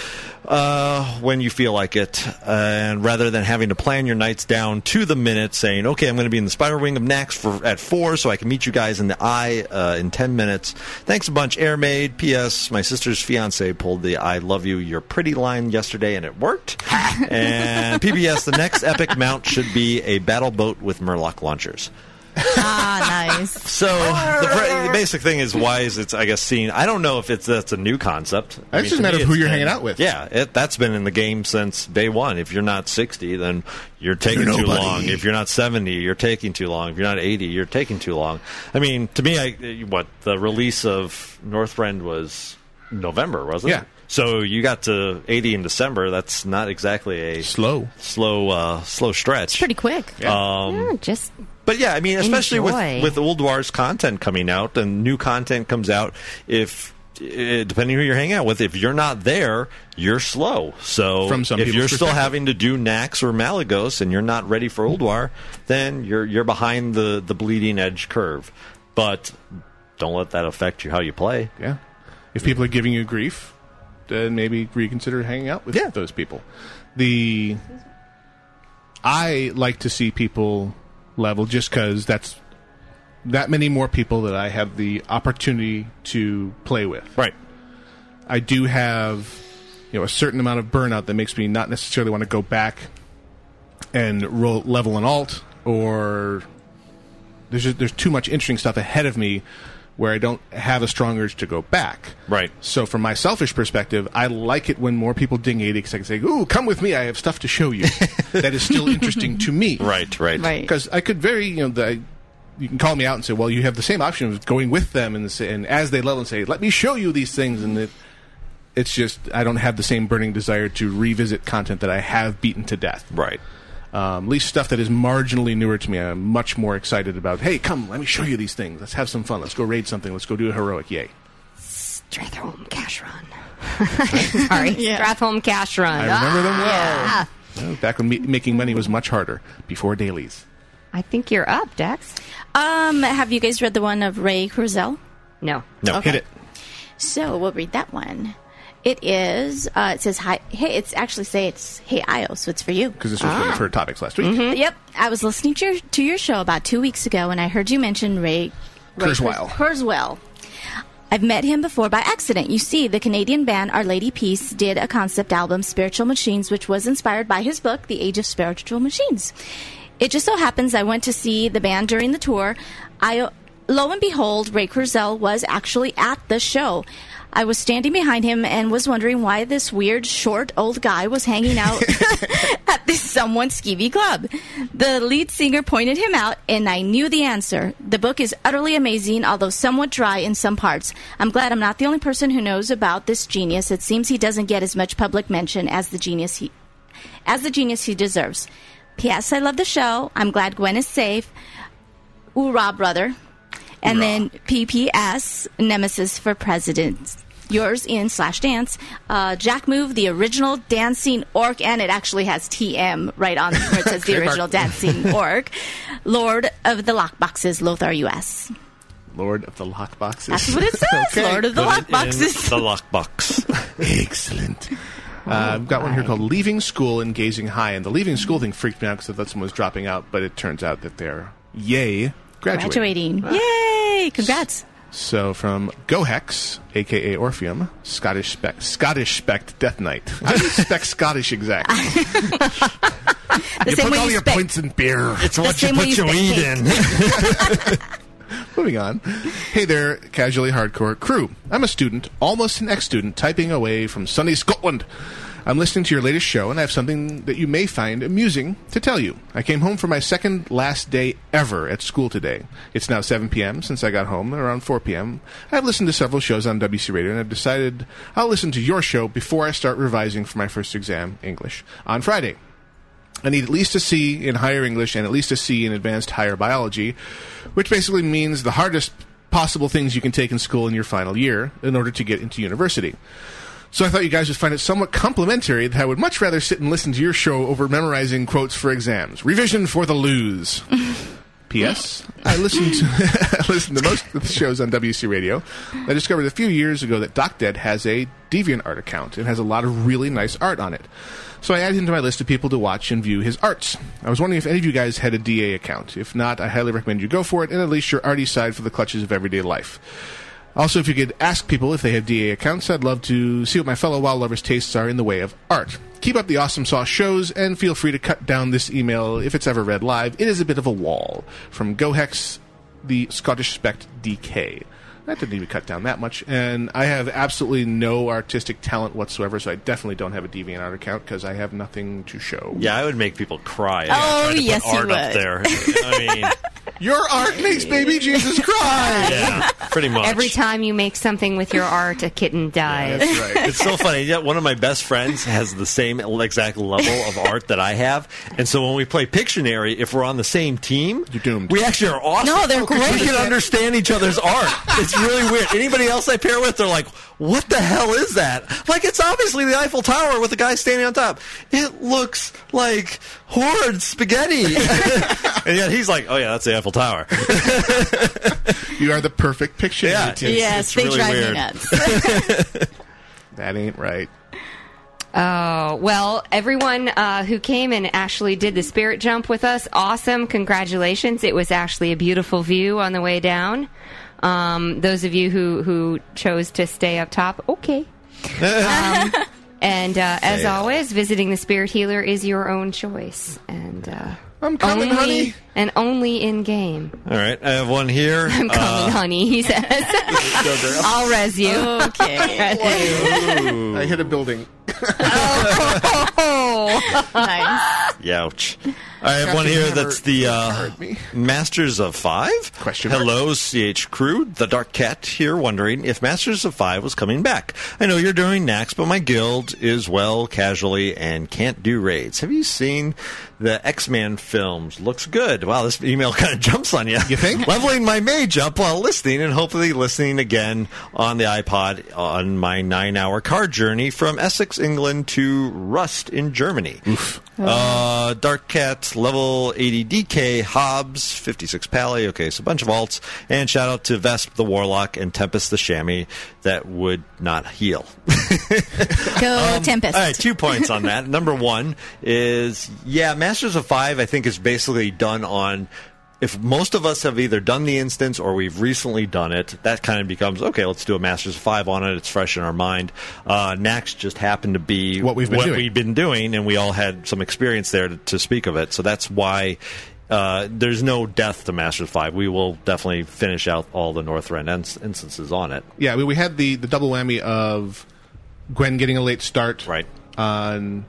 [SPEAKER 4] uh, when you feel like it. and rather than having to plan your nights down to the minute, saying, okay, I'm going to be in the spider wing of Nax for, at 4 so I can meet you guys in the eye uh, in 10 minutes. Thanks a bunch, Airmaid. P.S. My sister's fiance pulled the I love you, you're pretty line yesterday and it worked. and PBS, the next epic mount should be a battle boat with Murloc launchers.
[SPEAKER 23] ah, nice.
[SPEAKER 4] So the, pre- the
[SPEAKER 1] <laughs>
[SPEAKER 4] basic thing is why is it's I guess seen. I don't know if it's that's a new concept. I
[SPEAKER 1] That's just
[SPEAKER 4] to
[SPEAKER 1] a matter
[SPEAKER 4] me,
[SPEAKER 1] of who
[SPEAKER 4] it's
[SPEAKER 1] you're
[SPEAKER 4] been-
[SPEAKER 1] hanging out with.
[SPEAKER 4] Yeah, it, that's been in the game since day one. If you're not 60, then you're taking
[SPEAKER 1] You're
[SPEAKER 4] too
[SPEAKER 1] nobody.
[SPEAKER 4] long. If you're not 70, you're taking too long. If you're not 80, you're taking too long. I mean, to me, I what the release of Northrend was November, wasn't
[SPEAKER 1] Yeah.
[SPEAKER 4] it? So you got to 80 in December. That's not exactly a slow, slow, uh, slow stretch.
[SPEAKER 23] Pretty quick.
[SPEAKER 4] Um,
[SPEAKER 23] just
[SPEAKER 4] but yeah, I mean, especially
[SPEAKER 23] Enjoy.
[SPEAKER 4] with with old wars content coming out and new content comes out, if eh, depending who you're hanging out with, if you're not there, you're slow. So
[SPEAKER 1] From some
[SPEAKER 4] if
[SPEAKER 1] people's
[SPEAKER 4] you're still
[SPEAKER 1] perspective.
[SPEAKER 4] having to do Nax or Malagos and you're not ready for old war, then you're you're behind the the bleeding edge curve. But don't let that affect you how you play.
[SPEAKER 1] Yeah. If people are giving you grief, then maybe reconsider hanging out with those people. The I like to see people level just because that's that many more people that I have the opportunity to play with.
[SPEAKER 4] Right.
[SPEAKER 1] I do have you know a certain amount of burnout that makes me not necessarily want to go back and roll, level an alt or there's just, there's too much interesting stuff ahead of me where I don't have a strong urge to go back.
[SPEAKER 4] Right.
[SPEAKER 1] So from my selfish perspective, I like it when more people ding 80 because I can say, "Ooh, come with me. I have stuff to show
[SPEAKER 4] <laughs>
[SPEAKER 1] you that is still interesting to me."
[SPEAKER 4] Right, right. Right.
[SPEAKER 1] Because I could very, you know, the, you can call me out and say, "Well, you have the same option of going with them and, say, and as they level and say, "Let me show you these things." And it, it's just I don't have the same burning desire to revisit content that I have beaten to death.
[SPEAKER 4] Right.
[SPEAKER 1] Um, at least stuff that is marginally newer to me. I'm much more excited about. Hey, come, let me show you these things. Let's have some fun. Let's go raid something. Let's go do a heroic. Yay!
[SPEAKER 2] Strathholm
[SPEAKER 23] <laughs>
[SPEAKER 2] Cash Run. <laughs> Sorry, Strathholm Cash Run.
[SPEAKER 1] I remember them
[SPEAKER 2] Ah,
[SPEAKER 1] well. Oh, Back when me- making money was much harder before dailies.
[SPEAKER 2] I think you're up, Dax.
[SPEAKER 8] Um, have you guys read the one of Ray Kurzweil?
[SPEAKER 2] No.
[SPEAKER 1] No, hit it.
[SPEAKER 8] So we'll read that one. It is. Uh, it says hi. Hey, it's actually say it's hey Io, so it's for you.
[SPEAKER 1] Because this was one for topics last week.
[SPEAKER 8] Yep, I was listening to your, to your show about two weeks ago, and I heard you mention Ray, Ray
[SPEAKER 1] Kurzweil.
[SPEAKER 8] Kurz- Kurzweil. I've met him before by accident. You see, the Canadian band Our Lady Peace did a concept album, Spiritual Machines, which was inspired by his book, The Age of Spiritual Machines. It just so happens I went to see the band during the tour. I, lo and behold, Ray Kurzweil was actually at the show. I was standing behind him and was wondering why this weird, short, old guy was hanging out at this someone's skeevy club. The lead singer pointed him out, and I knew the answer. The book is utterly amazing, although somewhat dry in some parts. I'm glad I'm not the only person who knows about this genius. It seems he doesn't get as much public mention as the genius he as the genius he deserves. P.S. I love the show. I'm glad Gwen is safe. Oorah, brother. And then PPS, Nemesis for President. Yours in slash dance. Uh, Jack Move, the original dancing orc, and it actually has TM right on where it says the
[SPEAKER 1] Trademark.
[SPEAKER 8] original dancing orc. Lord of the Lockboxes, Lothar U.S.
[SPEAKER 1] Lord of the Lockboxes.
[SPEAKER 8] That's what it says, Lord of the
[SPEAKER 4] Put it in
[SPEAKER 8] Lockboxes.
[SPEAKER 4] The lockbox. <laughs>
[SPEAKER 1] Excellent.
[SPEAKER 8] <laughs>
[SPEAKER 1] Uh, I've got one here called Leaving School and Gazing High. And the leaving school thing freaked me out because I thought someone was dropping out, but it turns out that they're, yay, graduating.
[SPEAKER 8] Graduating. Yay! Congrats.
[SPEAKER 1] So from Gohex, aka Orpheum, Scottish spec, Scottish spec Death Knight. I spec Scottish
[SPEAKER 8] <laughs>
[SPEAKER 1] exactly.
[SPEAKER 8] The
[SPEAKER 1] you
[SPEAKER 8] same
[SPEAKER 1] put
[SPEAKER 8] way
[SPEAKER 1] all
[SPEAKER 8] you
[SPEAKER 1] your
[SPEAKER 8] spec-
[SPEAKER 1] points in
[SPEAKER 8] <laughs>
[SPEAKER 1] beer.
[SPEAKER 4] It's
[SPEAKER 8] The what you same way put you your spec weed
[SPEAKER 4] in.
[SPEAKER 1] Moving on. Hey there, casually hardcore crew. I'm a student, almost an ex student, typing away from sunny Scotland. I'm listening to your latest show, and I have something that you may find amusing to tell you. I came home for my second last day ever at school today. It's now 7 p.m. since I got home, and around 4 p.m. I've listened to several shows on WC Radio, and I've decided I'll listen to your show before I start revising for my first exam, English, on Friday. I need at least a C in higher English and at least a C in advanced higher biology, which basically means the hardest possible things you can take in school in your final year in order to get into university. So I thought you guys would find it somewhat complimentary that I would much rather sit and listen to your show over memorizing quotes for exams. Revision for the lose. P.S. <laughs> I listened to <laughs> I listened to most of the shows on WC Radio. I discovered a few years ago that DocDead has a DeviantArt account and has a lot of really nice art on it. So I added him to my list of people to watch and view his arts. I was wondering if any of you guys had a DA account. If not, I highly recommend you go for it and at least your arty side for the clutches of everyday life. Also, if you could ask people if they have DA accounts, I'd love to see what my fellow wild lovers' tastes are in the way of art. Keep up the awesome sauce shows, and feel free to cut down this email if it's ever read live. It is a bit of a wall. From Gohex, the Scottish Spect DK. That didn't even cut down that much, and I have absolutely no artistic talent whatsoever, so I definitely don't have a DeviantArt account because I have nothing to show.
[SPEAKER 4] Yeah, I would make people cry. if
[SPEAKER 1] Oh,
[SPEAKER 4] I tried to
[SPEAKER 1] yes,
[SPEAKER 4] put
[SPEAKER 1] you
[SPEAKER 4] art up
[SPEAKER 1] would.
[SPEAKER 4] there.
[SPEAKER 1] <laughs>
[SPEAKER 4] I mean,
[SPEAKER 1] Your art makes baby Jesus
[SPEAKER 4] <laughs>
[SPEAKER 1] cry!
[SPEAKER 4] yeah, pretty much.
[SPEAKER 2] Every time you make something with your art, a kitten dies.
[SPEAKER 4] That's right. It's so funny. Yeah, one of my best friends has the same exact level of art that I have, and so when we play Pictionary, if we're on the same team, you're doomed. We actually are awesome.
[SPEAKER 24] No, they're
[SPEAKER 4] 'Cause We
[SPEAKER 24] great.
[SPEAKER 4] can understand each other's art. It's really weird. Anybody else I pair with, they're like, "What the hell is that?" Like it's obviously the Eiffel Tower with the guy standing on top. It looks like horrid <laughs> spaghetti, and yet he's like, "Oh yeah, that's the Eiffel Tower."
[SPEAKER 1] you are the perfect picture.
[SPEAKER 4] Yeah, it's- it's
[SPEAKER 8] yes, they
[SPEAKER 4] really
[SPEAKER 8] drive
[SPEAKER 4] weird.
[SPEAKER 8] me nuts.
[SPEAKER 1] That ain't right.
[SPEAKER 2] Oh, well, everyone uh, who came and actually did the spirit jump with us, awesome. Congratulations. It was actually a beautiful view on the way down. Um, those of you who, who chose to stay up top, okay. Um, and uh, as
[SPEAKER 25] Yeah.
[SPEAKER 2] always, visiting the spirit healer is your own choice. And uh,
[SPEAKER 1] I'm
[SPEAKER 25] coming,
[SPEAKER 2] only,
[SPEAKER 25] honey.
[SPEAKER 2] And only in game.
[SPEAKER 4] All right, I have
[SPEAKER 24] <laughs>
[SPEAKER 4] one here.
[SPEAKER 2] I'm coming,
[SPEAKER 4] Uh,
[SPEAKER 2] honey,
[SPEAKER 1] <laughs>
[SPEAKER 2] he says.
[SPEAKER 4] go girl.
[SPEAKER 2] I'll res you.
[SPEAKER 4] <laughs>
[SPEAKER 1] Oh, Okay. I hit a building.
[SPEAKER 2] oh,
[SPEAKER 8] nice.
[SPEAKER 4] Youch. I have
[SPEAKER 1] Captain
[SPEAKER 4] one here
[SPEAKER 1] Hammer
[SPEAKER 4] that's the uh, Masters of Five. Question. Hello, CH Crew. The Dark Cat here wondering if Masters of Five was coming back. I know you're doing Nax, but my guild is well casually and can't do raids. Have you seen the X Men films? Looks good. Wow, this email <laughs> kind of jumps on you. You <laughs> think? Leveling my mage up while listening and hopefully listening again on the iPod on my nine hour car journey from Essex, England to Rust in Germany. Uh, Dark Cat, level 80 DK, Hobbs, 56 Pally. Okay, so a bunch of alts. And shout out to Vesp the Warlock and Tempest the Chamois that would not heal.
[SPEAKER 8] Go Tempest.
[SPEAKER 4] Um, All right, two points on that. Number one is yeah, Masters of Five, I think, is basically done on. If most of us have either done the instance or we've recently done it, that kind of becomes okay. Let's do a Masters of Five on it. It's fresh in our mind. Uh, Nax just happened to be
[SPEAKER 1] What we've been doing.
[SPEAKER 4] we've been doing, and we all had some experience there to, to speak of it. So that's why. Uh, there's no death to Masters of Five. We will definitely finish out all the Northrend ins- instances on it.
[SPEAKER 1] Yeah, we, we had the, the double whammy of Gwen getting a late start.
[SPEAKER 4] Right.
[SPEAKER 1] On.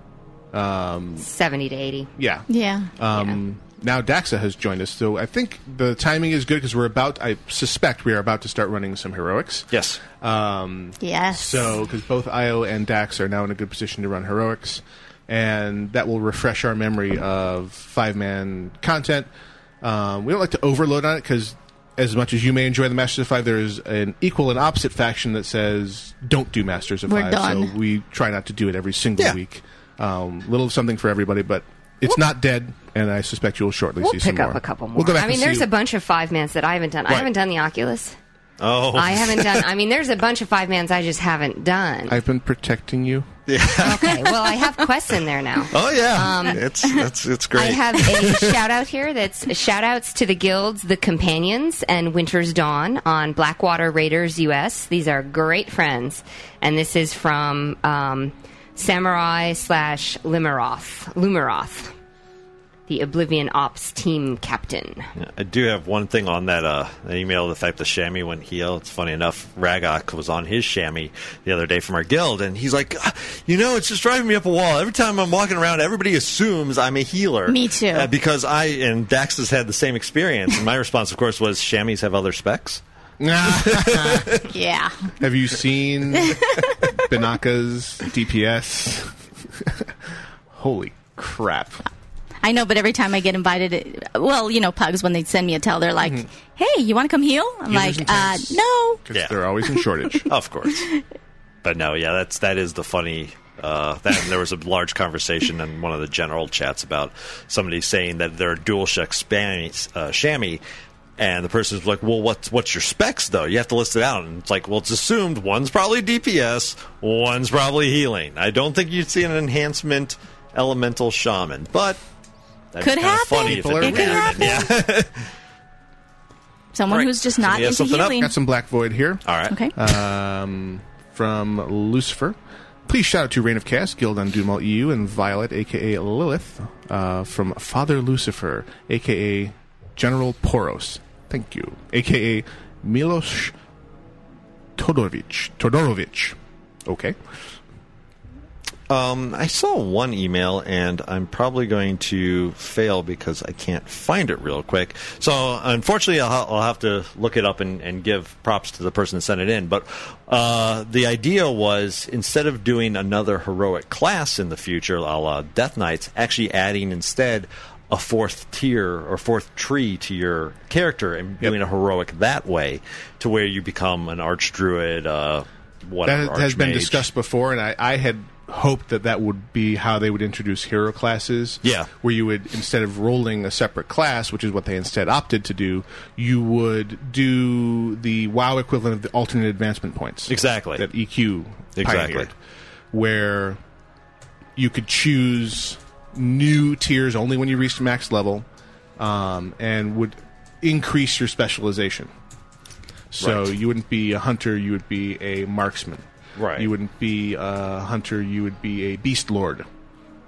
[SPEAKER 1] Um,
[SPEAKER 2] 70 to 80.
[SPEAKER 1] yeah.
[SPEAKER 8] Yeah.
[SPEAKER 4] Uh,
[SPEAKER 1] Um, Now Daxa has joined us, so I think the timing is good because we're about, I suspect we are about to start running some heroics.
[SPEAKER 4] Yes.
[SPEAKER 1] Um,
[SPEAKER 8] Yes.
[SPEAKER 1] So, because both Io and Dax are now in a good position to run heroics, and that will refresh our memory of five man content. Um, we don't like to overload on it because, as much as you may enjoy the Masters of Five, there is an equal and opposite faction that says don't do Masters of
[SPEAKER 8] We're
[SPEAKER 1] Five.
[SPEAKER 8] done.
[SPEAKER 1] So we try not to do it every single
[SPEAKER 8] Yeah.
[SPEAKER 1] week. Um, little of something for everybody, but it's not dead, and I suspect you will shortly
[SPEAKER 2] We'll
[SPEAKER 1] see some
[SPEAKER 2] pick up
[SPEAKER 1] more.
[SPEAKER 2] a couple more.
[SPEAKER 1] We'll go back
[SPEAKER 2] I mean,
[SPEAKER 1] and
[SPEAKER 2] there's
[SPEAKER 1] see
[SPEAKER 2] a bunch of five mans that I haven't done. I
[SPEAKER 1] Right.
[SPEAKER 2] haven't done
[SPEAKER 1] <laughs>
[SPEAKER 2] the Oculus.
[SPEAKER 4] Oh,
[SPEAKER 2] I haven't done. I mean, there's a bunch of five mans I just haven't done.
[SPEAKER 1] I've been protecting
[SPEAKER 2] <laughs>
[SPEAKER 1] you. <laughs>
[SPEAKER 2] Okay, well, I have quests in there now.
[SPEAKER 4] Oh yeah,
[SPEAKER 2] Um,
[SPEAKER 4] it's it's it's great.
[SPEAKER 2] I have a shout out here that's shout outs to the guilds, the companions, and Winter's Dawn on Blackwater Raiders US. These are great friends, and this is from um, Samurai slash Limeroth. Lumeroth. the Oblivion Ops team captain.
[SPEAKER 4] I do have one thing on that, uh, that email. The fact the chamois went heel. It's funny enough. Ragok was on his chamois the other day from our guild, and he's like, "Ah, you know, it's just driving me up a wall. Every time I'm walking around, everybody assumes I'm a healer.
[SPEAKER 8] Me too.
[SPEAKER 4] Uh, because I and Dax has had the same experience. And my response, of course, was chamois have other specs.
[SPEAKER 8] yeah.
[SPEAKER 1] Have you seen <laughs> Banaka's DPS? Holy crap.
[SPEAKER 8] I know, but every time I get invited, it, well, you know, pugs when they send me a tell, they're like,
[SPEAKER 1] Mhm.
[SPEAKER 4] Mm-hmm.
[SPEAKER 8] "Hey, you want to come heal?" I'm
[SPEAKER 1] Healers
[SPEAKER 8] like,
[SPEAKER 1] and
[SPEAKER 8] uh,
[SPEAKER 1] tanks.
[SPEAKER 8] "No."
[SPEAKER 1] Because they're always in shortage.
[SPEAKER 4] of course. But no, yeah, that's that is the funny. Uh, that and there was a large conversation in one of the general chats about somebody saying that they're a dual shuck spammy, uh, chamois, and the person was like, "Well, what's what's your specs though? You have to list it out." And it's like, "Well, it's assumed one's probably DPS, one's probably healing. I don't think you'd see an enhancement elemental shaman, but that'd be
[SPEAKER 8] Could
[SPEAKER 4] kinda
[SPEAKER 8] happen.
[SPEAKER 4] Funny if
[SPEAKER 8] People are
[SPEAKER 4] it, did
[SPEAKER 8] weird.
[SPEAKER 4] happen. Yeah. <laughs>
[SPEAKER 8] Someone
[SPEAKER 1] All right.
[SPEAKER 8] who's just not into healing.
[SPEAKER 1] Got some Black Void here.
[SPEAKER 4] All right. Uh,
[SPEAKER 8] Okay.
[SPEAKER 1] Um, from Lucifer. Please shout out to Reign of Chaos, Guild on Doomall EU, and Violet, aka Lilith, uh, from Father Lucifer, aka General Poros. Thank you. Aka Milos Todorovic. Todorovic. Okay.
[SPEAKER 4] Um, I saw one email, and I'm probably going to fail because I can't find it real quick. So, unfortunately, I'll, ha- I'll have to look it up and, and give props to the person that sent it in. But uh, the idea was instead of doing another heroic class in the future, a la Death Knights, actually adding instead a fourth tier or fourth tree to your character and doing a heroic that way to where you become an archdruid, uh, whatever.
[SPEAKER 1] that has been
[SPEAKER 4] archmage.
[SPEAKER 1] discussed before, and I, I had hoped that that would be how they would introduce hero classes.
[SPEAKER 4] Yeah.
[SPEAKER 1] where you would instead of rolling a separate class, which is what they instead opted to do, you would do the WoW equivalent of the alternate advancement points.
[SPEAKER 4] Exactly.
[SPEAKER 1] that EQ
[SPEAKER 4] Exactly.
[SPEAKER 1] pioneered, where you could choose new tiers only when you reached max level, um, and would increase your specialization. So
[SPEAKER 4] Right.
[SPEAKER 1] you wouldn't be a hunter; you would be a marksman.
[SPEAKER 4] Right.
[SPEAKER 1] You wouldn't be a hunter; you would be a beast lord.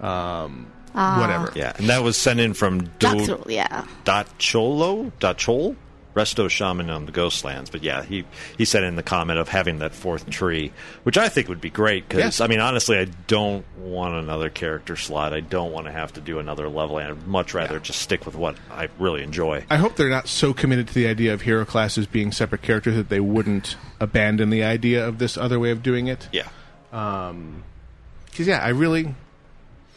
[SPEAKER 1] Um,
[SPEAKER 8] Ah.
[SPEAKER 1] whatever.
[SPEAKER 4] Yeah, and that was sent in from
[SPEAKER 8] That's
[SPEAKER 4] Do-
[SPEAKER 8] all- yeah.
[SPEAKER 4] Dot Cholo? Dot Chol? Resto Shaman on the Ghostlands. But yeah, he, he said in the comment of having that fourth tree, which I think would be great because,
[SPEAKER 1] Yeah.
[SPEAKER 4] I mean, honestly, I don't want another character slot. I don't want to have to do another level, and I'd much rather just stick with what I really enjoy.
[SPEAKER 1] I hope they're not so committed to the idea of hero classes being separate characters that they wouldn't abandon the idea of this other way of doing it.
[SPEAKER 4] Yeah.
[SPEAKER 1] Um, because yeah, I really,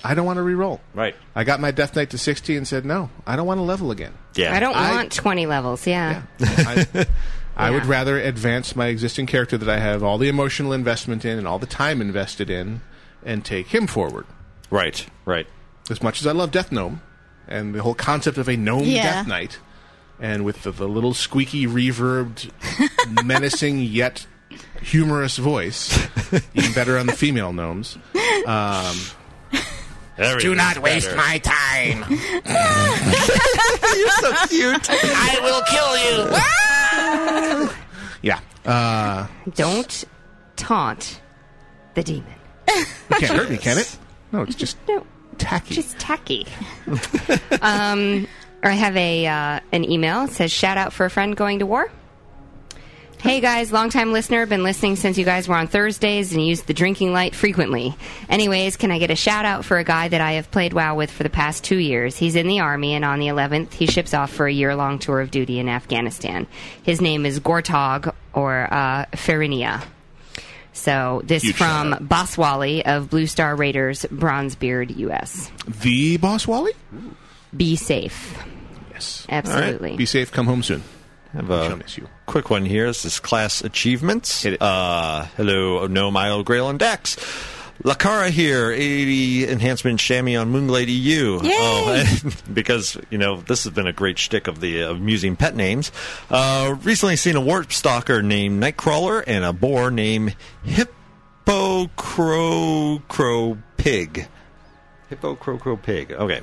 [SPEAKER 1] I don't want to re-roll.
[SPEAKER 4] Right.
[SPEAKER 1] I got my Death Knight to sixty and said no, I don't want to level again.
[SPEAKER 2] I don't want 20 levels, yeah. <laughs>
[SPEAKER 1] I, I would
[SPEAKER 2] Yeah.
[SPEAKER 1] rather advance my existing character that I have all the emotional investment in and all the time invested in, and take him forward.
[SPEAKER 4] Right, right.
[SPEAKER 1] As much as I love Death Gnome, and the whole concept of a gnome
[SPEAKER 8] Yeah.
[SPEAKER 1] Death Knight, and with the, the little squeaky,
[SPEAKER 2] <laughs>
[SPEAKER 1] reverbed, menacing yet humorous voice, even better on the female gnomes. Um,
[SPEAKER 9] Do not waste my time. You're so cute. I will
[SPEAKER 5] <laughs>
[SPEAKER 9] kill you.
[SPEAKER 1] Yeah. Uh,
[SPEAKER 2] Don't taunt the demon.
[SPEAKER 1] it can't hurt me, can
[SPEAKER 2] <laughs>
[SPEAKER 1] it? No, it's just tacky.
[SPEAKER 2] Just tacky. <laughs> um, I have a uh, an email. It says, shout out for a friend going to war. Hey guys, longtime listener, been listening since you guys were on Thursdays and used the drinking light frequently. Anyways, can I get a shout out for a guy that I have played WoW with for the past two years? He's in the army, and on the 11th, he ships off for a year long tour of duty in Afghanistan. His name is Gortog or uh, Farinia. So this
[SPEAKER 1] Huge
[SPEAKER 2] from
[SPEAKER 1] shout out.
[SPEAKER 2] Boss Wally of Blue Star Raiders, Bronzebeard, U.S.
[SPEAKER 1] The boss Wally?
[SPEAKER 2] Be safe.
[SPEAKER 1] Yes.
[SPEAKER 2] Absolutely.
[SPEAKER 1] Be safe. Come home soon.
[SPEAKER 4] have a quick one here. This is class achievements. Uh, hello, no Mile Grail and Dax. Lakara here, 80 enhancement chamois on Moonglade EU.
[SPEAKER 26] Yay!
[SPEAKER 4] Oh, <laughs> because, you know, this has been a great shtick of the of using pet names. Uh, recently seen a warp stalker named Nightcrawler and a boar named Hippo Crow Crow Pig. <laughs> Hippo Crow Crow Pig. Okay.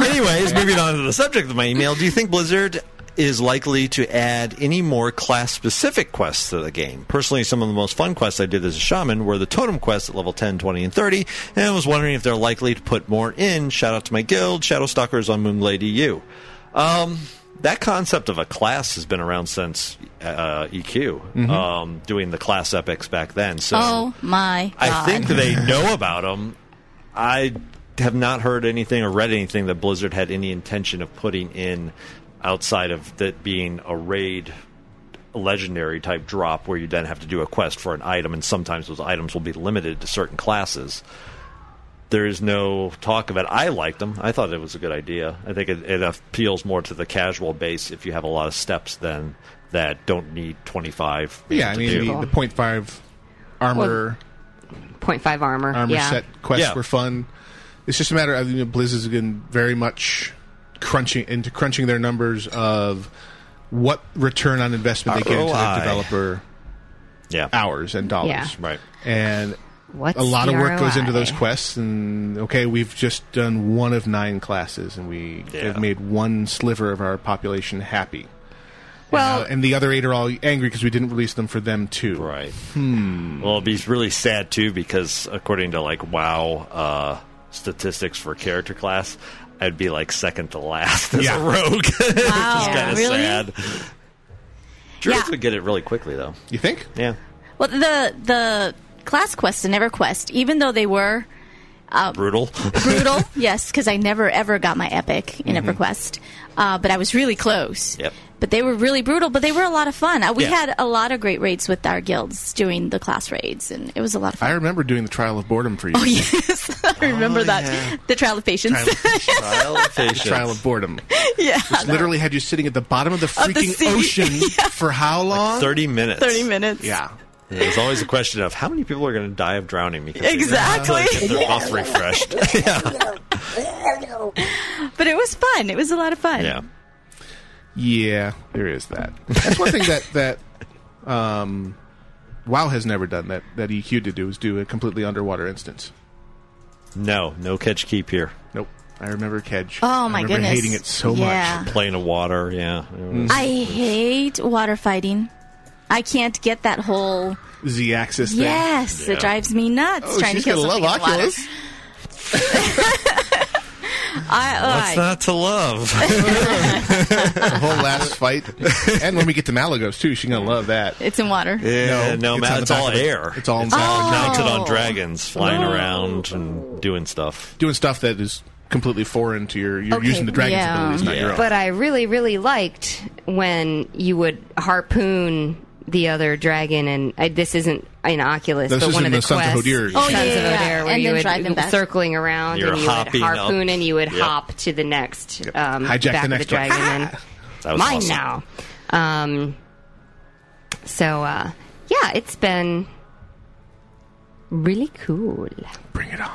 [SPEAKER 4] Anyways, moving on to the subject of my email. Do you think Blizzard is likely to add any more class specific quests to the game. Personally, some of the most fun quests I did as a shaman were the totem quests at level 10, 20, and 30, and I was wondering if they're likely to put more in. Shout out to my guild, Shadow Stalkers on Moonblade EU. Um, that concept of a class has been around since uh, EQ, um, doing the class epics back then. So
[SPEAKER 8] oh my!
[SPEAKER 4] I
[SPEAKER 8] God.
[SPEAKER 4] think they know about them. I have not heard anything or read anything that Blizzard had any intention of putting in outside of that being a raid legendary type drop where you then have to do a quest for an item and sometimes those items will be limited to certain classes. There is no talk of it. I liked them. I thought it was a good idea. I think it, it appeals more to the casual base if you have a lot of steps than that don't need 25.
[SPEAKER 1] Yeah, I
[SPEAKER 4] to
[SPEAKER 1] mean
[SPEAKER 4] do.
[SPEAKER 1] the, the point five armor
[SPEAKER 2] Point five armor.
[SPEAKER 1] armor
[SPEAKER 2] yeah.
[SPEAKER 1] set quests
[SPEAKER 4] Yeah.
[SPEAKER 1] were fun. It's just a matter of you know, Blizzard's been very much crunching into crunching their numbers of what return on investment they get into their
[SPEAKER 4] ROI.
[SPEAKER 1] developer
[SPEAKER 4] yeah.
[SPEAKER 1] hours and dollars.
[SPEAKER 2] Yeah.
[SPEAKER 4] Right.
[SPEAKER 1] And
[SPEAKER 2] What's
[SPEAKER 1] a lot of
[SPEAKER 2] the
[SPEAKER 1] work goes into
[SPEAKER 2] ROI?
[SPEAKER 1] those quests. And okay, we've just done one of nine classes, and we have made one sliver of our population happy.
[SPEAKER 2] Well-
[SPEAKER 1] and, uh, and the other eight are all angry because we didn't release them for them too.
[SPEAKER 4] Right.
[SPEAKER 1] Hmm.
[SPEAKER 4] Well, it'd be really sad too because according to like WoW uh, statistics for character class, I'd be like second to last as
[SPEAKER 1] Yeah.
[SPEAKER 4] a <laughs> rogue, which is
[SPEAKER 8] Wow,
[SPEAKER 4] kind of
[SPEAKER 8] really?
[SPEAKER 4] sad. Druids
[SPEAKER 8] Yeah.
[SPEAKER 4] would get it really quickly though.
[SPEAKER 1] You think?
[SPEAKER 4] Yeah.
[SPEAKER 8] Well, the the class quest and EverQuest, even though they were uh,
[SPEAKER 4] Brutal.
[SPEAKER 8] brutal, <laughs> yes, because I never ever got my epic in
[SPEAKER 1] Mm-hmm.
[SPEAKER 4] Mhm.
[SPEAKER 8] EverQuest, uh, but I was really close.
[SPEAKER 4] Yep.
[SPEAKER 8] But they were really brutal, but they were a lot of fun. Uh, We
[SPEAKER 1] Yeah.
[SPEAKER 8] had a lot of great raids with our guilds doing the class raids, and it was a lot of fun.
[SPEAKER 1] I remember doing the trial of boredom for you.
[SPEAKER 8] Oh <laughs> yes, I remember that the trial of patience.
[SPEAKER 4] <laughs> Trial of patience.
[SPEAKER 1] The trial of boredom.
[SPEAKER 8] <laughs> yeah,
[SPEAKER 1] Which literally had you sitting at the bottom of the
[SPEAKER 8] Of the
[SPEAKER 1] freaking
[SPEAKER 8] sea. <laughs>
[SPEAKER 1] ocean for how long?
[SPEAKER 4] Thirty minutes.
[SPEAKER 8] thirty minutes.
[SPEAKER 1] Yeah.
[SPEAKER 4] There's always a question of how many people are going to die of drowning because they-
[SPEAKER 8] Exactly.
[SPEAKER 4] until they get their buff
[SPEAKER 8] <laughs>
[SPEAKER 4] refreshed. yeah.
[SPEAKER 8] but it was fun. It was a lot of fun.
[SPEAKER 4] Yeah.
[SPEAKER 1] Yeah, there is that. <laughs> That's one thing that that um, WoW has never done that that EQ did do is do a completely underwater instance.
[SPEAKER 4] No, no catch keep here.
[SPEAKER 1] Nope. I remember Kedge.
[SPEAKER 8] Oh,
[SPEAKER 1] I
[SPEAKER 8] my
[SPEAKER 1] remember
[SPEAKER 8] goodness.
[SPEAKER 1] Hating it so
[SPEAKER 8] Yeah.
[SPEAKER 1] much.
[SPEAKER 4] Plane of water. Yeah. It was-
[SPEAKER 8] I hate water fighting. I can't get that whole.
[SPEAKER 1] Z axis.
[SPEAKER 8] Yes,
[SPEAKER 1] thing.
[SPEAKER 8] it drives me nuts
[SPEAKER 1] Oh,
[SPEAKER 8] trying
[SPEAKER 1] she's
[SPEAKER 8] to kill
[SPEAKER 1] gonna
[SPEAKER 8] something
[SPEAKER 1] love
[SPEAKER 8] in the water.
[SPEAKER 1] Oculus.
[SPEAKER 8] I,
[SPEAKER 4] What's
[SPEAKER 8] I, uh,
[SPEAKER 4] not to love?
[SPEAKER 1] the whole
[SPEAKER 2] <laughs>
[SPEAKER 1] last fight, and when we get to Malagos too, she's gonna love that.
[SPEAKER 8] it's in water.
[SPEAKER 4] Yeah, no,
[SPEAKER 1] it's
[SPEAKER 4] ma-
[SPEAKER 1] on the
[SPEAKER 4] it's,
[SPEAKER 1] back
[SPEAKER 4] all
[SPEAKER 1] of the-
[SPEAKER 4] air.
[SPEAKER 1] it's all Ah. Oh.
[SPEAKER 8] inside.
[SPEAKER 4] mounted
[SPEAKER 8] Oh.
[SPEAKER 4] on dragons, flying around and doing stuff.
[SPEAKER 1] Doing stuff that is completely foreign to your. You're
[SPEAKER 2] Okay,
[SPEAKER 1] using the dragon's
[SPEAKER 2] yeah.
[SPEAKER 1] abilities, not your own.
[SPEAKER 2] But I really, really liked when you would harpoon the other dragon, and I, this isn't in Oculus,
[SPEAKER 1] This
[SPEAKER 2] but one
[SPEAKER 1] isn't
[SPEAKER 2] of the
[SPEAKER 1] the Sons of
[SPEAKER 2] quests,
[SPEAKER 1] Hodir.
[SPEAKER 8] Oh, yeah,
[SPEAKER 2] Sons
[SPEAKER 8] yeah,
[SPEAKER 2] of
[SPEAKER 8] yeah.
[SPEAKER 2] Hodir, where
[SPEAKER 8] And
[SPEAKER 2] you
[SPEAKER 8] then
[SPEAKER 2] would
[SPEAKER 8] drive them back.
[SPEAKER 2] circling around,
[SPEAKER 4] You're
[SPEAKER 2] and you
[SPEAKER 4] hopping
[SPEAKER 2] would
[SPEAKER 4] up.
[SPEAKER 2] harpoon, and you would
[SPEAKER 4] Yep.
[SPEAKER 2] hop to the next um,
[SPEAKER 1] Hijack the
[SPEAKER 2] back
[SPEAKER 1] next
[SPEAKER 2] of the
[SPEAKER 1] one. <laughs>
[SPEAKER 2] dragon. and
[SPEAKER 4] That was
[SPEAKER 2] mine
[SPEAKER 4] awesome.
[SPEAKER 2] now. Um, so uh, yeah, it's been really cool.
[SPEAKER 1] Bring it on.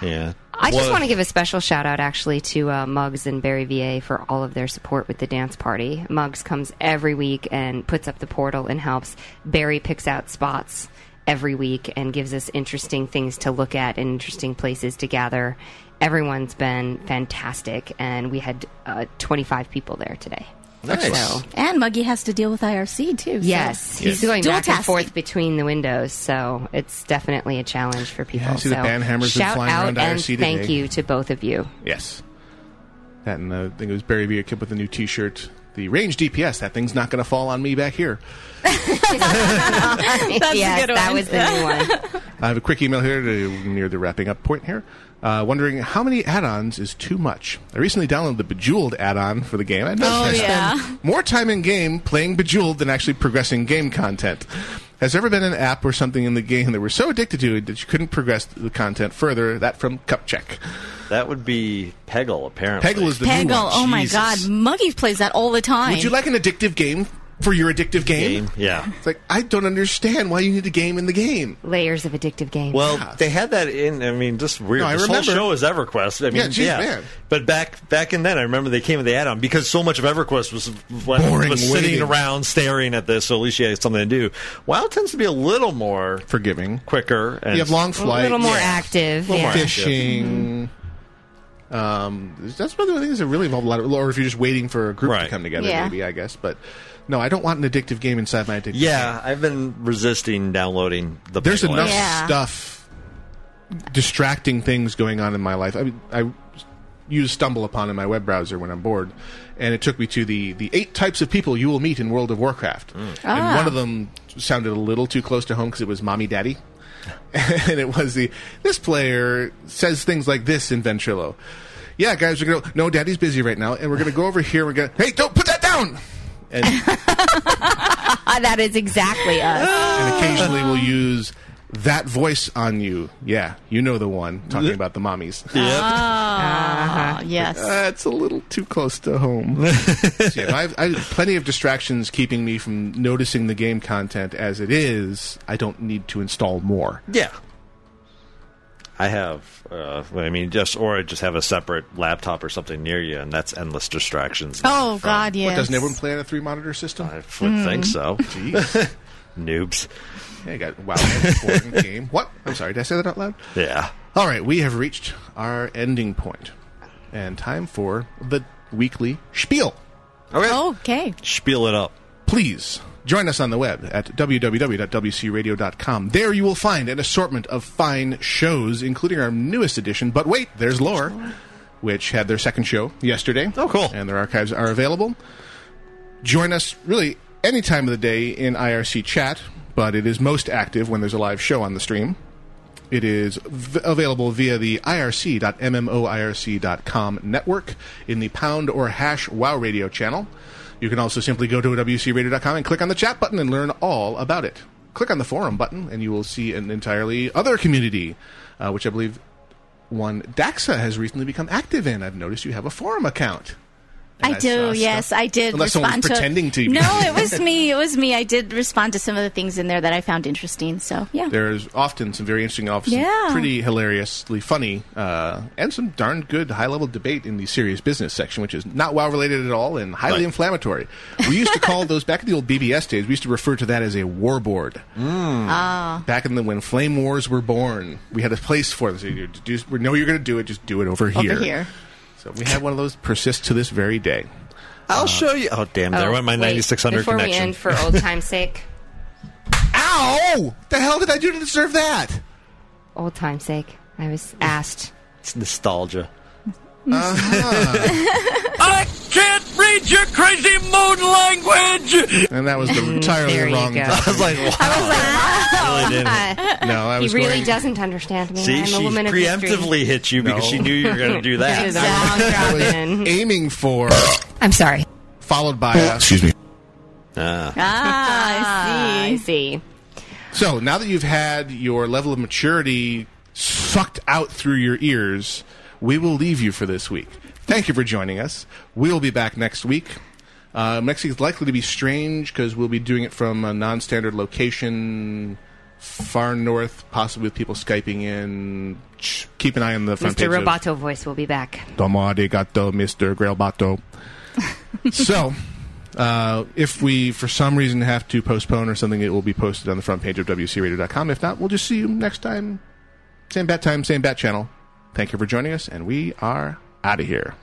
[SPEAKER 4] Yeah.
[SPEAKER 2] I just
[SPEAKER 4] Well,
[SPEAKER 2] want to give a special shout out actually to uh, Muggs and Barry VA for all of their support with the dance party. Muggs comes every week and puts up the portal and helps. Barry picks out spots every week and gives us interesting things to look at and interesting places to gather. Everyone's been fantastic, and we had uh, 25 people there today.
[SPEAKER 4] Nice.
[SPEAKER 2] So,
[SPEAKER 8] And Muggy has to deal with IRC too. so-
[SPEAKER 2] yes, he's going
[SPEAKER 8] Dual
[SPEAKER 2] back and
[SPEAKER 8] tasking.
[SPEAKER 2] forth between the windows, so it's definitely a challenge for people.
[SPEAKER 1] Yeah, I see the
[SPEAKER 2] so
[SPEAKER 1] ban hammers been
[SPEAKER 2] shout
[SPEAKER 1] flying
[SPEAKER 2] out
[SPEAKER 1] around
[SPEAKER 2] and
[SPEAKER 1] IRC today.
[SPEAKER 2] thank you to both of you.
[SPEAKER 1] Yes. That and uh, I think it was Barry V. Kip with a new T-shirt. The range DPS. That thing's not going to fall on me back here.
[SPEAKER 8] That's a
[SPEAKER 2] yes,
[SPEAKER 8] good
[SPEAKER 2] that
[SPEAKER 8] one.
[SPEAKER 2] was the new <laughs> one.
[SPEAKER 1] I have a quick email here to near the wrapping up point here. Uh, wondering how many add-ons is too much. I recently downloaded the Bejeweled add-on for the game. I noticed
[SPEAKER 8] Oh,
[SPEAKER 1] I
[SPEAKER 8] yeah.
[SPEAKER 1] spend more time in game playing Bejeweled than actually progressing game content. Has there ever been an app or something in the game that we're so addicted to it that you couldn't progress the content further? That from Cupcheck.
[SPEAKER 4] that would be Peggle, apparently.
[SPEAKER 1] Peggle is the new
[SPEAKER 8] Peggle.
[SPEAKER 1] one.
[SPEAKER 8] Oh my
[SPEAKER 1] Jesus.
[SPEAKER 8] God, Muggy plays that all the time.
[SPEAKER 1] Would you like an addictive game for your addictive game?
[SPEAKER 4] game. Yeah.
[SPEAKER 1] It's like I don't understand why you need a game in the game.
[SPEAKER 2] Layers of addictive games.
[SPEAKER 4] Well, they had that in. I mean, just weird.
[SPEAKER 1] No, I
[SPEAKER 4] this
[SPEAKER 1] remember.
[SPEAKER 4] whole show is EverQuest. I mean,
[SPEAKER 1] Yeah, geez, man.
[SPEAKER 4] But back back in then, I remember they came with the add-on because so much of EverQuest was
[SPEAKER 1] Boring,
[SPEAKER 4] was sitting
[SPEAKER 1] waiting.
[SPEAKER 4] around staring at this. So at least you had something to do. WoW tends to be a little more
[SPEAKER 1] Forgiving.
[SPEAKER 4] quicker. And
[SPEAKER 1] You have long
[SPEAKER 2] a
[SPEAKER 1] flights,
[SPEAKER 2] little more active.
[SPEAKER 4] little
[SPEAKER 2] yeah.
[SPEAKER 4] more active.
[SPEAKER 1] fishing, Um, that's one of the things that really involved a lot of, or if you're just waiting for a group to come together,
[SPEAKER 9] Yeah.
[SPEAKER 1] maybe I guess. But no, I don't want an addictive game inside my addictive.
[SPEAKER 9] Yeah, I've been resisting downloading the.
[SPEAKER 1] There's
[SPEAKER 9] Bible
[SPEAKER 1] enough
[SPEAKER 9] app.
[SPEAKER 1] stuff, distracting things going on in my life. I, mean, I use stumble upon in my web browser when I'm bored, and it took me to the the eight types of people you will meet in World of Warcraft, and
[SPEAKER 5] Ah.
[SPEAKER 1] one of them sounded a little too close to home because it was mommy daddy, and it was the this player says things like this in Ventrilo. Yeah, guys, we're gonna no, daddy's busy right now, and we're gonna go over here. We're gonna hey, don't put that down.
[SPEAKER 2] <laughs> Uh, that is exactly <gasps> us.
[SPEAKER 1] and occasionally we'll use that voice on you. Yeah, you know the one talking about the mommies.
[SPEAKER 8] Ah, yes.
[SPEAKER 1] That's a little too close to home. So, yeah, I've, I've plenty of distractions keeping me from noticing the game content as it is. I don't need to install more.
[SPEAKER 9] Yeah. I have. Uh, I mean, just or just have a separate laptop or something near you, and that's endless distractions.
[SPEAKER 27] Oh God, yes.
[SPEAKER 1] What, doesn't everyone play on a three monitor system? I
[SPEAKER 9] would
[SPEAKER 2] Mm.
[SPEAKER 9] think
[SPEAKER 1] <laughs>
[SPEAKER 9] so.
[SPEAKER 1] Jeez.
[SPEAKER 9] Noobs.
[SPEAKER 1] Yeah, you got wow, that's a boring game. What? I'm sorry. Did I say that out loud?
[SPEAKER 9] Yeah.
[SPEAKER 1] All right, we have reached our ending point, and time for the weekly spiel.
[SPEAKER 9] Okay.
[SPEAKER 27] Okay.
[SPEAKER 9] Spiel it up.
[SPEAKER 1] Please join us on the web at www.wcradio.com. There you will find an assortment of fine shows, including our newest edition. But wait, there's lore, which had their second show yesterday. Oh, cool! And their archives are available. Join us really any time of the day in IRC chat, but it is most active when there's a live show on the stream. It is v- available via the irc.mmoirc.com network in the pound or hash wow radio channel. You can also simply go to wcradio.com and click on the chat button and learn all about it. Click on the forum button and you will see an entirely other community, uh, which I believe one Daxa has recently become active in. I've noticed you have a forum account. And
[SPEAKER 8] I,
[SPEAKER 1] I saw
[SPEAKER 8] do.
[SPEAKER 1] stuff-
[SPEAKER 8] Yes, I did.
[SPEAKER 1] Unless someone was
[SPEAKER 8] respond to,
[SPEAKER 1] pretending to be-
[SPEAKER 8] No, it was me. It was me. I did respond to some of the things in there that I found interesting. So yeah.
[SPEAKER 1] There's often some very interesting, often some
[SPEAKER 8] Yeah.
[SPEAKER 1] pretty hilariously funny, uh, and some darn good high level debate in the serious business section, which is not WoW related at all and highly inflammatory. We used to call those back in the old BBS days. We used to refer to that as a war board.
[SPEAKER 27] Ah.
[SPEAKER 1] Back in the when flame wars were born, we had a place for this. You do, we know you're going to do it. Just do it over here.
[SPEAKER 27] Over here.
[SPEAKER 1] So we had one of those persist to this very day.
[SPEAKER 9] I'll show you. Oh damn! There
[SPEAKER 1] Oh,
[SPEAKER 9] went my
[SPEAKER 1] wait,
[SPEAKER 9] ninety six hundred
[SPEAKER 2] Before
[SPEAKER 9] connection.
[SPEAKER 2] we end, for old time's sake.
[SPEAKER 1] Ow! The hell did I do to deserve that?
[SPEAKER 2] Old time's sake. I was asked.
[SPEAKER 9] It's nostalgia.
[SPEAKER 12] I can't read your crazy mood language!
[SPEAKER 1] And that was the entirely
[SPEAKER 12] Mm, There you
[SPEAKER 1] wrong.
[SPEAKER 12] go.
[SPEAKER 1] I was like,
[SPEAKER 2] <laughs>
[SPEAKER 9] Really
[SPEAKER 1] No, <laughs> I was
[SPEAKER 2] Uh, he really
[SPEAKER 1] going-
[SPEAKER 2] doesn't understand me.
[SPEAKER 9] See,
[SPEAKER 2] I'm
[SPEAKER 9] she
[SPEAKER 2] a woman of history.
[SPEAKER 9] preemptively hit you because
[SPEAKER 1] No.
[SPEAKER 9] she knew you were going to do
[SPEAKER 2] <laughs>
[SPEAKER 9] that.
[SPEAKER 4] <laughs>
[SPEAKER 2] She was down, dropping.
[SPEAKER 1] aiming for.
[SPEAKER 2] I'm sorry.
[SPEAKER 1] Followed by. A, Excuse
[SPEAKER 9] me.
[SPEAKER 2] Ah, I see. I see.
[SPEAKER 1] So now that you've had your level of maturity sucked out through your ears, we will leave you for this week. Thank you for joining us. We'll be back next week. Uh, next week is likely to be strange because we'll be doing it from a non-standard location, far north, possibly with people skyping in. Shh, Keep an eye on the front
[SPEAKER 2] Mr.
[SPEAKER 1] page. of-
[SPEAKER 2] Roboto voice will be back.
[SPEAKER 1] Domo arigato, Mr. Grailbato. so, uh, if we, for some reason, have to postpone or something, it will be posted on the front page of WCRadio.com. If not, we'll just see you next time. Same bat time, same bat channel. Thank you for joining us, and we are out of here.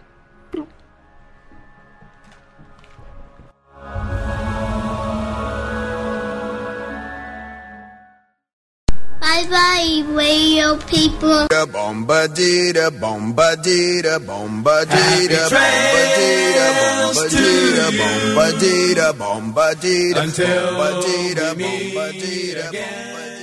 [SPEAKER 12] Bye bye, radio people.
[SPEAKER 5] Bombadita, bombadita, bombadita, bombadita, bombadita, bombadita, bombadita, bombadita, bombadita, bombadita.